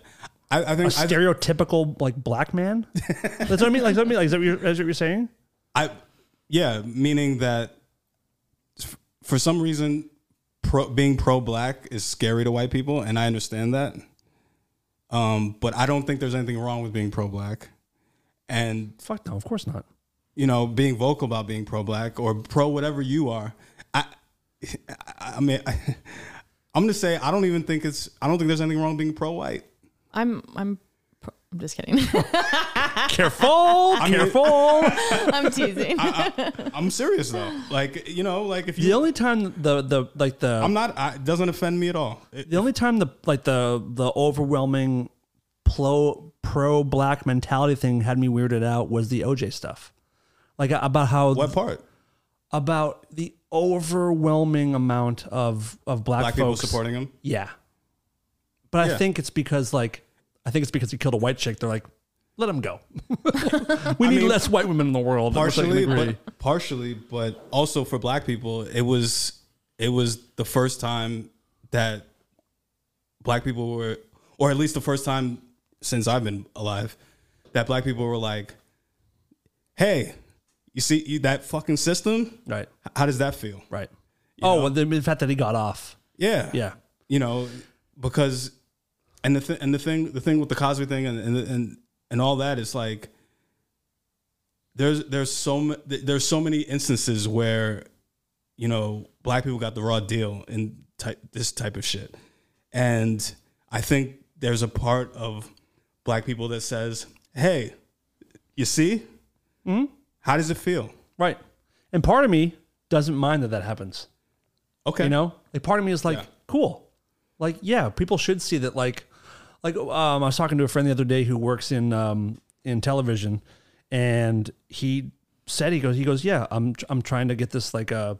Speaker 4: I, I
Speaker 2: a
Speaker 4: think I,
Speaker 2: stereotypical like black man, that's what I mean. Like, that's what I mean. Like, is that what you're, is that what you're saying?
Speaker 4: I yeah, meaning that f- for some reason, pro, being pro-black is scary to white people, and I understand that. Um, but I don't think there's anything wrong with being pro-black, and
Speaker 2: Fuck no, of course not.
Speaker 4: you know, being vocal about being pro-black or pro whatever you are. I, I, I mean, I, I'm gonna say I don't even think it's. I don't think there's anything wrong with being pro-white.
Speaker 3: I'm I'm pro- I'm just kidding.
Speaker 2: Careful, careful.
Speaker 3: I'm teasing.
Speaker 4: I'm serious though. Like you know, like if
Speaker 2: the
Speaker 4: you,
Speaker 2: only time the the like the
Speaker 4: I'm not. I, it doesn't offend me at all. It-
Speaker 2: the only time the like the the overwhelming pro pro black mentality thing had me weirded out was the OJ stuff, like about how
Speaker 4: what part?
Speaker 2: about the overwhelming amount of of black,
Speaker 4: Black people
Speaker 2: folks
Speaker 4: supporting him.
Speaker 2: Yeah, but I
Speaker 4: Yeah.
Speaker 2: think it's because like I think it's because he killed a white chick. They're like, let him go. we need less white women in the world. It looks like an
Speaker 4: partially,
Speaker 2: agree.
Speaker 4: but partially, but also for black people, it was it was the first time that black people were, or at least the first time since I've been alive, that black people were like, "Hey, you see you, that fucking system?
Speaker 2: right,
Speaker 4: How does that feel?"
Speaker 2: right. Oh, well, the, the fact that he got off.
Speaker 4: Yeah,
Speaker 2: Yeah.
Speaker 4: you know, because and the th- and the thing the thing with the Cosby thing and and and, and all that is like there's there's so ma- there's so many instances where you know black people got the raw deal in type this type of shit, and I think there's a part of black people that says, "Hey, you see,
Speaker 2: Hmm?
Speaker 4: how does it feel?"
Speaker 2: Right. And part of me doesn't mind that that happens.
Speaker 4: Okay,
Speaker 2: You know, like part of me is like,
Speaker 4: Yeah.
Speaker 2: cool. Like, yeah, people should see that. Like, like um, I was talking to a friend the other day who works in um, in television, and he said he goes, he goes, yeah, I'm I'm trying to get this like a,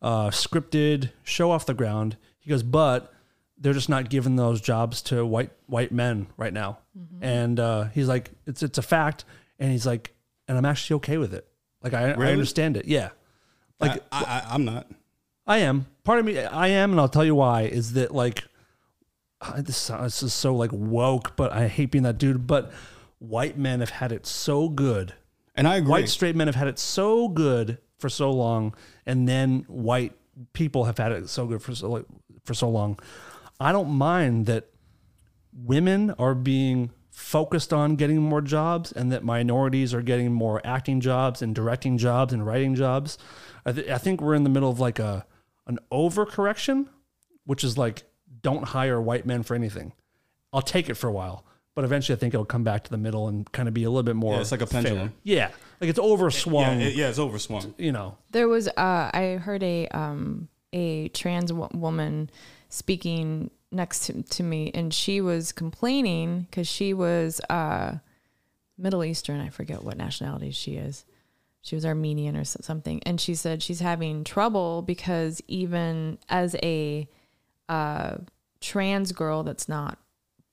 Speaker 2: uh scripted show off the ground. He goes, but they're just not giving those jobs to white white men right now. And uh, he's like, it's it's a fact, and he's like, and I'm actually okay with it. Like I, I
Speaker 4: Really?
Speaker 2: understand it. Yeah. Like
Speaker 4: I, I, I'm not.
Speaker 2: I am. Part of me, I am, and I'll tell you why. Is that like I- this? sounds- This is so like woke, but I hate being that dude. But white men have had it so good.
Speaker 4: And I agree.
Speaker 2: White straight men have had it so good for so long, and then white people have had it so good for so like, for so long. I don't mind that women are being focused on getting more jobs and that minorities are getting more acting jobs and directing jobs and writing jobs. I, th- I think we're in the middle of like a an overcorrection, which is like don't hire white men for anything. I'll take it for a while, but eventually I think it'll come back to the middle and kind of be a little bit more.
Speaker 4: Yeah, it's like a
Speaker 2: fair.
Speaker 4: pendulum.
Speaker 2: Yeah, like it's
Speaker 4: Yeah,
Speaker 2: overswung.
Speaker 4: it- yeah, it's overswung.
Speaker 2: you know,
Speaker 3: There was uh, I heard a um, a trans wo- woman speaking next to, to me, and she was complaining because she was uh, Middle Eastern. I forget what nationality she is. She was Armenian or so- something, and she said she's having trouble because even as a uh, trans girl that's not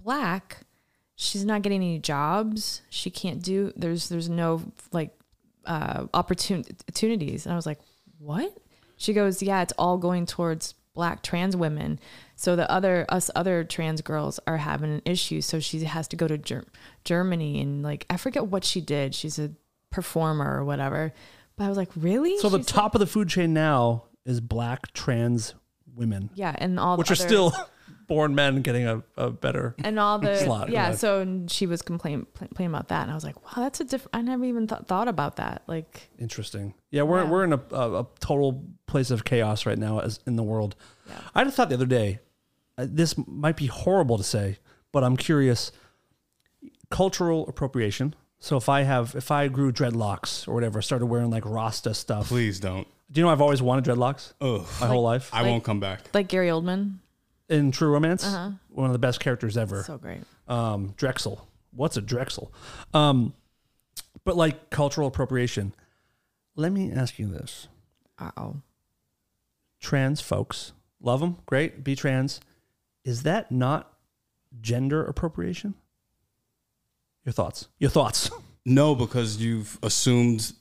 Speaker 3: black, she's not getting any jobs. She can't do. There's there's no like uh, opportun- opportunities. And I was like, what? She goes, yeah, it's all going towards black trans women. So the other us other trans girls are having an issue. So she has to go to Ger- Germany and like I forget what she did. She's a performer or whatever. But I was like, really?
Speaker 2: so the
Speaker 3: She's-
Speaker 2: top of the food chain now is black trans women,
Speaker 3: yeah, and all the
Speaker 2: which are
Speaker 3: other-
Speaker 2: still born men getting a, a better.
Speaker 3: and all the
Speaker 2: Slot,
Speaker 3: yeah.
Speaker 2: right.
Speaker 3: So and she was complaining complaining about that, and I was like, wow, that's a different. I never even th- thought about that. Like,
Speaker 2: Interesting. Yeah, we're
Speaker 3: Yeah.
Speaker 2: we're in a, a, a total place of chaos right now as in the world. I just thought the other day, uh, this might be horrible to say, but I'm curious. Cultural appropriation. So if I have if I grew dreadlocks or whatever, started wearing like Rasta stuff.
Speaker 4: Please don't.
Speaker 2: Do you know I've always wanted dreadlocks
Speaker 4: Ugh.
Speaker 2: my whole life?
Speaker 4: I won't come back.
Speaker 3: like Gary Oldman,
Speaker 2: in True Romance, one of the best characters ever.
Speaker 3: Uh-huh. so great.
Speaker 2: um, Drexel. What's a Drexel? Um, but like cultural appropriation. Let me ask you this.
Speaker 3: Uh oh.
Speaker 2: trans folks love them great be trans is that not gender appropriation your thoughts your thoughts
Speaker 4: No, because you've assumed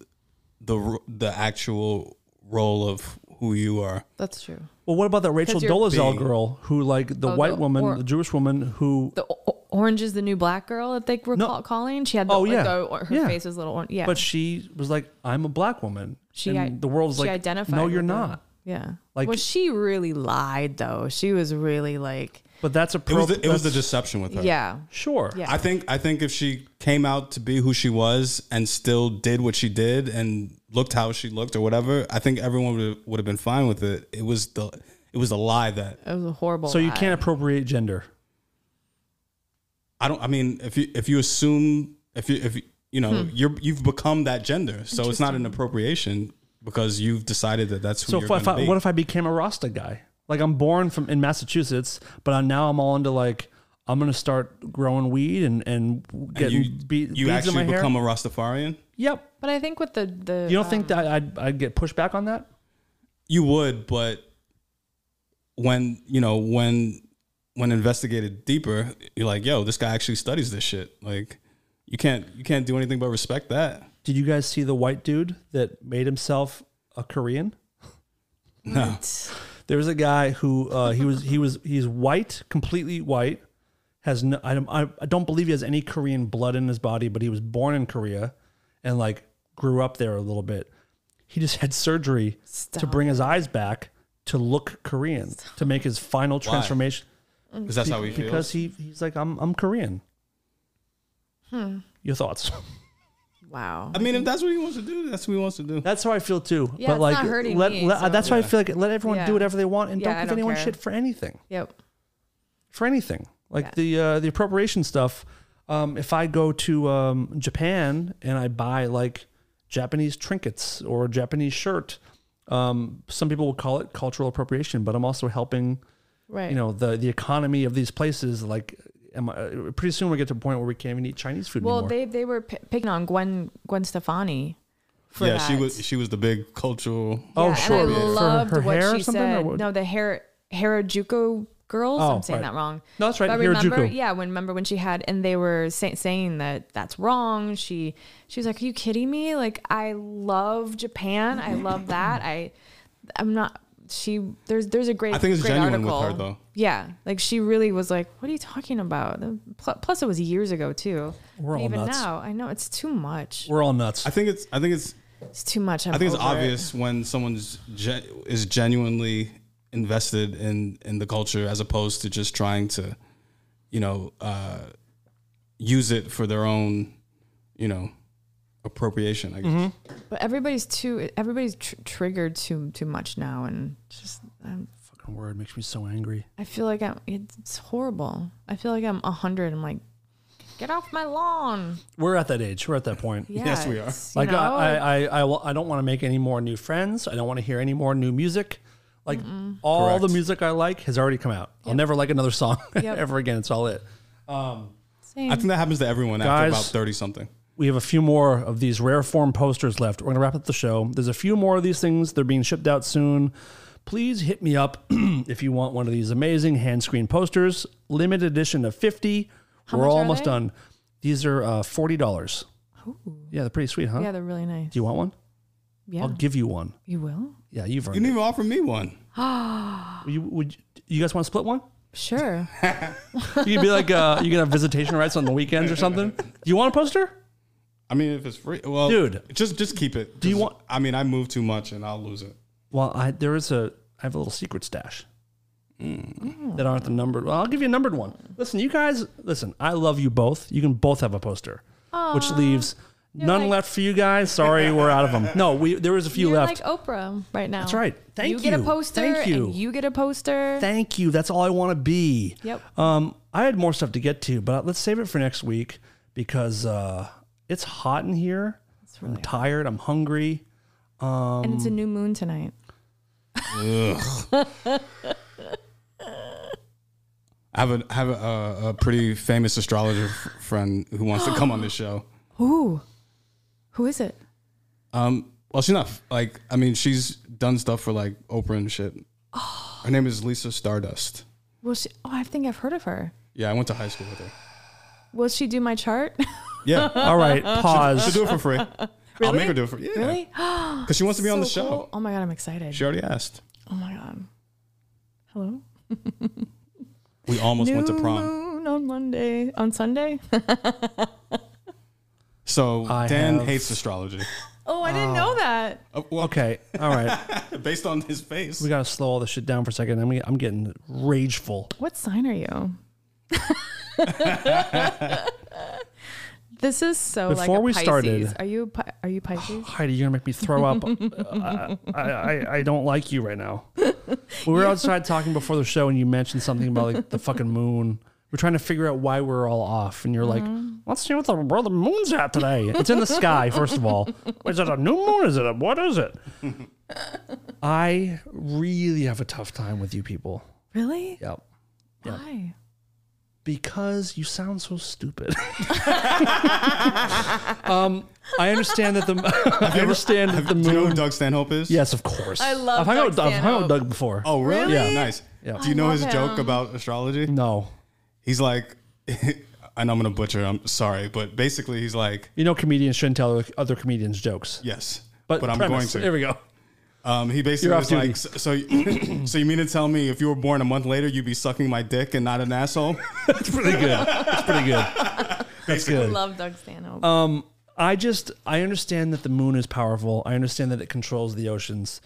Speaker 4: the r- the actual role of who you are.
Speaker 3: That's true.
Speaker 2: Well, what about that Rachel
Speaker 3: 'Cause you're-
Speaker 2: Dolezal
Speaker 4: Big.
Speaker 2: girl who, like, the
Speaker 3: Oh,
Speaker 2: white
Speaker 3: the
Speaker 2: woman,
Speaker 3: or-
Speaker 2: the Jewish woman who,
Speaker 3: The o- o- orange is the new black girl that they were
Speaker 2: No.
Speaker 3: call- calling. She had the,
Speaker 2: Oh,
Speaker 3: like,
Speaker 2: yeah.
Speaker 3: the or- her
Speaker 2: Yeah.
Speaker 3: face was a little orange. Yeah,
Speaker 2: but she was like, I'm a black woman.
Speaker 3: she
Speaker 2: and
Speaker 3: i-
Speaker 2: the world's
Speaker 3: she
Speaker 2: like,
Speaker 3: identified
Speaker 2: no, you're
Speaker 3: with her.
Speaker 2: not.
Speaker 3: Yeah,
Speaker 2: Like-
Speaker 3: like well, she really lied though. She was really like,
Speaker 2: But that's a
Speaker 4: It
Speaker 2: pro-
Speaker 4: was the, it was the
Speaker 2: that's-
Speaker 4: deception with her.
Speaker 3: yeah,
Speaker 2: Sure.
Speaker 3: Yeah.
Speaker 4: I think I think if she came out to be who she was and still did what she did and looked how she looked or whatever, I think everyone would would have been fine with it. It was the it was the lie that
Speaker 3: it was a horrible.
Speaker 2: So you
Speaker 3: lie.
Speaker 2: can't appropriate gender.
Speaker 4: I don't. I mean, if you if you assume if you if you, you know you're you've become that gender, so it's not an appropriation because you've decided that that's who
Speaker 2: So if,
Speaker 4: you're
Speaker 2: I- if
Speaker 4: going to
Speaker 2: I,
Speaker 4: be.
Speaker 2: what if I became a Rasta guy? Like I'm born from in Massachusetts, but I, now I'm all into like I'm gonna start growing weed and and
Speaker 4: And
Speaker 2: getting
Speaker 4: you
Speaker 2: be-
Speaker 4: you
Speaker 2: beads in my
Speaker 4: actually
Speaker 2: hair.
Speaker 4: become a Rastafarian?
Speaker 2: yep.
Speaker 3: But I think with the the
Speaker 2: You don't think that I'd, I'd get pushback on that?
Speaker 4: You would, but when you know when when investigated deeper, you're like, yo, this guy actually studies this shit. Like, you can't you can't do anything but respect that.
Speaker 2: Did you guys see the white dude that made himself a Korean?
Speaker 4: No,
Speaker 2: There was a guy who uh, he was he was he's white, completely white. Has no, I, don't- I I don't believe he has any Korean blood in his body, but he was born in Korea and like grew up there a little bit. He just had surgery to
Speaker 3: Stop
Speaker 2: bring his eyes back to look Korean to make his final transformation
Speaker 4: because that's how he feels.
Speaker 2: because he he's like I'm I'm Korean. Your thoughts?
Speaker 3: wow.
Speaker 4: I mean, if that's what he wants to do, that's what he wants to do.
Speaker 2: That's how I feel too.
Speaker 3: Yeah,
Speaker 2: but
Speaker 3: it's
Speaker 2: like,
Speaker 3: not hurting
Speaker 2: let,
Speaker 3: me,
Speaker 2: let-
Speaker 3: so-
Speaker 2: that's why I feel like let everyone
Speaker 3: Yeah.
Speaker 2: do whatever they want and
Speaker 3: Yeah,
Speaker 2: don't
Speaker 3: I
Speaker 2: give
Speaker 3: don't
Speaker 2: anyone
Speaker 3: care.
Speaker 2: shit for anything.
Speaker 3: Yep.
Speaker 2: for anything like
Speaker 3: Yeah.
Speaker 2: the uh, the appropriation stuff. Um, if I go to um, Japan and I buy like Japanese trinkets or a Japanese shirt, um, some people will call it cultural appropriation, but I'm also helping
Speaker 3: Right.
Speaker 2: you know the the economy of these places. Like, am I, pretty soon we get to a point where we can't even eat Chinese food
Speaker 3: Well,
Speaker 2: anymore.
Speaker 3: they they were p- picking on Gwen Gwen Stefani. For
Speaker 4: yeah, she
Speaker 3: that.
Speaker 4: was she was the big cultural.
Speaker 2: oh,
Speaker 3: Yeah,
Speaker 2: sure,
Speaker 3: And I
Speaker 2: for
Speaker 3: loved
Speaker 2: her
Speaker 3: what
Speaker 2: hair or
Speaker 3: she
Speaker 2: something, or
Speaker 3: said.
Speaker 2: what-
Speaker 3: No, the Har- Harajuku girls.
Speaker 2: Oh,
Speaker 3: I'm saying
Speaker 2: right.
Speaker 3: that wrong.
Speaker 2: No, that's right,
Speaker 3: But remember,
Speaker 2: Harajuku.
Speaker 3: yeah, when remember when she had, and they were say, saying that that's wrong. She she was like, "Are you kidding me? Like, I love Japan. I love that. I I'm not." She there's there's a great
Speaker 4: I think it's
Speaker 3: great
Speaker 4: genuine with
Speaker 3: article.
Speaker 4: her, though.
Speaker 3: Yeah, like she really was like, "What are you talking about?" Pl- Plus, it was years ago too.
Speaker 2: We're
Speaker 3: And
Speaker 2: all
Speaker 3: even
Speaker 2: nuts.
Speaker 3: now, I know it's too much.
Speaker 2: We're all nuts.
Speaker 4: I think it's I think it's
Speaker 3: It's too much. I'm
Speaker 4: I think it's
Speaker 3: over it.
Speaker 4: obvious when someone's gen- is genuinely invested in in the culture as opposed to just trying to, you know, uh, use it for their own, you know, appropriation. I guess.
Speaker 2: Mm-hmm.
Speaker 3: But everybody's too everybody's tr- triggered too too much now, and just I'm,
Speaker 2: Fucking word makes me so angry.
Speaker 3: I feel like I'm it's horrible. I feel like I'm a hundred. I'm like, get off my lawn.
Speaker 2: We're at that age. We're at that point.
Speaker 3: Yeah,
Speaker 4: Yes, we are.
Speaker 3: it's, you
Speaker 2: Like uh,
Speaker 3: know,
Speaker 2: I, I, I, I, will- I don't want to make any more new friends. I don't want to hear any more new music. Like all the
Speaker 4: Correct.
Speaker 2: music I like has already come out. I'll never like another song
Speaker 3: Yep.
Speaker 2: ever again. It's all it.
Speaker 3: same.
Speaker 4: I think that happens to everyone
Speaker 2: Guys-
Speaker 4: after about thirty something.
Speaker 2: We have a few more of these rare form posters left. We're gonna wrap up the show. There's a few more of these things. They're being shipped out soon. Please hit me up if you want one of these amazing hand screen posters. Limited edition of fifty. We're
Speaker 3: much are
Speaker 2: almost
Speaker 3: they?
Speaker 2: done. These are uh, forty dollars. Yeah, they're pretty sweet, huh?
Speaker 3: yeah, they're really nice.
Speaker 2: Do you want one?
Speaker 3: yeah,
Speaker 2: I'll give you one.
Speaker 3: you will.
Speaker 2: Yeah, you've earned
Speaker 4: You
Speaker 2: it.
Speaker 4: didn't even offer me one.
Speaker 2: You would you guys want to split one?
Speaker 3: Sure.
Speaker 2: You could be like uh, you can have visitation rights on the weekends or something. Do you want a poster?
Speaker 4: I mean, if it's free, well,
Speaker 2: Dude.
Speaker 4: just just keep it.
Speaker 2: Do you
Speaker 4: 'Cause,
Speaker 2: want-
Speaker 4: I mean, I move too much and I'll lose it.
Speaker 2: Well, I there is a I have a little secret stash
Speaker 3: Mm.
Speaker 2: that aren't the numbered. Well, I'll give you a numbered one. Listen, you guys, listen. I love you both. You can both have a poster, which leaves none
Speaker 3: like-
Speaker 2: left for you guys. Sorry, we're out of them. No, we there is a few
Speaker 3: You're
Speaker 2: left.
Speaker 3: like Oprah right now. That's
Speaker 2: right. Thank
Speaker 3: You get a
Speaker 2: you.
Speaker 3: poster.
Speaker 2: Thank you.
Speaker 3: And you get a poster.
Speaker 2: Thank you. That's all I want to be.
Speaker 3: Yep.
Speaker 2: Um, I had more stuff to get to, but let's save it for next week because uh, it's hot in here. I'm tired. I'm hungry.
Speaker 3: and it's a new moon tonight.
Speaker 4: I have a I have a, a, a pretty famous astrologer f- friend who wants to come on this show.
Speaker 3: Ooh, who is it?
Speaker 4: Um, well, she's not like I mean, she's done stuff for like Oprah and shit. Her name is Lisa Stardust.
Speaker 3: Will she? Oh, I think I've heard of her.
Speaker 4: Yeah, I went to high school with her.
Speaker 3: Will she do my chart?
Speaker 4: Yeah.
Speaker 2: All right,
Speaker 4: She'll
Speaker 2: pause.
Speaker 4: do it for free. I'll
Speaker 3: Really?
Speaker 4: make her do it for yeah.
Speaker 3: Really?
Speaker 4: Because she wants to be on the
Speaker 3: So
Speaker 4: show.
Speaker 3: cool. Oh my god, I'm excited.
Speaker 4: She already asked.
Speaker 3: Oh my god. Hello.
Speaker 4: We almost went to
Speaker 3: New
Speaker 4: prom.
Speaker 3: moon on Monday. On Sunday.
Speaker 4: So
Speaker 2: I
Speaker 4: Dan
Speaker 2: have-
Speaker 4: hates astrology.
Speaker 3: oh, I didn't know that.
Speaker 4: Uh, well,
Speaker 2: Okay, all right.
Speaker 4: based on his face.
Speaker 2: We gotta slow all this shit down for a second. I'm, I'm getting rageful.
Speaker 3: What sign are you? this is so
Speaker 2: Before
Speaker 3: like a
Speaker 2: we
Speaker 3: Pisces.
Speaker 2: started-
Speaker 3: Are you Pi- are you Pisces?
Speaker 2: Heidi, you're gonna make me throw up. I, I, I, I don't like you right now. We were outside talking before the show, and you mentioned something about like the fucking moon. We're trying to figure out why we're all off, and you're like, "Let's see what the where the moon's at today. It's in the sky, first of all. Is it a new moon? Is it a what is it?" I really have a tough time with you people.
Speaker 3: Really?
Speaker 2: Yep,
Speaker 3: Why?
Speaker 2: because you sound so stupid. um, I understand that the I understand that the
Speaker 4: Do you know
Speaker 2: moon.
Speaker 4: who Doug Stanhope is?
Speaker 2: Yes, of course.
Speaker 3: I love
Speaker 2: I've hung out
Speaker 3: Doug
Speaker 2: with Doug, I've hung out with
Speaker 3: Stanhope.
Speaker 2: Doug before.
Speaker 4: Oh, really?
Speaker 3: Really?
Speaker 4: Yeah, nice.
Speaker 2: Yeah.
Speaker 4: Do you know
Speaker 3: love
Speaker 4: his joke
Speaker 3: him.
Speaker 4: about astrology?
Speaker 2: no,
Speaker 4: He's like, and I'm gonna butcher. I'm sorry, but basically, he's like,
Speaker 2: you know comedians shouldn't tell other comedians jokes.
Speaker 4: yes,
Speaker 2: But,
Speaker 4: but, I'm going
Speaker 2: premise,
Speaker 4: to.
Speaker 2: There we go.
Speaker 4: Um, he
Speaker 2: You're
Speaker 4: basically
Speaker 2: off
Speaker 4: was
Speaker 2: duty.
Speaker 4: like, so, so you- so you mean to tell me if you were born a month later, you'd be sucking my dick and not an asshole?
Speaker 2: It's pretty good. It's pretty good. That's
Speaker 3: I
Speaker 2: good.
Speaker 3: love Doug Stanhope.
Speaker 4: Um,
Speaker 2: I just I understand that the moon is powerful. I understand that it controls the oceans.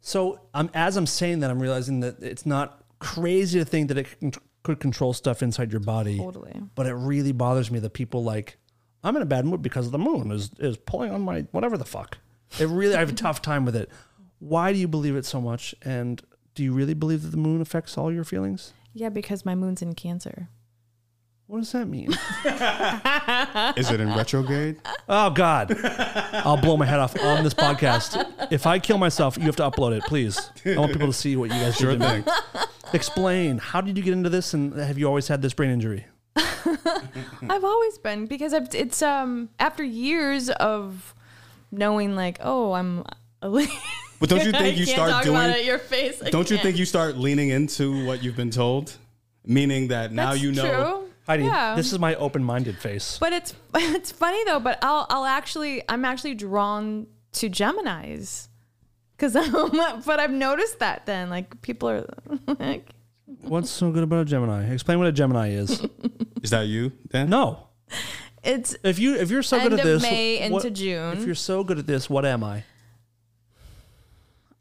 Speaker 2: So I'm as I'm saying that I'm realizing that it's not crazy to think that it can, could control stuff inside your body.
Speaker 3: Totally.
Speaker 2: But it really bothers me that people like I'm in a bad mood because the moon is is pulling on my whatever the fuck. It really I have a tough time with it. Why do you believe it so much? And do you really believe that the moon affects all your feelings?
Speaker 3: yeah, because my moon's in Cancer.
Speaker 2: What does that mean?
Speaker 4: Is it in retrograde?
Speaker 2: Oh God, I'll blow my head off on this podcast. If I kill myself, you have to upload it, please. I want people to see what you guys
Speaker 4: Sure
Speaker 2: did. to me.
Speaker 4: thing.
Speaker 2: Explain how did you get into this, and have you always had this brain injury?
Speaker 4: Hmm.
Speaker 3: I've always been because I've, it's um after years of knowing like oh I'm.
Speaker 4: But don't you
Speaker 3: I
Speaker 4: think you
Speaker 3: can't
Speaker 4: start
Speaker 3: talk about it.
Speaker 4: doing?
Speaker 3: Your face. I
Speaker 4: Don't you
Speaker 3: can't.
Speaker 4: think you start leaning into what you've been told? Meaning that now
Speaker 3: That's
Speaker 4: you know.
Speaker 3: True.
Speaker 2: Heidi,
Speaker 3: yeah.
Speaker 2: this is my open-minded face.
Speaker 3: But it's it's funny though. But I'll I'll actually I'm actually drawn to Gemini's because I'm. But I've noticed that then like people are like
Speaker 2: What's so good about a Gemini? Explain what a Gemini is.
Speaker 4: Is that you, Dan?
Speaker 2: no,
Speaker 3: it's
Speaker 2: if you if you're so
Speaker 3: End
Speaker 2: good at
Speaker 3: of
Speaker 2: this,
Speaker 3: May
Speaker 2: what-
Speaker 3: into June.
Speaker 2: If you're so good at this, what am I?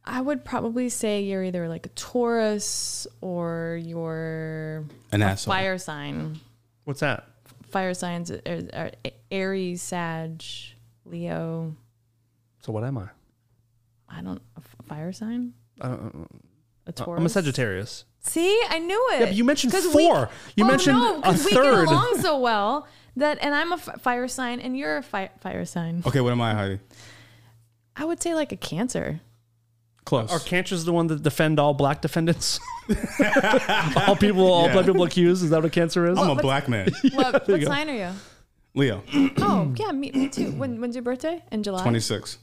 Speaker 3: I would probably say you're either like a Taurus or you're
Speaker 4: An asshole.
Speaker 3: fire sign.
Speaker 2: What's that?
Speaker 3: Fire signs are, are Aries, Sag, Leo.
Speaker 2: So what am I?
Speaker 3: I don't a f- fire sign. A Taurus.
Speaker 2: uh, I'm a Sagittarius.
Speaker 3: See, I knew it.
Speaker 2: Yeah, but you mentioned
Speaker 3: 'Cause
Speaker 2: four. You
Speaker 3: well,
Speaker 2: mentioned
Speaker 3: no,
Speaker 2: a
Speaker 3: 'cause We
Speaker 2: third.
Speaker 3: get along so well that, and I'm a f- fire sign, and you're a fi- fire sign.
Speaker 4: Okay, what am I, Heidi?
Speaker 3: I would say like a Cancer.
Speaker 4: Close.
Speaker 2: Are Cancer's the one that defend all black defendants? all people, all
Speaker 4: Yeah. Oh,
Speaker 2: black people accused. Is that what Cancer is?
Speaker 4: I'm a black man.
Speaker 3: What, what sign are you?
Speaker 4: Leo,
Speaker 3: Oh, yeah, me, me too. When, when's your birthday? In July
Speaker 4: 26.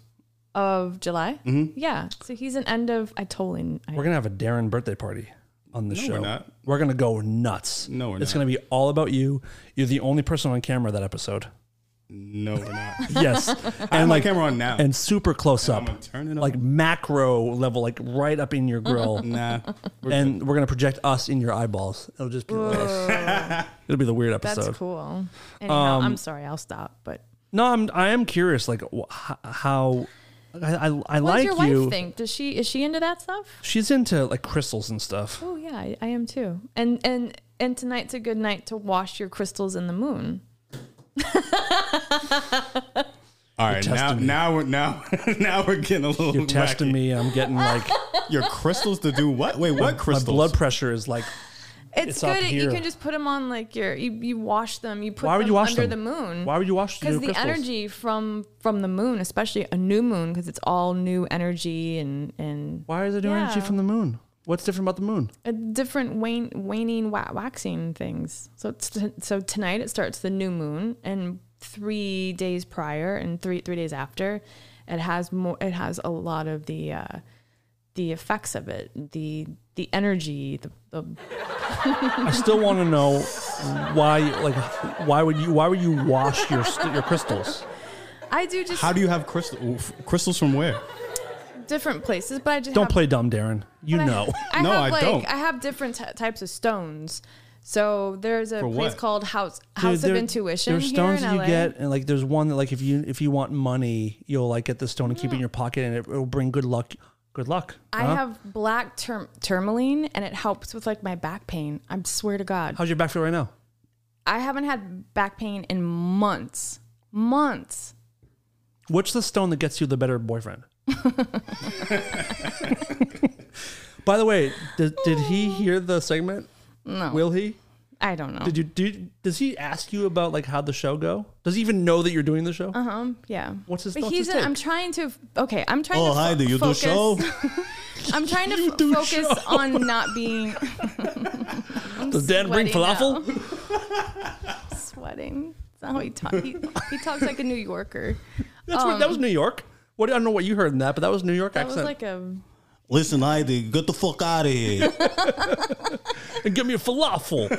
Speaker 3: of July.
Speaker 2: Mm-hmm.
Speaker 3: Yeah, so he's an end of. I totally. I,
Speaker 2: We're gonna have a Darren birthday party on the show.
Speaker 4: we're not.
Speaker 2: We're gonna go nuts.
Speaker 4: No, we're
Speaker 2: it's
Speaker 4: not.
Speaker 2: gonna be all about you. You're the only person on camera that episode.
Speaker 4: No, we're not.
Speaker 2: Yes,
Speaker 4: I have
Speaker 2: and
Speaker 4: my
Speaker 2: like
Speaker 4: camera on now.
Speaker 2: and super close
Speaker 4: I'm
Speaker 2: up,
Speaker 4: gonna turn it on.
Speaker 2: like macro level, like right up in your grill,
Speaker 4: nah. We're
Speaker 2: and we're gonna project us in your eyeballs. It'll just be like, it'll be the weird episode. Um,
Speaker 3: that's cool. Anyhow, I'm sorry. I'll stop. But
Speaker 2: No, I'm I am curious, like wh- h- how. I, I, I
Speaker 3: what does
Speaker 2: like
Speaker 3: your wife
Speaker 2: you.
Speaker 3: think? Does she is she into that stuff?
Speaker 2: She's into like crystals and stuff.
Speaker 3: Oh yeah, I, I am too. And and and tonight's a good night to wash your crystals in the moon.
Speaker 4: All right, now
Speaker 2: testing me.
Speaker 4: now we're now now we're getting a little.
Speaker 2: You're testing
Speaker 4: wacky.
Speaker 2: me. I'm getting like
Speaker 4: Your crystals to do what? Wait, what
Speaker 2: my
Speaker 4: crystals?
Speaker 2: blood pressure is like.
Speaker 3: It's,
Speaker 2: It's up
Speaker 3: good. You
Speaker 2: here.
Speaker 3: can just put them on like your you, you wash them. You put
Speaker 2: Why would
Speaker 3: them
Speaker 2: you wash
Speaker 3: under
Speaker 2: them?
Speaker 3: the moon.
Speaker 2: Why would you wash
Speaker 3: Because
Speaker 2: your
Speaker 3: the
Speaker 2: crystals?
Speaker 3: energy from from the moon, especially a new moon, because it's all new energy and and
Speaker 2: Why is there new energy
Speaker 3: Yeah.
Speaker 2: from the moon? What's different about the moon?
Speaker 3: uh, different wane, waning wa- waxing things. So it's t- so tonight it starts the new moon, and three days prior and three three days after, it has more. It has a lot of the uh, the effects of it. The the energy, the, the
Speaker 2: I still want to know why, like, why would you, why would you wash your st- your crystals?
Speaker 3: I do just
Speaker 4: How do you have crystal, oof, crystals from where?
Speaker 3: different places, but I just
Speaker 2: Don't
Speaker 3: have-
Speaker 2: play dumb, Darren. You
Speaker 3: but I-
Speaker 2: know.
Speaker 3: I,
Speaker 4: No,
Speaker 3: have
Speaker 4: I
Speaker 3: like
Speaker 4: don't.
Speaker 3: I have different ty types of stones. So there's a
Speaker 4: For
Speaker 3: place
Speaker 4: what?
Speaker 3: called House
Speaker 2: Dude,
Speaker 3: House
Speaker 2: there-
Speaker 3: of Intuition.
Speaker 2: There's
Speaker 3: here
Speaker 2: stones
Speaker 3: in
Speaker 2: that you
Speaker 3: LA.
Speaker 2: get, and like there's one that like if you if you want money, you'll like get the stone and keep it in your pocket, and it, will bring good luck. Good luck.
Speaker 3: I
Speaker 2: huh?
Speaker 3: have black tur- tourmaline, and it helps with like my back pain. I swear to God,
Speaker 2: How's your back feel right now?
Speaker 3: I haven't had back pain in months, months.
Speaker 2: What's the stone that gets you the better boyfriend? By the way, did, did he hear the segment? No. Will he?
Speaker 3: I don't know.
Speaker 2: Did you do? Does he ask you about like how the show go? Does he even know that you're doing the show?
Speaker 3: Uh-huh. yeah.
Speaker 2: What's his
Speaker 3: But
Speaker 2: thoughts,
Speaker 3: he's.
Speaker 2: his
Speaker 3: in- I'm
Speaker 2: take?
Speaker 3: trying to. Okay, I'm trying
Speaker 4: Oh,
Speaker 3: to.
Speaker 4: hi, do you do
Speaker 3: focus.
Speaker 4: show?
Speaker 3: I'm trying to f-
Speaker 2: do
Speaker 3: focus
Speaker 2: show.
Speaker 3: on not being
Speaker 2: Does Dad bring falafel?
Speaker 3: sweating sweating. That's not how he talks. He, he talks like a New Yorker.
Speaker 2: That's what, that was New York. What I don't know what you heard in that, but that was New York
Speaker 3: Um, That was
Speaker 2: accent.
Speaker 3: like a.
Speaker 4: Listen, Heidi, get the fuck out of here.
Speaker 2: and give me a falafel.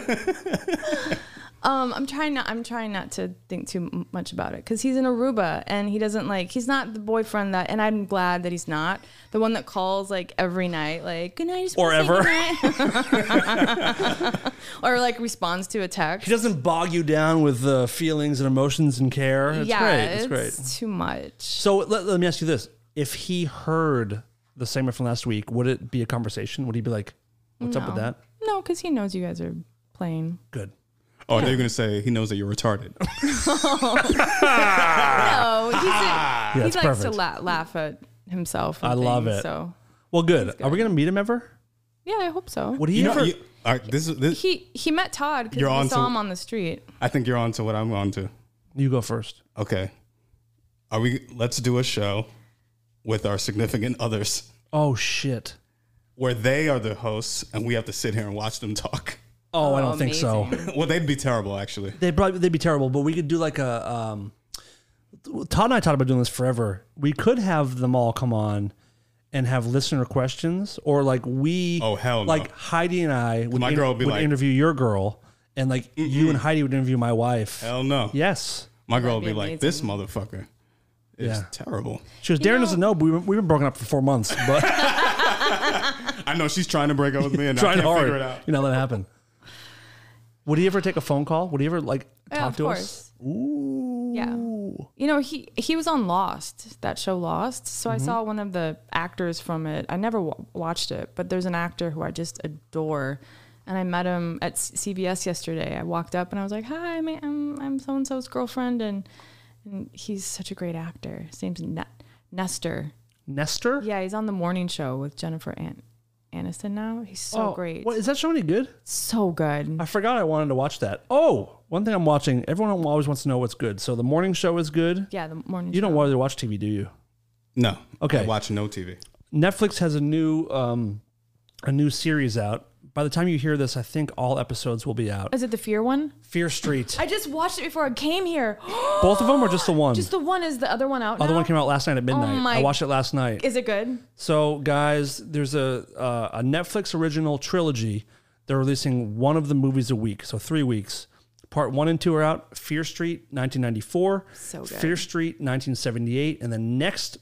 Speaker 3: Um, I'm trying not. I'm trying not to think too m- much about it because he's in Aruba and he doesn't like. He's not the boyfriend that, and I'm glad that he's not the one that calls like every night, like good night, I just wanna
Speaker 2: Or
Speaker 3: say
Speaker 2: ever.
Speaker 3: goodnight." or like responds to a text.
Speaker 2: he doesn't bog you down with uh, feelings and emotions and care. It's
Speaker 3: yeah,
Speaker 2: great. It's, great.
Speaker 3: it's too much.
Speaker 2: So let, let me ask you this: If he heard the segment from last week, would it be a conversation? Would he be like, "What's up with that?"
Speaker 3: No, because he knows you guys are playing.
Speaker 2: Good.
Speaker 4: Oh, they're going to say he knows that you're retarded.
Speaker 3: No, he's a, Oh, he
Speaker 2: Ah. it's
Speaker 3: likes to
Speaker 2: perfect.
Speaker 3: la- laugh at himself. and
Speaker 2: I love
Speaker 3: things,
Speaker 2: it.
Speaker 3: So
Speaker 2: Well, good. Are we gonna meet him ever?
Speaker 3: yeah, I hope so.
Speaker 2: Would he
Speaker 4: You know,
Speaker 2: ever?
Speaker 4: you- all right, this is, this,
Speaker 3: he he met Todd because
Speaker 4: You're
Speaker 3: he
Speaker 4: on
Speaker 3: saw
Speaker 4: to-
Speaker 3: him on the street.
Speaker 4: I think you're on to what I'm on to.
Speaker 2: you go first.
Speaker 4: Okay. Are we, let's do a show with our significant others
Speaker 2: Oh shit.
Speaker 4: where they are the hosts and we have to sit here and watch them talk.
Speaker 2: Oh, I don't think so.
Speaker 3: amazing.
Speaker 4: Well, they'd be terrible, actually.
Speaker 2: They'd probably they'd be terrible, but we could do like a um Todd and I talked about doing this forever. We could have them all come on and have listener questions or like we
Speaker 4: Oh, hell no.
Speaker 2: like Heidi and I would,
Speaker 4: My
Speaker 2: inter-
Speaker 4: girl would be
Speaker 2: would
Speaker 4: like-
Speaker 2: interview your girl and like you and Heidi would interview my wife.
Speaker 4: Hell no.
Speaker 2: Yes.
Speaker 4: My girl would be,
Speaker 3: That'd be
Speaker 4: like, this motherfucker is
Speaker 2: Yeah.
Speaker 4: terrible.
Speaker 2: She goes, Darren doesn't know, but we- we've been broken up for four months, but
Speaker 4: I know she's trying to break up with me and I
Speaker 2: trying
Speaker 4: can't
Speaker 2: hard.
Speaker 4: figure it out.
Speaker 2: You know, that happened. Would he ever take a phone call? Would he ever like
Speaker 3: Yeah,
Speaker 2: talk
Speaker 3: Oh, of
Speaker 2: to us?
Speaker 3: course. Yeah. You know, he he was on Lost, that show Lost. So
Speaker 2: Mm-hmm.
Speaker 3: I saw one of the actors from it. I never w- watched it, but there's an actor who I just adore. And I met him at C- CVS yesterday. I walked up and I was like, "Hi, I'm I'm, I'm so and so's girlfriend," and and he's such a great actor. His name's ne- Nestor.
Speaker 2: Nestor?
Speaker 3: Yeah, he's on the morning show with Jennifer An- Aniston now. He's so
Speaker 2: Oh,
Speaker 3: great,
Speaker 2: What, is that show any good?
Speaker 3: so good.
Speaker 2: I forgot I wanted to watch that. Oh, one thing I'm watching. Everyone always wants to know what's good. So the morning show is good.
Speaker 3: Yeah, the morning.
Speaker 2: You don't want to watch TV, do you?
Speaker 4: No.
Speaker 2: Okay.
Speaker 4: I watch no TV.
Speaker 2: Netflix has a new um, a new series out. By the time you hear this, I think all episodes will be out.
Speaker 3: Is it the Fear one?
Speaker 2: Fear Street.
Speaker 3: I just watched it before I came here.
Speaker 2: Both of them or just the one?
Speaker 3: Just the one is the other one out.
Speaker 2: other
Speaker 3: now?
Speaker 2: one came out last night at midnight.
Speaker 3: Oh my-
Speaker 2: I watched it last night.
Speaker 3: Is it good?
Speaker 2: So, guys, there's a uh, a Netflix original trilogy. They're releasing one of the movies a week, so three weeks. Part one and two are out. Fear Street, 1994.
Speaker 3: So good.
Speaker 2: Fear Street, 1978, and then next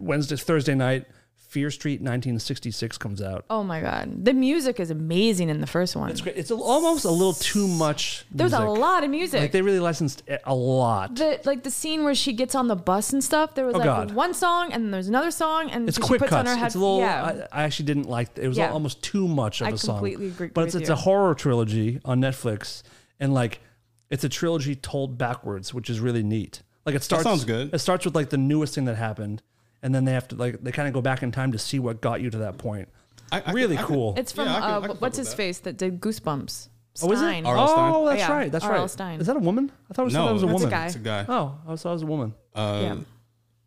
Speaker 2: Wednesday, Thursday night, Fear Street, 1966 comes out.
Speaker 3: Oh my god, the music is amazing in the first one.
Speaker 2: It's great. It's a, almost a little too much.
Speaker 3: There's a
Speaker 2: music.
Speaker 3: lot of music.
Speaker 2: Like they really licensed it a lot.
Speaker 3: the like the scene where she gets on the bus and stuff. There was
Speaker 2: Oh,
Speaker 3: like
Speaker 2: God.
Speaker 3: one song and then there's another song and
Speaker 2: it's
Speaker 3: she
Speaker 2: quick
Speaker 3: puts on
Speaker 2: cuts.
Speaker 3: her head.
Speaker 2: It's a little.
Speaker 3: yeah.
Speaker 2: I, I actually didn't like. It was
Speaker 3: Yeah.
Speaker 2: almost too much of
Speaker 3: I
Speaker 2: a song.
Speaker 3: completely agree
Speaker 2: But it's
Speaker 3: with
Speaker 2: it's
Speaker 3: you.
Speaker 2: a horror trilogy on Netflix, and like it's a trilogy told backwards, which is really neat. Like it starts.
Speaker 4: sounds good.
Speaker 2: It starts with like the newest thing that happened, and then they have to like they kind of go back in time to see what got you to that point.
Speaker 4: I, I-
Speaker 2: really
Speaker 4: I-
Speaker 2: cool.
Speaker 3: it's from
Speaker 4: Yeah, I could- I
Speaker 3: uh,
Speaker 4: could fuck
Speaker 3: what's
Speaker 4: with
Speaker 3: his
Speaker 4: that.
Speaker 3: face that did Goosebumps.
Speaker 2: oh, is
Speaker 3: Stein.
Speaker 2: it?
Speaker 4: R.L. Stein.
Speaker 2: Oh, that's
Speaker 3: Yeah,
Speaker 2: right. That's
Speaker 3: R.L.
Speaker 2: right.
Speaker 3: Stein.
Speaker 2: Is that a woman? I thought we said
Speaker 4: No,
Speaker 2: Oh, that was a
Speaker 4: it's
Speaker 2: woman.
Speaker 3: guy.
Speaker 4: It's a guy.
Speaker 2: Oh, I thought it was a woman.
Speaker 4: uh,
Speaker 3: yeah.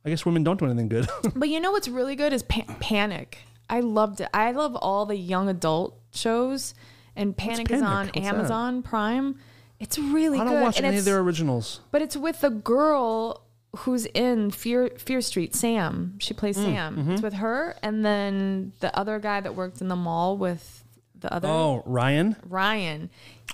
Speaker 2: I guess women don't do anything good.
Speaker 3: But you know what's really good is pa- Panic. I loved it. I love all the young adult shows, and Panic, is
Speaker 2: Panic?
Speaker 3: on
Speaker 2: What's that?
Speaker 3: Amazon Prime. It's really
Speaker 2: I
Speaker 3: good.
Speaker 2: don't watch
Speaker 3: and
Speaker 2: any
Speaker 3: it's,
Speaker 2: of their originals.
Speaker 3: But it's with the girl who's in Fear Fear Street, Sam. She plays
Speaker 2: Mm,
Speaker 3: Sam.
Speaker 2: mm-hmm.
Speaker 3: It's with her and then the other guy that worked in the mall with the other
Speaker 2: Oh, Ryan.
Speaker 3: Ryan.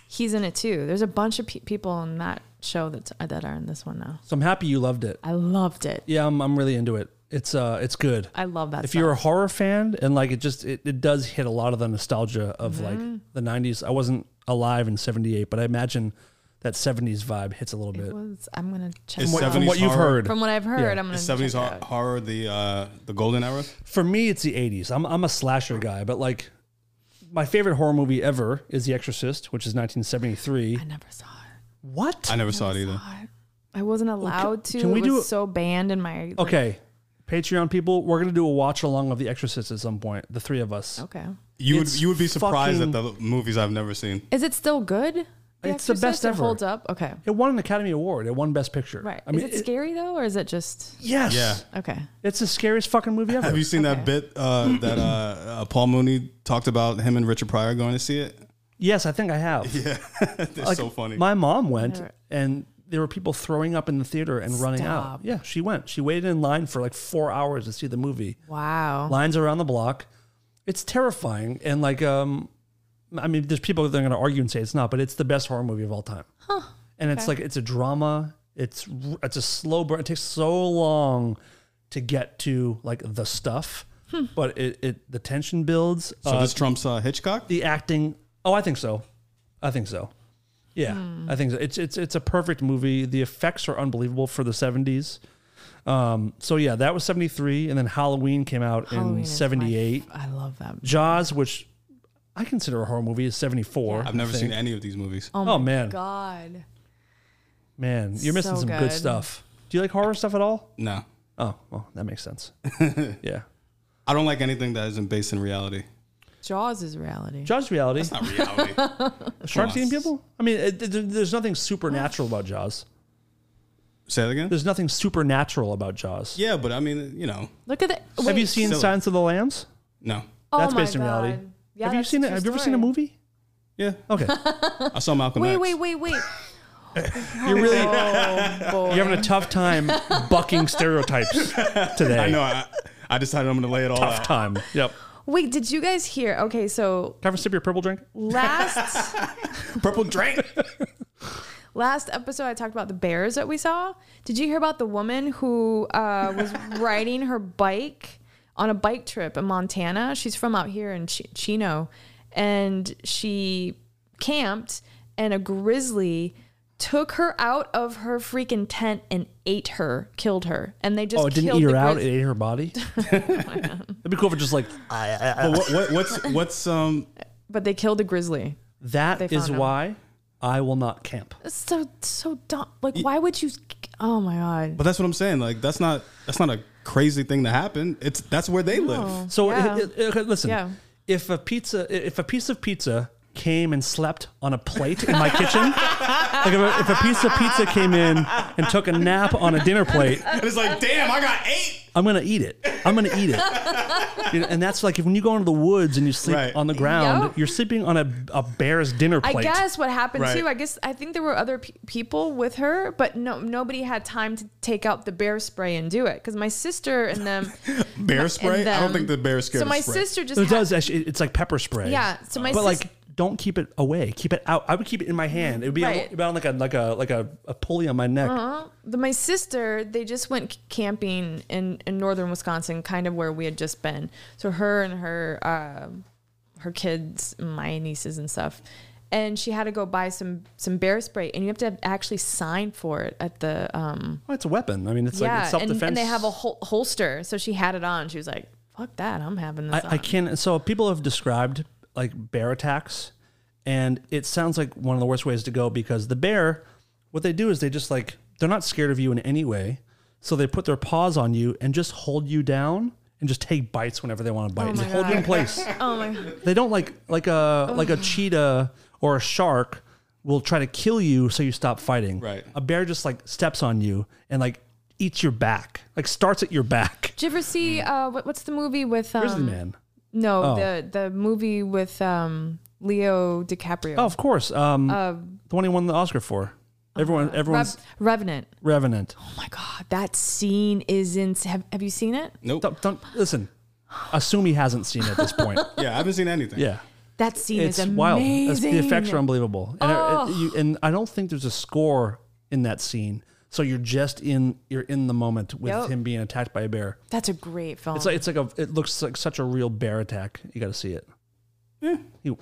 Speaker 3: He's in it too. There's a bunch of pe- people in that show that's, that are in this one now.
Speaker 2: So I'm happy you loved it.
Speaker 3: I loved it.
Speaker 2: Yeah, I'm, I'm really into it. It's uh, it's good.
Speaker 3: I love that.
Speaker 2: if you're a
Speaker 3: stuff.
Speaker 2: horror fan and like it just it, it does hit a lot of the nostalgia of
Speaker 3: Mm-hmm.
Speaker 2: like the 90s i wasn't alive in 78 but i imagine that 70s vibe hits a little bit
Speaker 3: It was- I'm gonna check.
Speaker 4: Is
Speaker 3: it out.
Speaker 2: from
Speaker 4: 70s
Speaker 2: what you've
Speaker 4: horror-
Speaker 2: heard
Speaker 3: From what I've heard, I'm gonna
Speaker 4: Is
Speaker 3: check
Speaker 4: seventies
Speaker 3: it out.
Speaker 4: horror the uh, the golden era?
Speaker 2: for me it's the 80s i'm, I'm a slasher guy but like my favorite horror movie ever is the exorcist which is 1973
Speaker 3: I never saw it.
Speaker 2: what
Speaker 4: I never saw it either.
Speaker 3: I wasn't allowed to.
Speaker 2: can we
Speaker 3: it was
Speaker 2: do-
Speaker 3: so banned in my like,
Speaker 2: okay patreon people we're gonna do a watch along of the exorcist at some point the three of us
Speaker 3: Okay.
Speaker 4: You would
Speaker 2: It's
Speaker 4: you would be surprised
Speaker 2: fucking-
Speaker 4: at the movies I've never seen.
Speaker 3: Is it still good?
Speaker 2: It's the best
Speaker 3: Exorcist? It
Speaker 2: ever.
Speaker 3: holds up. Okay.
Speaker 2: it won an academy award it won best picture
Speaker 3: Right.
Speaker 2: i mean
Speaker 3: is it scary though, or is it just
Speaker 2: yes
Speaker 4: Yeah.
Speaker 3: okay?
Speaker 2: it's the scariest fucking movie ever
Speaker 4: Have you seen that bit uh, that uh, uh, Paul Mooney talked about him and Richard Pryor going to see it?
Speaker 2: yes i think i have
Speaker 4: Yeah, they're so funny.
Speaker 2: My mom went,
Speaker 3: Never-
Speaker 2: and there were people throwing up in the theater and running out.
Speaker 3: Stop.
Speaker 2: Yeah, she went. She waited in line for like four hours to see the movie.
Speaker 3: Wow.
Speaker 2: Lines around the block. It's terrifying, and like, um, I mean, there's people that are going to argue and say it's not, but it's the best horror movie of all time. Huh. And it's like it's a drama. It's r- it's a slow burn. It takes so long to get to like the stuff,
Speaker 3: Hmm.
Speaker 2: but it, it the tension builds.
Speaker 4: so this Trump's uh, Hitchcock.
Speaker 2: the acting. Oh, I think so. I think so. Yeah, I think so. It's it's it's a perfect movie. The effects are unbelievable for the seventies. Um, so yeah, that was seventy three, and then Halloween came out
Speaker 3: Halloween
Speaker 2: in
Speaker 3: is my-
Speaker 2: seventy eight.
Speaker 3: I love that.
Speaker 2: Jaws, which I consider a horror movie, is seventy four.
Speaker 4: I've never seen any of these movies.
Speaker 2: Oh,
Speaker 3: my
Speaker 2: man,
Speaker 3: God.
Speaker 2: man, you're missing
Speaker 3: So
Speaker 2: some good.
Speaker 3: good.
Speaker 2: stuff. Do you like horror stuff at all?
Speaker 4: No,
Speaker 2: Oh, well, that makes sense. yeah,
Speaker 4: I don't like anything that isn't based in reality.
Speaker 3: Jaws is reality.
Speaker 2: Jaws reality,
Speaker 4: Not reality.
Speaker 2: sharks
Speaker 4: on.
Speaker 2: eating people. I mean, it, there- there's nothing supernatural about Jaws.
Speaker 4: Say that again.
Speaker 2: There's nothing supernatural about Jaws.
Speaker 4: Yeah, but I mean, you know,
Speaker 3: Look at the.
Speaker 2: Have you
Speaker 3: wait.
Speaker 2: seen
Speaker 4: Silly.
Speaker 2: Signs of the Lambs?
Speaker 4: no.
Speaker 3: Oh
Speaker 2: That's
Speaker 3: my
Speaker 2: based in reality.
Speaker 3: God. Yeah,
Speaker 2: Have you
Speaker 3: that's
Speaker 2: seen
Speaker 3: a
Speaker 2: it?
Speaker 3: true
Speaker 2: Have you ever seen a
Speaker 3: story.
Speaker 2: movie?
Speaker 4: Yeah,
Speaker 2: Okay.
Speaker 4: I saw Malcolm
Speaker 3: Wait,
Speaker 4: X.
Speaker 3: wait, wait, wait.
Speaker 2: You're really
Speaker 3: Oh boy.
Speaker 2: you're having a tough time bucking stereotypes today.
Speaker 4: I know. Uh, I, I decided I'm going to lay it all
Speaker 2: Tough
Speaker 4: out.
Speaker 2: time. Yep.
Speaker 3: wait, did you guys hear? Okay, so
Speaker 2: Have a sip of your purple drink.
Speaker 3: last.
Speaker 4: Purple drink.
Speaker 3: Last episode, I talked about the bears that we saw. Did you hear about the woman who uh, was riding her bike on a bike trip in Montana? She's from out here in Ch- Chino, and she camped, and a grizzly took her out of her freaking tent and ate her, killed her, and they just
Speaker 2: Oh, it didn't
Speaker 3: killed
Speaker 2: eat her
Speaker 3: the Oh
Speaker 2: out. It
Speaker 3: grizz-
Speaker 2: ate her body. It'd be cool if it just like
Speaker 4: but what, what, what's what's um?
Speaker 3: but they killed the grizzly.
Speaker 2: that is
Speaker 3: found him.
Speaker 2: why I will not camp.
Speaker 3: It's so so dumb. Like, why would you? Oh my god.
Speaker 4: But that's what I'm saying. Like that's not that's not a crazy thing to happen. It's that's where they live.
Speaker 2: So
Speaker 3: Yeah.
Speaker 2: it, it- okay, listen,
Speaker 3: Yeah.
Speaker 2: if a pizza, if a piece of pizza came and slept on a plate in my kitchen, like if a, if a piece of pizza came in and took a nap on a dinner plate,
Speaker 4: And it's like, damn, I got eight.
Speaker 2: I'm gonna eat it. I'm gonna eat it. You know, and that's like if when you go into the woods and you sleep
Speaker 4: Right.
Speaker 2: on the ground,
Speaker 3: Yep.
Speaker 2: you're sleeping on a, a bear's dinner
Speaker 3: I
Speaker 2: plate.
Speaker 3: guess what happened
Speaker 4: Right.
Speaker 3: too. I guess I think there were other pe- people with her, but no, nobody had time to take out the bear spray and do it because my sister and them.
Speaker 4: Bear spray.
Speaker 3: and
Speaker 4: I don't
Speaker 3: them-
Speaker 4: think the bear scared.
Speaker 3: So my
Speaker 4: of spray.
Speaker 3: sister just.
Speaker 2: it
Speaker 3: had-
Speaker 2: does. Actually, it's like pepper spray.
Speaker 3: Yeah. So my
Speaker 2: but
Speaker 3: sister.
Speaker 2: like don't keep it away. Keep it out. I would keep it in my hand. It would be
Speaker 3: Right. Uh-huh.
Speaker 2: on- about like a like a like a, a pulley on my neck.
Speaker 3: the, my sister they just went camping in, in northern wisconsin kind of where we had just been so her and her uh, her kids my nieces and stuff and she had to go buy some some bear spray and you have to actually sign for it at the um,
Speaker 2: Well, it's a weapon. I mean, it's like it's
Speaker 3: yeah,
Speaker 2: self
Speaker 3: and,
Speaker 2: defense.
Speaker 3: and they have a hol- holster, so she had it on. She was like, "Fuck that, I'm having this."
Speaker 2: I, I
Speaker 3: on."
Speaker 2: can so people have described like bear attacks and it sounds like one of the worst ways to go because the bear what they do is they just like they're not scared of you in any way so they put their paws on you and just hold you down and just take bites whenever they want to bite
Speaker 3: my
Speaker 2: just hold you in place
Speaker 3: Oh my! God.
Speaker 2: they don't like like a like a cheetah or a shark will try to kill you so you stop fighting
Speaker 4: Right.
Speaker 2: a bear just like steps on you and like eats your back like starts at your back
Speaker 3: Did you ever see uh, what, what's the movie with? Um,
Speaker 2: grizzly Mm. man
Speaker 3: No, the the movie with um, Leo DiCaprio. Uh,
Speaker 2: Oh, of course. Um, the one he won the Oscar for. Everyone,
Speaker 3: Rev-
Speaker 2: everyone's
Speaker 3: Revenant.
Speaker 2: revenant.
Speaker 3: Oh my god, that scene is ins Have, have you seen it?
Speaker 4: Nope.
Speaker 2: Don't, don't listen. Assume he hasn't seen it at this point.
Speaker 4: Yeah, I haven't seen anything.
Speaker 2: Yeah,
Speaker 3: That scene
Speaker 2: it's
Speaker 3: is amazing. Oh.
Speaker 2: wild. It's- the effects are unbelievable, and, I, and you, and I don't think there's a score in that scene. So you're just in you're in the moment with
Speaker 3: Yep.
Speaker 2: him being attacked by a bear.
Speaker 3: That's a great film.
Speaker 2: It's like it's like a it looks like such a real bear attack. You got to see it. You-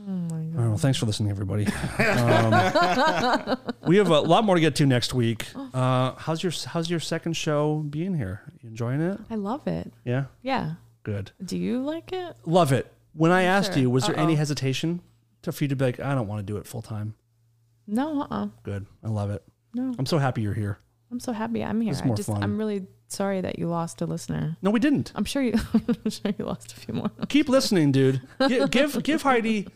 Speaker 3: Oh
Speaker 2: I don't know. Thanks for listening, everybody. um, we have a lot more to get to next week. Uh, how's your How's your second show being here? You enjoying it?
Speaker 3: I love it.
Speaker 2: Yeah,
Speaker 3: Yeah.
Speaker 2: good.
Speaker 3: Do you like it?
Speaker 2: Love it. When I asked
Speaker 3: Sure.
Speaker 2: you, was there any
Speaker 3: Uh-oh.
Speaker 2: hesitation to, for you to be like, I don't want to do it full time?
Speaker 3: No. Uh. uh
Speaker 2: Good. I love it.
Speaker 3: No.
Speaker 2: I'm so happy you're here.
Speaker 3: I'm so happy I'm here.
Speaker 2: It's
Speaker 3: I
Speaker 2: more
Speaker 3: just.
Speaker 2: fun.
Speaker 3: I'm really sorry that you lost a listener.
Speaker 2: No, we didn't.
Speaker 3: I'm sure you. I'm sure you lost a few more.
Speaker 2: Keep listening, dude. Gi- give give Heidi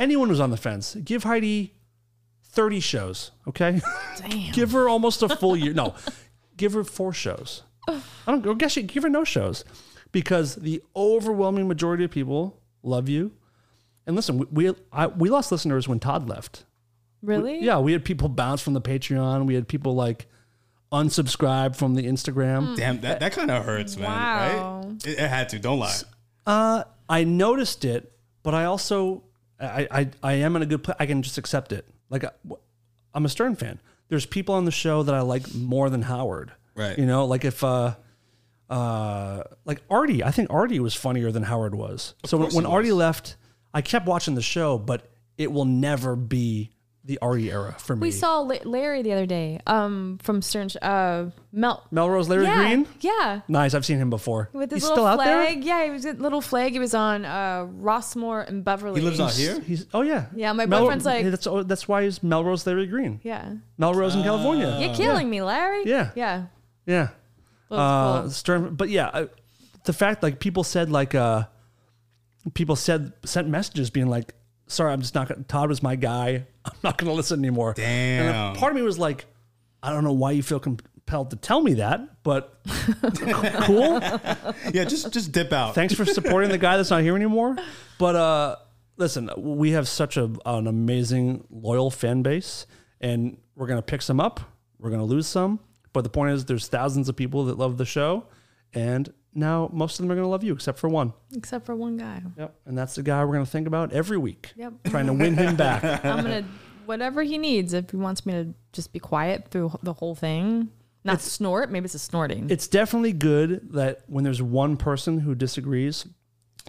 Speaker 2: anyone who's on the fence. Give Heidi 30 shows, okay?
Speaker 3: Damn.
Speaker 2: give her almost a full year. No. Give her four shows. I don't go guess you give her no shows because the overwhelming majority of people love you. And listen, we we, I, we lost listeners when Todd left.
Speaker 3: Really?
Speaker 2: Yeah, we had people bounce from the Patreon. We had people like unsubscribe from the Instagram.
Speaker 4: Damn, that, that kind of hurts, man.
Speaker 3: Wow.
Speaker 4: Right? It, it had to. Don't lie.
Speaker 2: Uh, I noticed it, but I also I I, I am in a good place. I can just accept it. Like I, am a Stern fan. There's people on the show that I like more than Howard.
Speaker 4: Right.
Speaker 2: You know, like if uh. Uh, like Artie, I think Artie was funnier than Howard was. so when,
Speaker 4: course
Speaker 2: when
Speaker 4: he
Speaker 2: Artie left, I kept watching the show, but it will never be the Artie era for me.
Speaker 3: We saw La- Larry the other day. Um, from Stern. Sh- Uh, Mel.
Speaker 2: Melrose Larry
Speaker 3: yeah.
Speaker 2: Green.
Speaker 3: Yeah.
Speaker 2: Nice, I've seen him before.
Speaker 3: With his
Speaker 2: He's
Speaker 3: little
Speaker 2: still out there.
Speaker 3: flag. Yeah, he was a little flag. He was on uh, Rossmore and Beverly.
Speaker 4: He lives out here?
Speaker 2: He's oh yeah.
Speaker 3: Yeah, my boyfriend's like-
Speaker 2: that's oh, that's why he's Melrose Larry Green.
Speaker 3: Yeah.
Speaker 2: Melrose in California.
Speaker 3: You're killing me, Larry.
Speaker 2: Uh, Yeah.
Speaker 3: Uh, Yeah.
Speaker 2: Yeah.
Speaker 3: That was
Speaker 2: Uh,
Speaker 3: cool.
Speaker 2: Stern, but yeah, I, the fact like people said like uh, people said sent messages being like, sorry, I'm just not. Gonna, Todd was my guy. I'm not going to listen anymore.
Speaker 4: Damn.
Speaker 2: And a part of me was like, I don't know why you feel compelled to tell me that, but cool.
Speaker 4: Yeah, just just dip out.
Speaker 2: thanks for supporting the guy that's not here anymore. But uh, listen, we have such a, an amazing, loyal fan base, and we're going to pick some up. We're going to lose some. But the point is, there's thousands of people that love the show, and now most of them are going to love you, except for one.
Speaker 3: Except for one guy.
Speaker 2: Yep. And that's the guy we're going to think about every week,
Speaker 3: Yep.
Speaker 2: trying to win him back.
Speaker 3: I'm gonna whatever he needs. If he wants me to just be quiet through the whole thing, not snort. Maybe it's a snorting.
Speaker 2: it's definitely good that when there's one person who disagrees,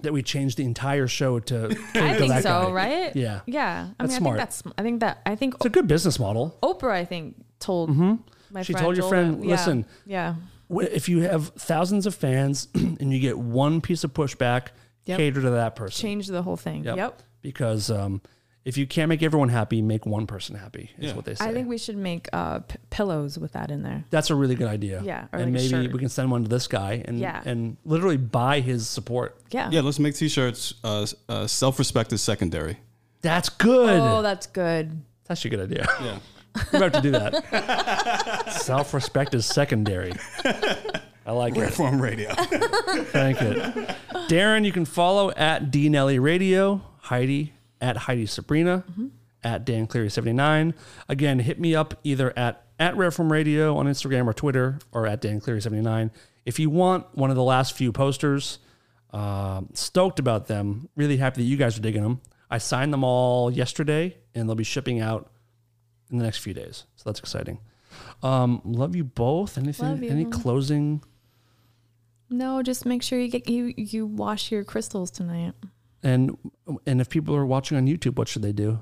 Speaker 2: that we change the entire show to.
Speaker 3: I think so,
Speaker 2: that guy.
Speaker 3: right?
Speaker 2: Yeah.
Speaker 3: Yeah. I
Speaker 2: That's
Speaker 3: mean,
Speaker 2: smart.
Speaker 3: I think that's. I think that. I think
Speaker 2: It's a good business model.
Speaker 3: Oprah. I think told my
Speaker 2: Mm-hmm. She
Speaker 3: friend
Speaker 2: told your
Speaker 3: Joel
Speaker 2: friend,
Speaker 3: that- yeah,
Speaker 2: "Listen,
Speaker 3: Yeah.
Speaker 2: wh- if you have thousands of fans and you get one piece of pushback,
Speaker 3: Yep.
Speaker 2: cater to that person.
Speaker 3: Change the whole thing. Yep.
Speaker 2: Because um, if you can't make everyone happy, make one person happy. Is what they say.
Speaker 3: I think we should make uh, p- pillows with that in there.
Speaker 2: that's a really good idea.
Speaker 3: Yeah, or
Speaker 2: and
Speaker 3: like a
Speaker 2: maybe
Speaker 3: shirt.
Speaker 2: we can send one to this guy and
Speaker 3: Yeah.
Speaker 2: and literally buy his support.
Speaker 3: Yeah.
Speaker 4: Yeah, let's make t-shirts. Uh, s- uh, self-respect is secondary.
Speaker 2: That's good.
Speaker 3: Oh, that's good.
Speaker 2: that's actually a good idea.
Speaker 4: Yeah.
Speaker 2: we have to do that. Self-respect is secondary. I like it.
Speaker 4: Reform radio.
Speaker 2: Thank it. Darren, you can follow at D Nelly Radio, Heidi at Heidi Sabrina,
Speaker 3: Mm-hmm.
Speaker 2: at Dan Cleary 79. Again, hit me up either at, at Reform Radio on Instagram or Twitter or at Dan Cleary 79. If you want one of the last few posters, um, stoked about them. Really happy that you guys are digging them. I signed them all yesterday and they'll be shipping out in the next few days. So that's exciting. Um, love you both. Anything,
Speaker 3: Love you.
Speaker 2: any closing?
Speaker 3: No, just make sure you get you you wash your crystals tonight.
Speaker 2: And and if people are watching on YouTube, what should they do?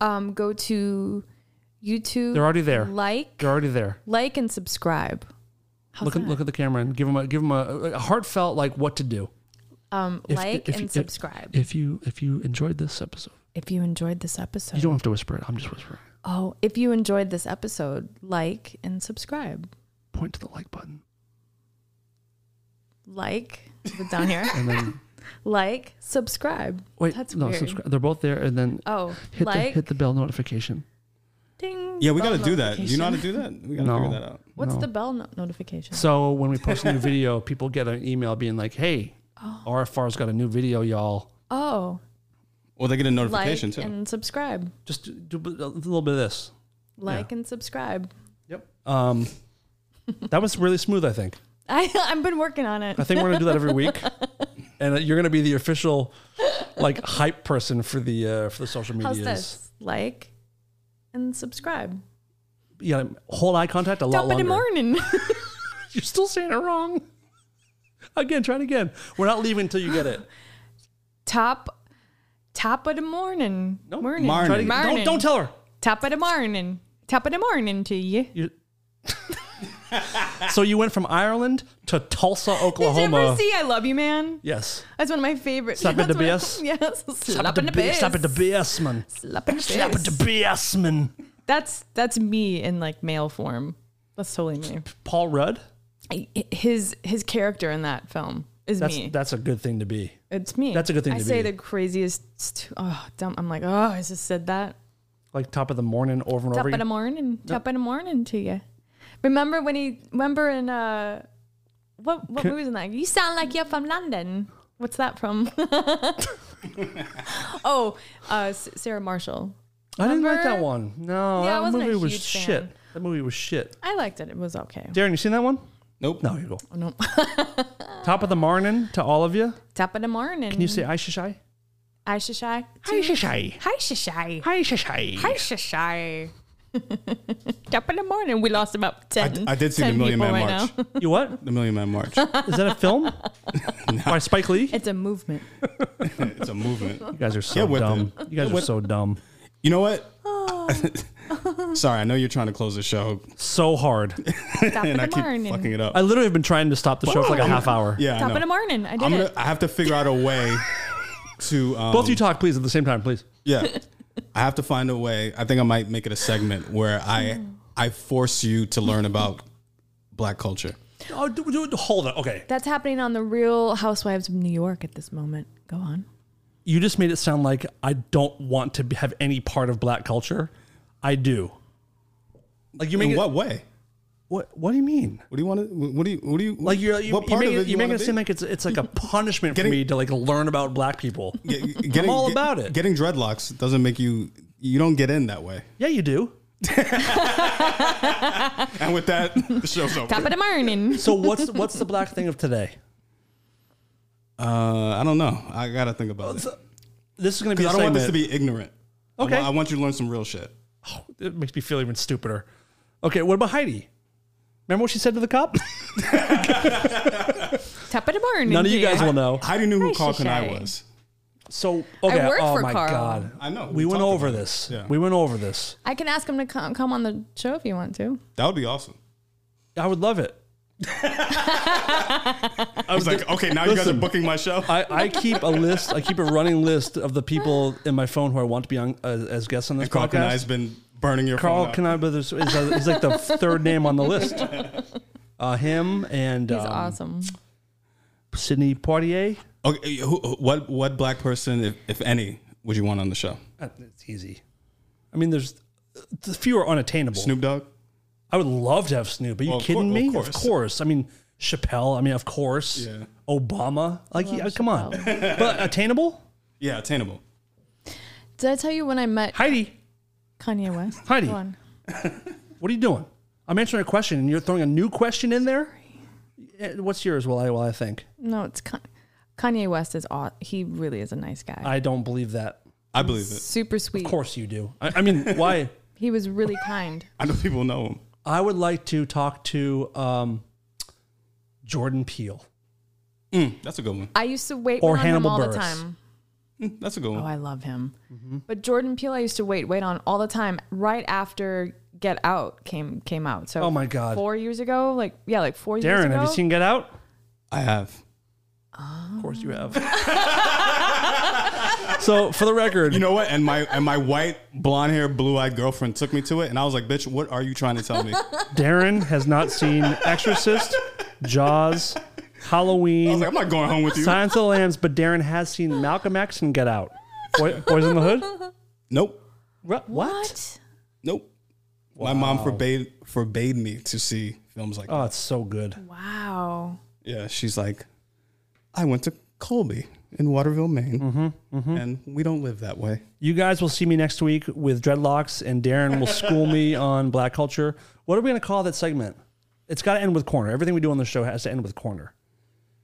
Speaker 3: Um, go to YouTube.
Speaker 2: They're already there.
Speaker 3: Like,
Speaker 2: They're already there.
Speaker 3: like, and subscribe. How's
Speaker 2: look at
Speaker 3: that?
Speaker 2: look at the camera and give them a give 'em a, a heartfelt like what to do.
Speaker 3: um,
Speaker 2: If-
Speaker 3: like
Speaker 2: if-
Speaker 3: and
Speaker 2: if-
Speaker 3: subscribe. If,
Speaker 2: If you if you enjoyed this episode,
Speaker 3: you enjoyed this episode,
Speaker 2: you don't have to whisper it. I'm just whispering.
Speaker 3: oh, if you enjoyed this episode, like and subscribe.
Speaker 2: Point to the like button
Speaker 3: Like down here.
Speaker 2: and then
Speaker 3: like, subscribe.
Speaker 2: wait.
Speaker 3: That's
Speaker 2: no,
Speaker 3: weird.
Speaker 2: subscribe. They're both there, and then
Speaker 3: Oh,
Speaker 2: hit the,
Speaker 3: like,
Speaker 2: hit the bell notification.
Speaker 3: ding.
Speaker 4: Yeah, we
Speaker 3: bell
Speaker 4: got to do that. Do you know how to
Speaker 3: notification.
Speaker 4: do that? We got to
Speaker 2: No.
Speaker 4: figure that out.
Speaker 3: What's
Speaker 2: No.
Speaker 3: the bell no- notification?
Speaker 2: So when we post a new video, people get an email being like, "Hey, RFR's got a new video, y'all."
Speaker 3: oh,
Speaker 4: Well, they get a
Speaker 3: like
Speaker 4: notification too.
Speaker 3: and subscribe.
Speaker 2: Just do a little bit of this.
Speaker 3: Like and subscribe.
Speaker 2: Yep. Um, that was really smooth. I think.
Speaker 3: I I've been working on it.
Speaker 2: I think we're gonna do that every week, and uh, you're gonna be the official like hype person for the uh, for the social
Speaker 3: How's
Speaker 2: medias.
Speaker 3: this? Like and subscribe.
Speaker 2: Yeah, hold eye contact a lot
Speaker 3: Dump in
Speaker 2: longer.
Speaker 3: the morning.
Speaker 2: You're still saying it wrong. Again, try it again. We're not leaving until you get it.
Speaker 3: top top of the morning.
Speaker 2: No,
Speaker 3: morning.
Speaker 4: Marnin.
Speaker 2: Try it again.
Speaker 3: Marnin.
Speaker 2: Don't, don't tell her.
Speaker 3: Top of the morning. Top of the morning to you.
Speaker 2: You- so you went from Ireland to Tulsa,
Speaker 3: Did you ever
Speaker 2: Oklahoma.
Speaker 3: see I Love You Man?
Speaker 2: Yes.
Speaker 3: That's one of my favorite.
Speaker 2: Slap in the
Speaker 3: that's one of- Yes. Slap in the
Speaker 2: B-
Speaker 3: biz.
Speaker 2: Slap it to BS, man.
Speaker 3: Slap in the
Speaker 2: Slap it to
Speaker 3: biz.
Speaker 2: BS, man.
Speaker 3: That's that's me in like male form. That's totally me.
Speaker 2: Paul Rudd.
Speaker 3: I- His his character in that film is
Speaker 2: That's
Speaker 3: me.
Speaker 2: that's a good thing to be.
Speaker 3: it's me.
Speaker 2: that's a good thing
Speaker 3: I
Speaker 2: to
Speaker 3: say
Speaker 2: be.
Speaker 3: the craziest. st- Oh, dumb. I'm like, oh, I just said that.
Speaker 2: Like top of the morning over and
Speaker 3: Top
Speaker 2: over
Speaker 3: of the
Speaker 2: again.
Speaker 3: morning. Top of the morning to you. Remember when he? Remember in uh, what what movie was in that? You sound like you're from London. What's that from? oh, uh, S- Sarah Marshall.
Speaker 2: I didn't like that
Speaker 3: Remember?
Speaker 2: one. No,
Speaker 3: Yeah, I
Speaker 2: that
Speaker 3: wasn't a
Speaker 2: movie was
Speaker 3: huge fan.
Speaker 2: shit. That movie was shit.
Speaker 3: I liked it. It was okay.
Speaker 2: Darren, you seen that one?
Speaker 4: nope.
Speaker 2: No, you go.
Speaker 3: Oh, no.
Speaker 2: Top of the morning to all of you.
Speaker 3: Top of the morning.
Speaker 2: Can you say Aisha Shai?
Speaker 3: Hi Shashai.
Speaker 2: Shai.
Speaker 3: Hi Shashai.
Speaker 2: Hi, Shai.
Speaker 3: Hi Shashai. Top of the morning. We lost about ten.
Speaker 4: I did see the
Speaker 3: 10
Speaker 4: Million
Speaker 3: people
Speaker 4: Man
Speaker 3: right
Speaker 4: March.
Speaker 3: now.
Speaker 2: You what?
Speaker 4: The Million Man
Speaker 2: Is
Speaker 4: March.
Speaker 2: that a film? By Spike Lee? You
Speaker 3: it's a movement.
Speaker 4: it's a movement.
Speaker 2: guys are so
Speaker 4: Get with
Speaker 2: dumb. You guys are so dumb.
Speaker 4: You know what?
Speaker 2: Oh.
Speaker 4: Sorry, I know you're trying to close the show,
Speaker 2: So hard.
Speaker 3: Top of
Speaker 4: and I
Speaker 3: the
Speaker 4: keep
Speaker 3: morning.
Speaker 4: fucking it up.
Speaker 2: I literally have been trying to stop the show for like a half hour.
Speaker 4: yeah, I
Speaker 3: Top
Speaker 4: know.
Speaker 3: of the morning. I did
Speaker 4: I'm gonna,
Speaker 3: it.
Speaker 4: I have to figure out a way to um,
Speaker 2: Both you talk, please, at the same time, please.
Speaker 4: Yeah, I have to find a way. I think I might make it a segment where I
Speaker 2: Hmm.
Speaker 4: I force you to learn about black culture.
Speaker 2: Oh, do, do, hold on. Okay.
Speaker 3: That's happening on the Real Housewives of New York at this moment. Go on.
Speaker 2: You just made it sound like I don't want to be, have any part of black culture. I do. Like you make
Speaker 4: In
Speaker 2: it,
Speaker 4: what way?
Speaker 2: what? What do you mean?
Speaker 4: What do you want to? What do you? What do you?
Speaker 2: Like you're you,
Speaker 4: what
Speaker 2: you
Speaker 4: part
Speaker 2: make
Speaker 4: of
Speaker 2: it, you make
Speaker 4: wanna
Speaker 2: it
Speaker 4: be?
Speaker 2: seem like it's it's like a punishment
Speaker 4: Getting-
Speaker 2: for me to like learn about black people.
Speaker 4: Get- getting,
Speaker 2: all
Speaker 4: get-
Speaker 2: about it.
Speaker 4: Getting dreadlocks doesn't make you. You don't get in that way.
Speaker 2: Yeah, you do.
Speaker 4: And with that, the show's over.
Speaker 3: Top of the morning.
Speaker 2: So what's what's the black thing of today?
Speaker 4: Uh, I don't know. I gotta think about it.
Speaker 2: This is going to be.
Speaker 4: Because
Speaker 2: a
Speaker 4: I don't want this to
Speaker 2: segment-
Speaker 4: be ignorant. I
Speaker 2: Okay.
Speaker 4: wa- I, want you to learn some real shit.
Speaker 2: it makes me feel even stupider. Okay, what about Heidi? Remember what she said to the cop?
Speaker 3: Top of the morning.
Speaker 2: None of
Speaker 3: to
Speaker 2: you guys will know.
Speaker 4: Heidi knew who
Speaker 3: Hi,
Speaker 4: Carl Kanai
Speaker 3: Shishai.
Speaker 4: was.
Speaker 2: So okay,
Speaker 3: I work
Speaker 2: oh
Speaker 3: for
Speaker 2: my
Speaker 3: Carl.
Speaker 2: god,
Speaker 4: I know.
Speaker 2: we, went
Speaker 4: talked
Speaker 2: over
Speaker 4: about it.
Speaker 2: this.
Speaker 4: Yeah.
Speaker 2: We went over this.
Speaker 3: I can ask him to come, come on the show if you want to.
Speaker 4: That would be awesome.
Speaker 2: I would love it.
Speaker 4: I was like, okay, now you guys are
Speaker 2: Listen.
Speaker 4: booking my show.
Speaker 2: I, I keep a list. I keep a running list of the people in my phone who I want to be on as, as guests on this
Speaker 4: Carl Kanai's
Speaker 2: podcast.
Speaker 4: been burning your
Speaker 2: Carl
Speaker 4: phone. out.
Speaker 2: Kanai Brothers is, is like the third name on the list. Uh, him and
Speaker 3: He's
Speaker 2: um,
Speaker 3: awesome.
Speaker 2: Sydney Poitier.
Speaker 4: Okay, who, who- what what black person, if, if any, would you want on the show?
Speaker 2: Uh, It's easy. I mean, there's the few are unattainable.
Speaker 4: Snoop Dogg.
Speaker 2: I would love to have Snoop. Are you
Speaker 4: Well, of
Speaker 2: kidding
Speaker 4: cour-
Speaker 2: me?
Speaker 4: of
Speaker 2: Of
Speaker 4: course.
Speaker 2: course. I mean, Chappelle. I mean, of course.
Speaker 4: Yeah.
Speaker 2: Obama. Like, yeah, come on. but attainable?
Speaker 4: Yeah, attainable.
Speaker 3: Did I tell you when I met
Speaker 2: Heidi,
Speaker 3: Kanye West?
Speaker 2: Heidi.
Speaker 3: Go on.
Speaker 2: what are you doing? I'm answering a question, and you're throwing a new question in there. Eh, What's yours? Well, I well, I think
Speaker 3: No, it's Con- Kanye West is aw- he really is a nice guy.
Speaker 2: I don't believe that.
Speaker 4: I believe it.
Speaker 3: Super sweet.
Speaker 2: Of course you do. I, I mean, why?
Speaker 3: He was really kind.
Speaker 4: I know people know him.
Speaker 2: I would like to talk to um, Jordan Peele
Speaker 4: Mm, That's a good one. Mm,
Speaker 3: I used to wait
Speaker 2: Or
Speaker 3: wait on
Speaker 2: Hannibal
Speaker 3: him all
Speaker 2: Buress.
Speaker 3: the time.
Speaker 4: That's a good
Speaker 3: Oh,
Speaker 4: one.
Speaker 3: I love him.
Speaker 2: Mm-hmm.
Speaker 3: But Jordan Peele, I used to wait wait on all the time. Right after Get Out came came out. So
Speaker 2: Oh my God.
Speaker 3: four years ago, like yeah, like four years
Speaker 2: Darren,
Speaker 3: ago.
Speaker 2: have you seen Get Out?
Speaker 4: I have.
Speaker 2: Of course you have. so, for the record,
Speaker 4: You know what? And my and my white blonde hair, blue eyed girlfriend took me to it, and I was like, "Bitch, what are you trying to tell me?" I
Speaker 2: Darren has not seen Exorcist, Jaws, Halloween,
Speaker 4: was like, "I'm not going home with you."
Speaker 2: Silence of the Lambs, but Darren has seen Malcolm X and Get Out. Boy, Boys in the Hood?
Speaker 4: Nope,
Speaker 2: What?
Speaker 3: What?
Speaker 4: nope. My mom forbade forbade me to see films like
Speaker 2: Oh,
Speaker 4: that.
Speaker 2: it's so good.
Speaker 3: Wow.
Speaker 4: Yeah, she's like, "I went to Colby." in Waterville, Maine,
Speaker 2: Mm-hmm,
Speaker 4: and we don't live that way.
Speaker 2: You guys will see me next week with dreadlocks, and Darren will school me on black culture. What are we going to call that segment? It's got to end with corner. Everything we do on the show has to end with corner.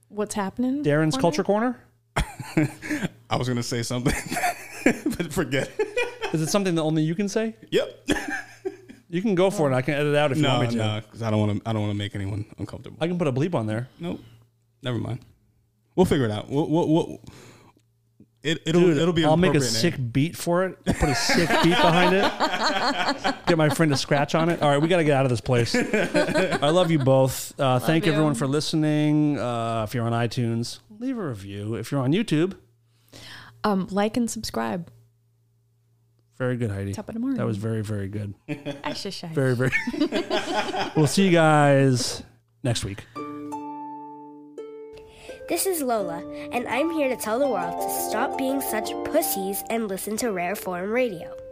Speaker 3: What's happening?
Speaker 2: Darren's
Speaker 3: Corner?
Speaker 2: culture corner.
Speaker 4: I was gonna say something, but forget. it.
Speaker 2: Is it something that only you can say?
Speaker 4: yep.
Speaker 2: You can go for it. and I can edit it out if you
Speaker 4: No,
Speaker 2: want me to.
Speaker 4: no, because I don't want to. I don't want to make anyone uncomfortable.
Speaker 2: I can put a bleep on there.
Speaker 4: nope. Never mind. We'll figure it out. We'll, we'll, we'll, it, it'll
Speaker 2: Dude,
Speaker 4: it'll be. an
Speaker 2: I'll make a
Speaker 4: appropriate name.
Speaker 2: sick beat for it. I'll put a sick beat behind it. Get my friend to scratch on it. All right, we got to get out of this place. I love you both. Uh, thank
Speaker 3: you.
Speaker 2: everyone for listening. Uh, if you're on iTunes, leave a review. If you're on YouTube,
Speaker 3: Um, like and subscribe.
Speaker 2: very good, Heidi.
Speaker 3: Top of the morning.
Speaker 2: That was very, very good.
Speaker 3: Extra shy.
Speaker 2: Very, very. we'll see you guys next week.
Speaker 9: This is Lola, and I'm here to tell the world to stop being such pussies and listen to Rare Form Radio.